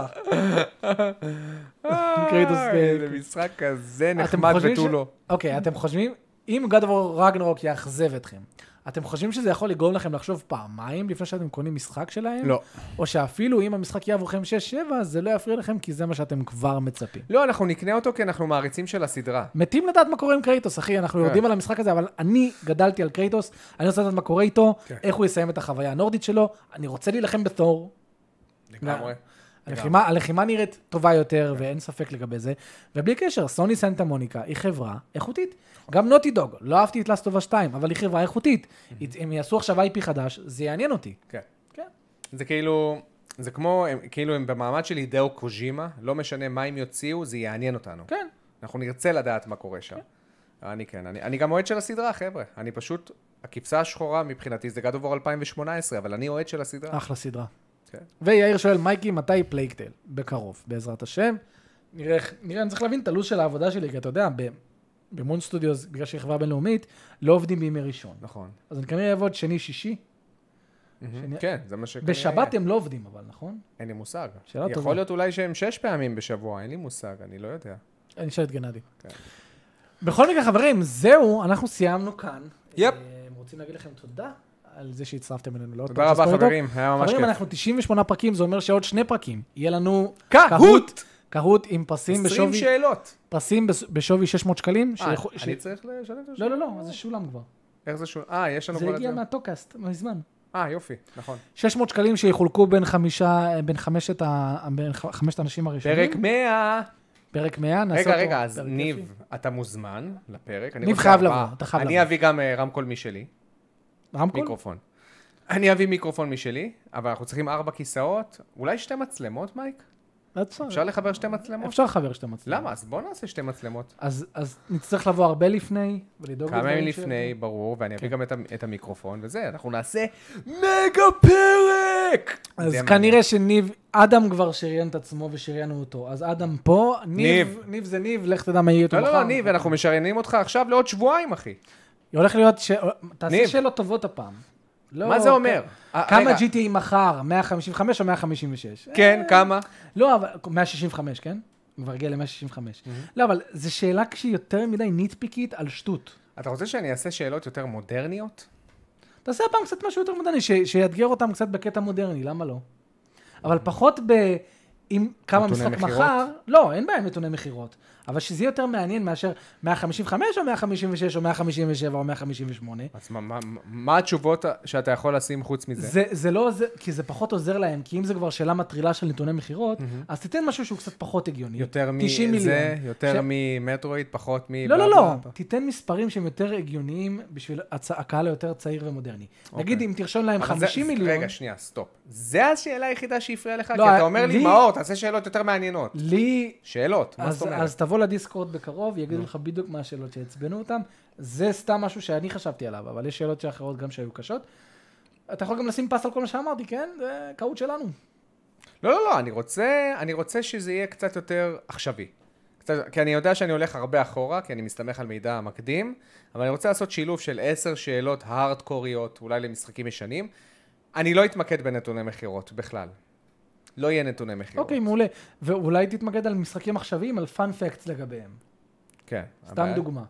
Speaker 1: קרייטוס,
Speaker 2: איי,
Speaker 1: כן.
Speaker 2: זה משחק כזה
Speaker 1: אתם
Speaker 2: נחמד
Speaker 1: חושבים ש-
Speaker 2: ותו לא.
Speaker 1: אוקיי, אתם חושבים, אם God of War Ragnarok יאכזב אתכם, אתם חושבים שזה יכול לגרום לכם לחשוב פעמיים לפני שאתם קונים משחק שלהם?
Speaker 2: לא.
Speaker 1: או שאפילו אם המשחק יהיה עבורכם 6-7, זה לא יפריע לכם, כי זה מה שאתם כבר מצפים.
Speaker 2: לא, אנחנו נקנה אותו כי אנחנו מעריצים של הסדרה.
Speaker 1: מתים לדעת מה קורה עם קרייטוס, אחי, אנחנו
Speaker 2: כן.
Speaker 1: יודעים על המשחק הזה, אבל אני גדלתי על קרייטוס, אני רוצה לדעת מה קורה איתו,
Speaker 2: כן.
Speaker 1: איך הוא יסיים את החוויה הנורדית שלו, אני רוצה להילחם בתור,
Speaker 2: לגמרי.
Speaker 1: הלחימה, הלחימה נראית טובה יותר, ואין ספק לגבי זה. ובלי קשר, סוני סנטה מוניקה היא חברה איכותית. גם נוטי דוג, לא אהבתי את לאסטובה 2, אבל היא חברה איכותית. אם יעשו עכשיו IP חדש, זה יעניין אותי.
Speaker 2: כן.
Speaker 1: כן.
Speaker 2: זה כאילו, זה כמו, הם, כאילו הם במעמד של הידאו קוז'ימה, לא משנה מה הם יוציאו, זה יעניין אותנו.
Speaker 1: כן.
Speaker 2: אנחנו נרצה לדעת מה קורה שם. אני כן, אני, אני גם אוהד של הסדרה, חבר'ה. אני פשוט, הכבשה השחורה מבחינתי זה God of War 2018, אבל אני אוהד של הסדרה.
Speaker 1: אחלה סדרה.
Speaker 2: כן.
Speaker 1: ויאיר שואל, מייקי, מתי פלייגטל? בקרוב, בעזרת השם. נראה, איך- נראה, אני צריך להבין את הלו"ז של העבודה שלי, כי אתה יודע, ב- במון סטודיוס, בגלל שהיא חברה בינלאומית, לא עובדים בימי ראשון.
Speaker 2: נכון.
Speaker 1: אז אני כנראה אעבוד שני, שישי. שני-
Speaker 2: כן, זה מה שכנראה...
Speaker 1: בשבת הם לא עובדים, אבל, נכון?
Speaker 2: אין לי מושג.
Speaker 1: שאלה
Speaker 2: יכול
Speaker 1: טובה.
Speaker 2: להיות אולי שהם שש פעמים בשבוע, אין לי מושג, אני לא יודע.
Speaker 1: אני אשאל את גנדי.
Speaker 2: כן.
Speaker 1: בכל מקרה, חברים, זהו, אנחנו סיימנו כאן.
Speaker 2: יפ.
Speaker 1: אה, רוצים להגיד לכם תודה על זה שהצטרפתם אלינו. לעוד
Speaker 2: תודה
Speaker 1: פרק של
Speaker 2: רבה,
Speaker 1: ספוילר.
Speaker 2: חברים, היה ממש
Speaker 1: חברים,
Speaker 2: כיף.
Speaker 1: אנחנו 98 פרקים, זה אומר שעוד שני פרקים. יהיה לנו
Speaker 2: קהוט!
Speaker 1: קהוט עם פרסים
Speaker 2: 20
Speaker 1: בשווי...
Speaker 2: שאלות.
Speaker 1: פרסים בס- בשווי 600 שקלים.
Speaker 2: אה,
Speaker 1: שיכול- ש-
Speaker 2: אני צריך לשלם את זה?
Speaker 1: לא, לא, לא, זה שולם כבר.
Speaker 2: איך זה שול... אה, יש לנו
Speaker 1: זה
Speaker 2: כבר את
Speaker 1: הגיע
Speaker 2: זה.
Speaker 1: מהטוקאסט, מזמן.
Speaker 2: אה, יופי, נכון.
Speaker 1: 600 שקלים שיחולקו בין חמישה, בין חמשת ה- בין ח- חמשת האנשים הראשונים.
Speaker 2: פרק 100!
Speaker 1: פרק 100, נעשה
Speaker 2: רגע,
Speaker 1: אותו.
Speaker 2: רגע, אז
Speaker 1: פרק יפי.
Speaker 2: ניב, אתה מוזמן לפרק. אני
Speaker 1: ניב
Speaker 2: רוצה
Speaker 1: חייב
Speaker 2: ארבעה.
Speaker 1: לבוא, אתה חייב
Speaker 2: אני
Speaker 1: לבוא.
Speaker 2: אביא גם אה, רמקול משלי,
Speaker 1: רמקול?
Speaker 2: מיקרופון. אני אביא מיקרופון משלי, אבל אנחנו צריכים ארבע כיסאות, אולי שתי מצלמות, מייק?
Speaker 1: לא, בסדר.
Speaker 2: אפשר לא, לחבר שתי מצלמות?
Speaker 1: אפשר לחבר שאתה מצליח.
Speaker 2: למה? אז בוא נעשה שתי מצלמות.
Speaker 1: אז אז נצטרך לבוא הרבה לפני, ולדאוג
Speaker 2: כמה
Speaker 1: לדברים
Speaker 2: ימים
Speaker 1: ש- כן.
Speaker 2: לפני, ברור, ואני אביא גם את המ- את המיקרופון וזה, אנחנו נעשה מגה פרק!
Speaker 1: אז
Speaker 2: זה יהיה מעניין.
Speaker 1: כנראה שניב, אדם כבר שריין את עצמו ושריינו אותו. אז אדם פה, ניב,
Speaker 2: ניב.
Speaker 1: ניב זה ניב, לך תדע מה יהיה איתו
Speaker 2: לא,
Speaker 1: מחר.
Speaker 2: לא, לא, ניב, אנחנו משריינים אותך עכשיו לעוד שבועיים, אחי.
Speaker 1: הולך להיות, ש- תעשה
Speaker 2: ניב.
Speaker 1: שאלות טובות הפעם. לא-
Speaker 2: מה זה אומר? אה,
Speaker 1: כמה
Speaker 2: רגע,
Speaker 1: GTA מחר, 155 או 156?
Speaker 2: כן, כמה?
Speaker 1: לא, אבל 165, כן? כבר הגיע ל-165. לא, אבל זו שאלה כשהיא יותר מדי ניטפיקית על שטות.
Speaker 2: אתה רוצה שאני אעשה שאלות יותר מודרניות?
Speaker 1: תעשה הפעם קצת משהו יותר מודרני, ש- שיאתגר אותם קצת בקטע מודרני, למה לא? אבל פחות ב... אם כמה
Speaker 2: נתוני
Speaker 1: משחק
Speaker 2: מכירות?
Speaker 1: מחר, לא, אין בעיה עם נתוני מכירות, אבל שזה יהיה יותר מעניין מאשר 155 או 156 או 157 או 158.
Speaker 2: אז מה- מה- מה התשובות שאתה יכול לשים חוץ מזה?
Speaker 1: זה, זה לא עוזר, כי זה פחות עוזר להם, כי אם זה כבר שאלה מטרילה של נתוני מכירות, אז תיתן משהו שהוא קצת פחות הגיוני.
Speaker 2: יותר
Speaker 1: 90
Speaker 2: מזה,
Speaker 1: מיליון.
Speaker 2: יותר
Speaker 1: ש-
Speaker 2: ממטרואיד, פחות מ...
Speaker 1: לא,
Speaker 2: בלה,
Speaker 1: לא, לא,
Speaker 2: בלה, בלה.
Speaker 1: תיתן מספרים שהם יותר הגיוניים בשביל הצ- הקהל היותר צעיר ומודרני. נגיד, אם תרשום להם
Speaker 2: אוקיי. אבל זה-
Speaker 1: 50 כן, מיליון,
Speaker 2: רגע, שנייה, סטופ. זה השאלה היחידה שהפריעה לך? כי
Speaker 1: לא,
Speaker 2: אתה אומר לי,
Speaker 1: לי-
Speaker 2: מאור, תעשה שאלות יותר מעניינות.
Speaker 1: לי...
Speaker 2: שאלות, מה זאת
Speaker 1: אז,
Speaker 2: אומרת?
Speaker 1: אז תבוא לדיסקורד בקרוב, יגידו לך בדיוק מה השאלות שעצבנו אותם. זה סתם משהו שאני חשבתי עליו, אבל יש שאלות אחרות גם שהיו קשות. אתה יכול גם לשים פס על כל מה שאמרתי, כן? זה טעות שלנו.
Speaker 2: לא, לא, לא, אני רוצה, אני רוצה שזה יהיה קצת יותר עכשווי. קצת, כי אני יודע שאני הולך הרבה אחורה, כי אני מסתמך על מידע מקדים, אבל אני רוצה לעשות שילוב של עשר שאלות הארדקוריות, אולי למשחקים ישנים. אני לא אתמקד בנתוני מכירות בכלל. לא יהיה נתוני מכירות.
Speaker 1: אוקיי, מעולה. ואולי תתמקד על משחקים עכשוויים, על פאנפקטס לגביהם.
Speaker 2: כן.
Speaker 1: סתם
Speaker 2: אבל-
Speaker 1: דוגמה.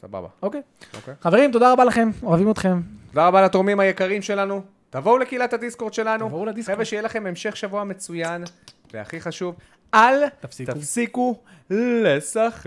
Speaker 2: סבבה,
Speaker 1: אוקיי.
Speaker 2: אוקיי.
Speaker 1: חברים, תודה רבה לכם, אוהבים אתכם.
Speaker 2: תודה רבה לתורמים היקרים שלנו. תבואו לקהילת הדיסקורד שלנו.
Speaker 1: תבואו לדיסקורד.
Speaker 2: חבר'ה, שיהיה לכם המשך שבוע מצוין. והכי חשוב, אל
Speaker 1: תפסיקו.
Speaker 2: תפסיקו לשחק.